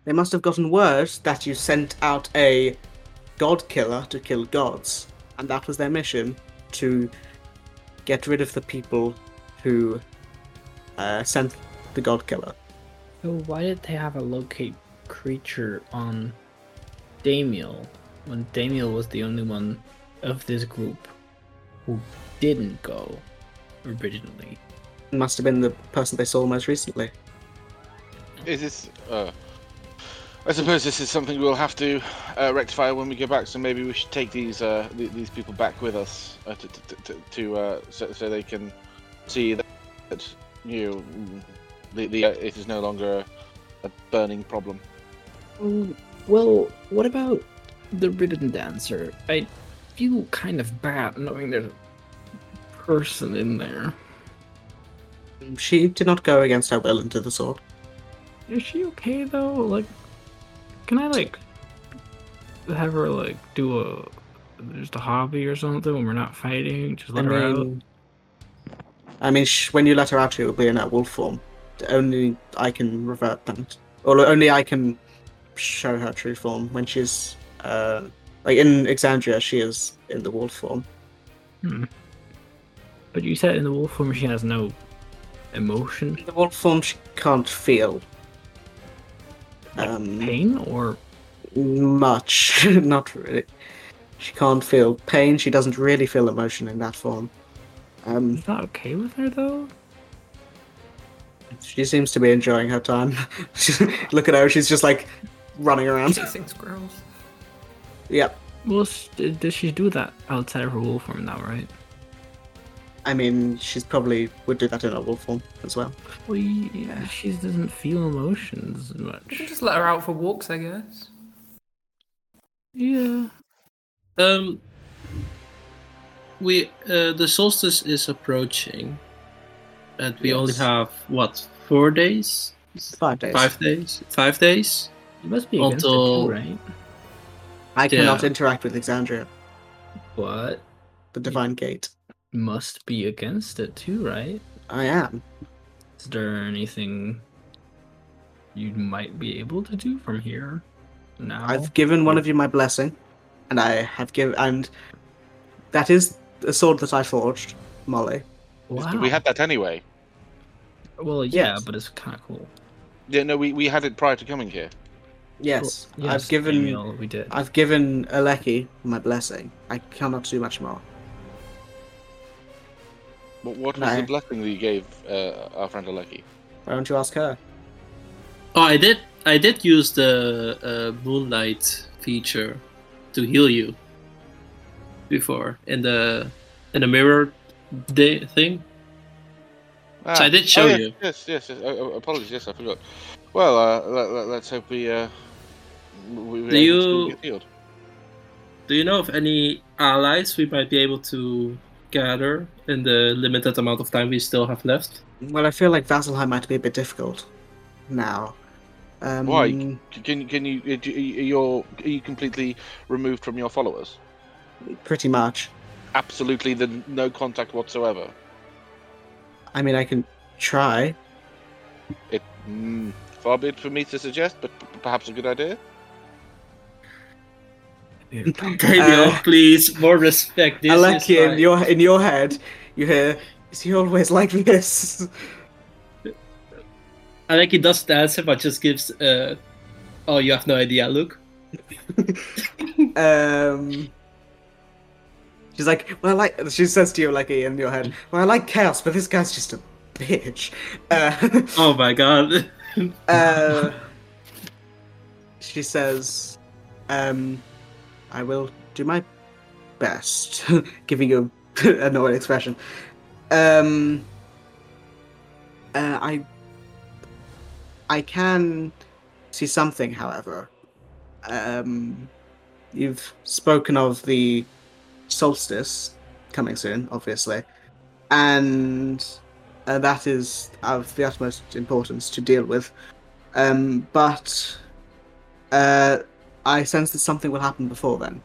S1: they must have gotten word that you sent out a god killer to kill gods, and that was their mission to get rid of the people who uh, sent the god killer.
S10: So why did they have a locate creature on Damiel when Damiel was the only one of this group who didn't go originally?
S1: Must have been the person they saw most recently.
S2: Is this? Uh, I suppose this is something we'll have to uh, rectify when we go back. So maybe we should take these uh, th- these people back with us uh, to, to, to, to uh, so, so they can see that you know, the, the uh, it is no longer a burning problem.
S10: Um, Well, what about the Ridden Dancer? I feel kind of bad knowing there's a person in there.
S1: She did not go against her will into the sword.
S10: Is she okay though? Like, can I like have her like do a just a hobby or something when we're not fighting? Just
S1: I
S10: let her out.
S1: mean, I mean, sh- when you let her out, she will be in her wolf form. Only I can revert that, or only I can show her true form when she's uh, like in Exandria. She is in the wolf form.
S10: But you said in the wolf form she has no emotion,
S1: In the wolf form, she can't feel um,
S10: pain, or
S1: much. not really. She can't feel pain. She doesn't really feel emotion in that form. Um,
S10: is that okay with her though?
S1: she seems to be enjoying her time. Look at her. She's just like running around.
S4: Chasing squirrels.
S1: Yep.
S10: Well, s- does she do that outside of her wolf form now, right?
S1: I mean, she's probably would do that in a wolf form as well.
S10: Well, yeah, she doesn't feel emotions
S4: You
S10: much.
S4: can just let her out for walks, I guess.
S10: Yeah.
S5: Um, we uh, the solstice is approaching, and we only
S1: Yes.
S5: have what four days,
S1: Five days.
S5: five days, five days.
S10: You must be against
S5: Although-
S10: it too, right?
S1: I cannot
S5: yeah.
S1: interact with Exandria,
S10: What?
S1: the Divine Gate.
S10: You Must be against it too, right?
S1: I am.
S10: Is there anything you might be able to do from here? Now
S1: I've given one of you my blessing, and I have given, and that is a sword that I forged, Molly.
S10: wow.
S2: We had that anyway.
S10: well, yeah,
S1: Yes.
S10: but it's kind of cool.
S2: Yeah, no, we, we had it prior to coming here.
S1: Yes,
S10: Well,
S1: I've given.
S10: Daniel, we did.
S1: I've given Aleki my blessing. I cannot do much more.
S2: What, what was
S1: No.
S2: the blessing that you gave uh, our friend Aleki?
S1: Why don't you ask her?
S5: Oh, I did. I did use the uh, moonlight feature to heal you before in the in the mirror day thing. So I did
S2: Ah,
S5: show
S2: yes,
S5: you.
S2: Yes, yes. yes. Oh, oh, apologies. Yes, I forgot. Well, uh, let, let, let's hope we. Uh, we, we
S5: Do you-
S2: Healed.
S5: Do you know of any allies we might be able to gather in the limited amount of time we still have left?
S1: Well, I feel like Vasselheim might be a bit difficult now. Um,
S2: Why? Can can you uh, do- you're are you completely removed from your followers?
S1: Pretty much.
S2: Absolutely, the no contact whatsoever.
S1: I mean, I can try.
S2: It mm, far be it for me to suggest, but p- perhaps a good idea.
S5: Daniel,
S1: Uh,
S5: please, more respect. This is
S1: Aleki, in
S5: like-
S1: your in your head, you hear. Is he always like this?
S5: Aleki doesn't answer, but just gives. Uh, oh, you have no idea. Look,
S1: um. She's like, well, I like. She says to you, Aleki, in your head, well, I like chaos, but this guy's just a bitch. Uh,
S5: oh my god.
S1: Uh, she says, um, I will do my best, giving you an annoyed expression. Um, uh, I, I can see something, however. Um, you've spoken of the solstice coming soon, obviously, and uh, that is of the utmost importance to deal with. Um, but uh, I sense that something will happen before then.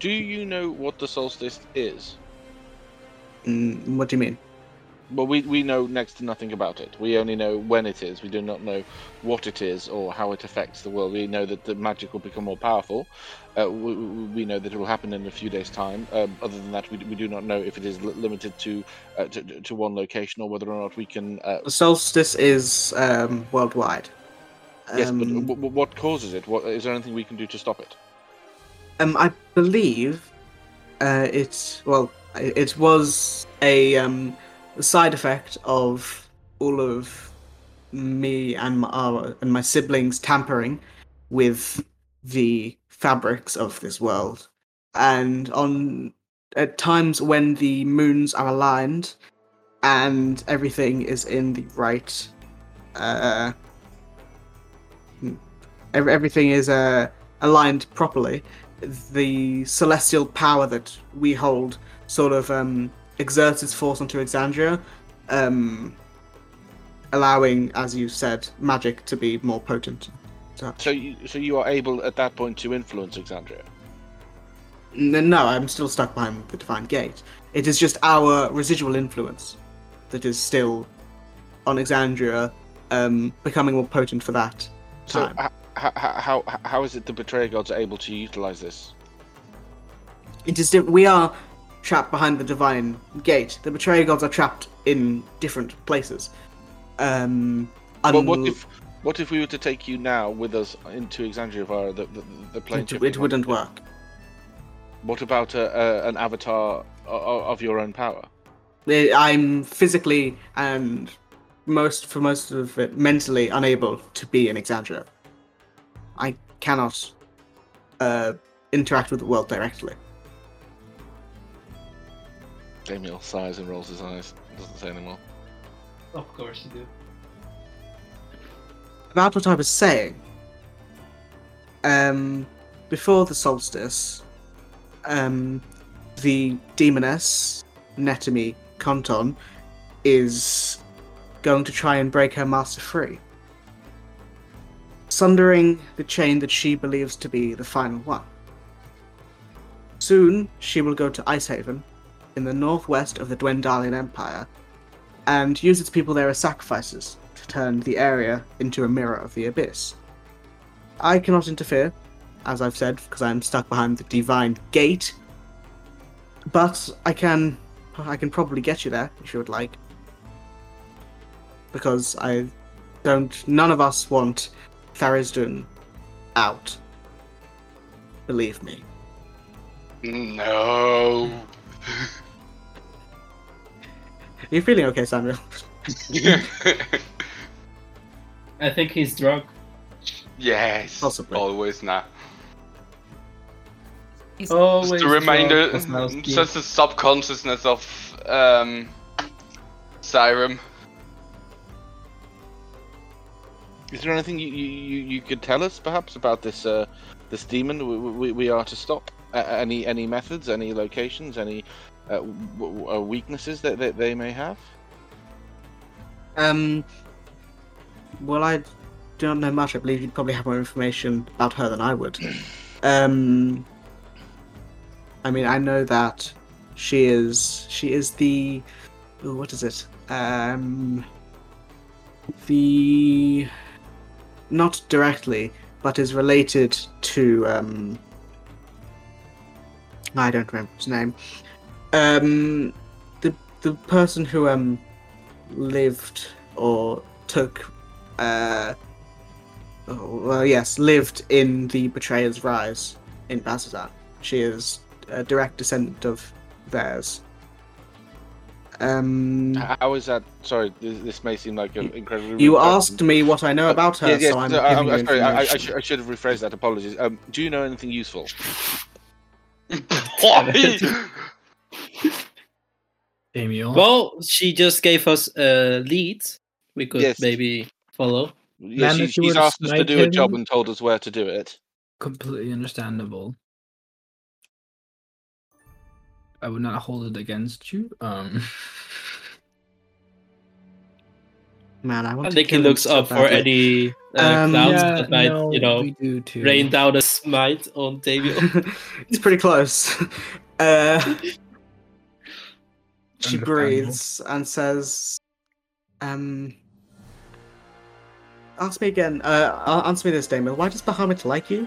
S2: Do you know what the solstice is?
S1: Mm, what do you mean?
S2: But we, we know next to nothing about it. We only know when it is. We do not know what it is or how it affects the world. We know that the magic will become more powerful. Uh, we, we we know that it will happen in a few days' time. Um, other than that, we, we do not know if it is li- limited to, uh, to to one location or whether or not we can. Uh,
S1: The solstice is um, worldwide.
S2: yes, but
S1: Um,
S2: w- w- what causes it? What is there anything we can do to stop it?
S1: Um, I believe uh, it's well, i- it was a um, side effect of all of me and my uh, and my siblings tampering with the fabrics of this world, and on at times when the moons are aligned and everything is in the right uh, hmm, ev- everything is uh, aligned properly, the celestial power that we hold sort of um, exerts its force onto Exandria, um, allowing, as you said, magic to be more potent.
S2: So you, so you are able at that point to influence Exandria.
S1: N- No, I'm still stuck behind the Divine Gate. It is just our residual influence that is still on Exandria, um, becoming more potent for that
S2: So
S1: time.
S2: h- h- h- how, how how is it the betrayer gods are able to utilize this?
S1: It is di- we are trapped behind the divine gate. The betrayer gods are trapped in different places. Um,
S2: Well, what
S1: un-
S2: if what if we were to take you now with us into Exandria via the the, the plane?
S1: it,
S2: ship
S1: it
S2: we want?
S1: wouldn't work?
S2: What about a, a, an avatar o- o- of your own power?
S1: I- I'm physically and most for most of it mentally unable to be in Exandria. I cannot uh, interact with the world directly.
S2: Damiel sighs and rolls his eyes. Doesn't say anymore.
S5: Of course you do.
S1: about what I was saying. Um, before the solstice, um, the demoness Netami Kanton is going to try and break her master free, sundering the chain that she believes to be the final one. Soon, she will go to Icehaven, in the northwest of the Dwendalian Empire, and use its people there as sacrifices to turn the area into a mirror of the abyss. I cannot interfere, as I've said, because I'm stuck behind the divine gate. But I can, I can probably get you there if you would like, because I don't. None of us want Tharizdun out. Believe me.
S7: No.
S1: Are you feeling okay, Samuel?
S5: I think he's drunk.
S7: yes.
S1: Possibly.
S7: Always now.
S1: Oh,
S5: Always
S7: Just a
S5: drunk,
S7: reminder,
S5: Kozlowski.
S7: mm, just the subconsciousness of um, Skyrim.
S2: Is there anything you, you, you you could tell us perhaps about this uh, this demon we, we, we are to stop? Uh, any any methods? Any locations? Any uh, w- w- uh, weaknesses that, that they may have?
S1: Um. Well, I do not know much. I believe you'd probably have more information about her than I would. um. I mean, I know that she is. She is the. ooh, What is it? Um. The. Not directly, but is related to. Um. I don't remember his name. Um. The the person who um lived or took uh oh, well yes lived in the betrayer's rise in Bazazan. she is a direct descendant of theirs um
S2: H- How is that? Sorry, this, this may seem like an incredibly.
S1: you
S2: rude question.
S1: asked me what i know about her
S2: Uh, Yeah, yeah,
S1: so i'm
S2: no, I-
S1: giving
S2: I'm- uh,
S1: you
S2: sorry, I, I, I,
S1: information.
S2: should, I should have rephrased that. Apologies. Um, do you know anything useful?
S7: Why?
S10: Damiel.
S5: Well, she just gave us a lead. We could
S2: Yes.
S5: maybe follow.
S2: Yeah,
S10: Man,
S2: she,
S10: if you
S2: she's
S10: were to
S2: asked us to
S10: snipe
S2: do a job
S10: him-
S2: and told us where to do it.
S10: completely understandable. I would not hold it against you. Um,
S1: man i want
S5: I
S1: to
S5: think he
S1: kill him
S5: looks
S1: so
S5: up for
S1: badly.
S5: any uh,
S1: Um,
S5: clowns that might, you know,
S10: we do too.
S5: rain down a smite on David.
S1: it's pretty close uh She breathes and says, um, ask me again, uh, a- answer me this, Damon. Why does Bahamut like you?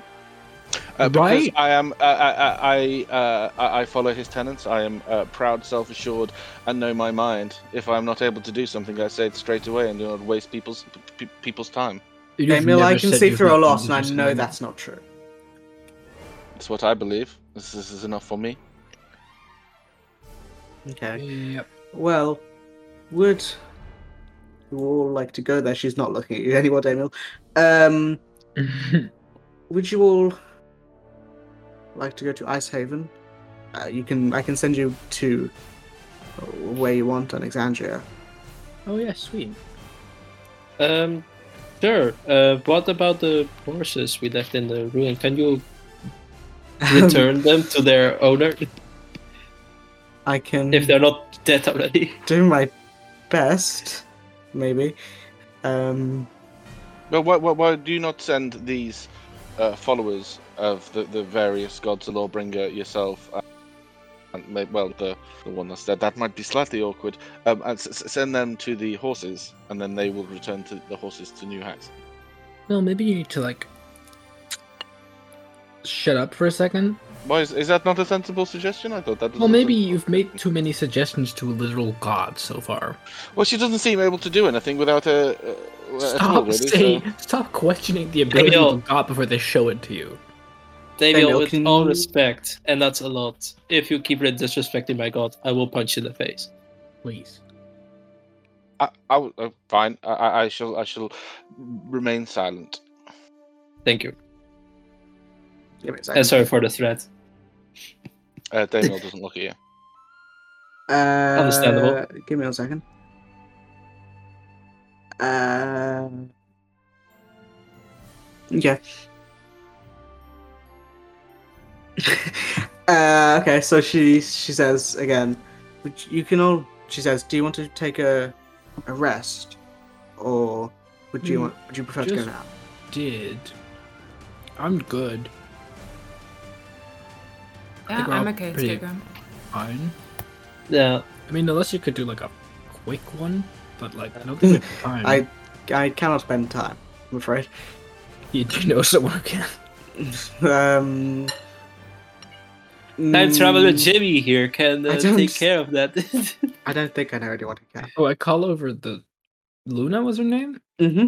S2: Uh, because
S1: Right.
S2: I am. Uh, I, I, I, uh, I I follow his tenets. I am uh, proud, self-assured, and know my mind. If I am not able to do something, I say it straight away and do not waste people's p- p- people's time.
S1: You've Damon, I can see through a lot, and I know that's not true.
S2: It's what I believe. This, this is enough for me.
S1: Okay. Well, would you all like to go there? She's not looking at you anymore, Damien. Um, would you all like to go to Ice Haven? Uh, you can. I can send you to uh, where you want, Alexandria.
S5: Oh yeah, sweet. Um, sure. Uh, what about the horses we left in the ruin? Can you return them to their owner
S1: I
S10: Mm.
S1: can
S5: if they're not dead already?
S1: do my best, maybe. Um,
S2: Well, why, why, why do you not send these uh, followers of the, the various gods, the Lawbringer, yourself, uh, and may- well, the, the one that's dead? That might be slightly awkward. Um, and s- s- send them to the horses, and then they will return to the horses to New Hacks.
S10: No, maybe you need to like shut up for a second.
S2: Why is, is that not a sensible suggestion? I thought that. Was
S10: Well,
S2: a
S10: maybe
S2: sen-
S10: you've made too many suggestions to a literal god so far.
S2: Well, she doesn't seem able to do anything without uh, a. a a tool,
S10: Stop,
S2: really,
S10: say,
S2: so-
S10: stop questioning the ability
S5: Daniel.
S10: of God before they show it to you.
S5: Daniel,
S10: Daniel,
S5: with
S10: can
S5: all
S10: you-
S5: respect, and that's a lot. If you keep disrespecting my god, I will punch you in the face.
S10: Please.
S2: I, I, w- uh, fine. I- I, I shall. I shall remain silent.
S5: Thank you.
S1: give me a second.
S5: And Uh, sorry for the threat.
S2: Uh, Daniel doesn't look at you.
S1: Uh,
S5: Understandable.
S1: Give me a second. Uh, okay. uh, okay. So she she says again, "Would you- "You can all." She says, "Do you want to take a a rest, or would you
S10: Hmm,
S1: want? Would you prefer to
S10: just-
S1: go now?"
S10: Did. I'm good.
S4: Yeah,
S10: think we're
S4: I'm
S10: all
S4: okay. Let's
S10: pretty-
S4: get going.
S10: Fine.
S5: Yeah.
S10: I mean, unless you could do like a quick one, but like, I don't think we have time.
S1: I I cannot spend time. I'm afraid.
S10: You do know someone who can.
S1: Um.
S5: Time traveler
S1: mm,
S5: Jimmy here can
S1: I
S5: uh,
S1: don't-
S5: take care of that.
S1: I don't think I know anyone who can.
S10: Oh, I call over the. Luna was her name?
S1: Mm-hmm.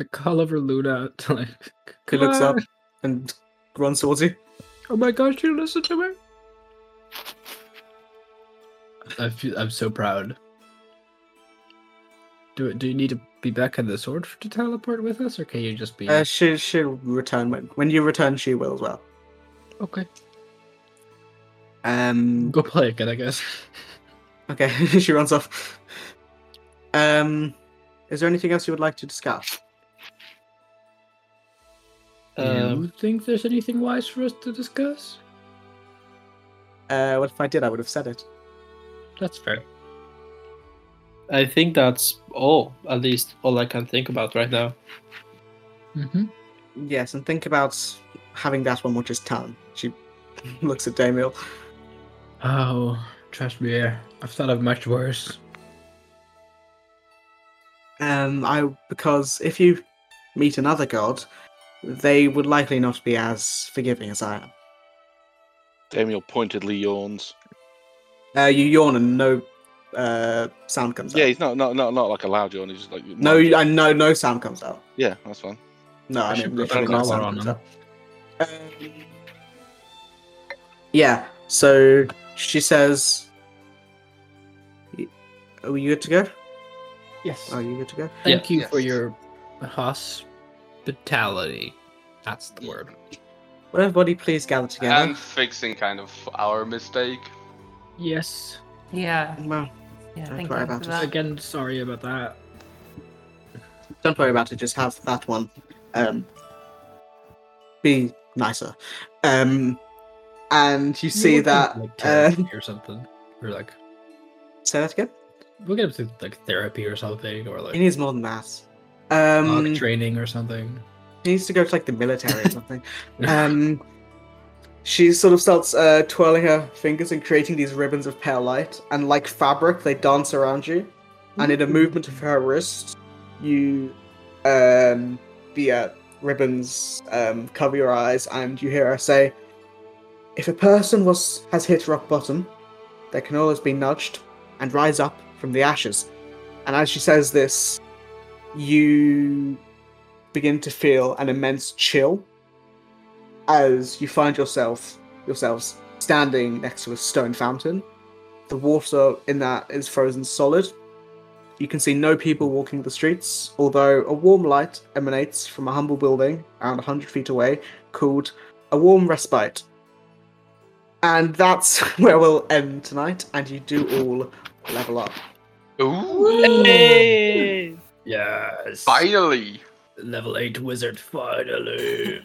S10: I call over Luna to like.
S1: He looks up
S10: "Come
S1: and runs towards you.
S10: on." Oh my gosh, you listen to me? I feel, I'm so proud. Do, do you need to be back in the sword to teleport with us, or can you just be.
S1: Uh, she she'll return when when you return. She will as well.
S10: okay.
S1: Um.
S10: Go play again, I guess.
S1: Okay. she runs off. Um. Is there anything else you would like to discuss?
S5: Um,
S10: you think there's anything wise for us to discuss?
S1: Uh. What if I did? I would have said it.
S10: That's fair.
S5: I think that's all, at least all I can think about right now.
S10: Mm-hmm.
S1: Yes. And think about having that one, which is Talon. She looks at Damiel.
S10: Oh, trust me, I've thought of much worse.
S1: Um. I because if you meet another god, they would likely not be as forgiving as I am.
S2: Daniel pointedly yawns.
S1: Uh, you yawn and no uh, sound comes
S2: Yeah,
S1: out.
S2: he's not not not not like a loud yawn. He's just like
S1: No, I no no sound comes out.
S2: Yeah, that's fine.
S1: No, I,
S10: I should
S1: mean
S10: put
S1: literally
S10: a
S1: no
S10: collar
S1: sound
S10: on
S1: comes
S10: him.
S1: out. Um, yeah. So she says, y- "Are you good to go?
S10: Yes.
S1: Are you good to go?"
S10: Thank you for
S2: Yes.
S10: your hospitality. That's the word.
S1: Will everybody please gather together?
S7: And fixing kind of our mistake.
S10: Yes.
S4: Yeah.
S2: Um,
S1: well,
S4: Yeah.
S1: Don't
S4: Thank
S1: worry
S4: you
S1: about
S4: for
S1: it.
S4: that.
S10: Again, sorry about that.
S1: don't worry about it. Just have that one. Um, be nicer. Um, and you see that.
S10: Like
S1: Uh,
S10: therapy or something. Or like
S1: say that again.
S10: we'll get into like therapy or something, or
S1: He
S10: like
S1: needs more than that. Um,
S10: dog training or something.
S1: He needs to go to like the military or something. Um, She sort of starts uh, twirling her fingers and creating these ribbons of pale light, and like fabric, they dance around you. And in a movement of her wrist, you, um, the uh, ribbons um, cover your eyes, and you hear her say, "If a person was has hit rock bottom, they can always be nudged and rise up from the ashes." And as she says this, you begin to feel an immense chill as you find yourself yourselves standing next to a stone fountain. The water in that is frozen solid. You can see no people walking the streets, although a warm light emanates from a humble building around 100 feet away called A Warm Respite. And that's where we'll end tonight, and you do all level up.
S7: Ooh.
S10: Yes.
S7: Finally.
S10: Level 8 wizard, finally.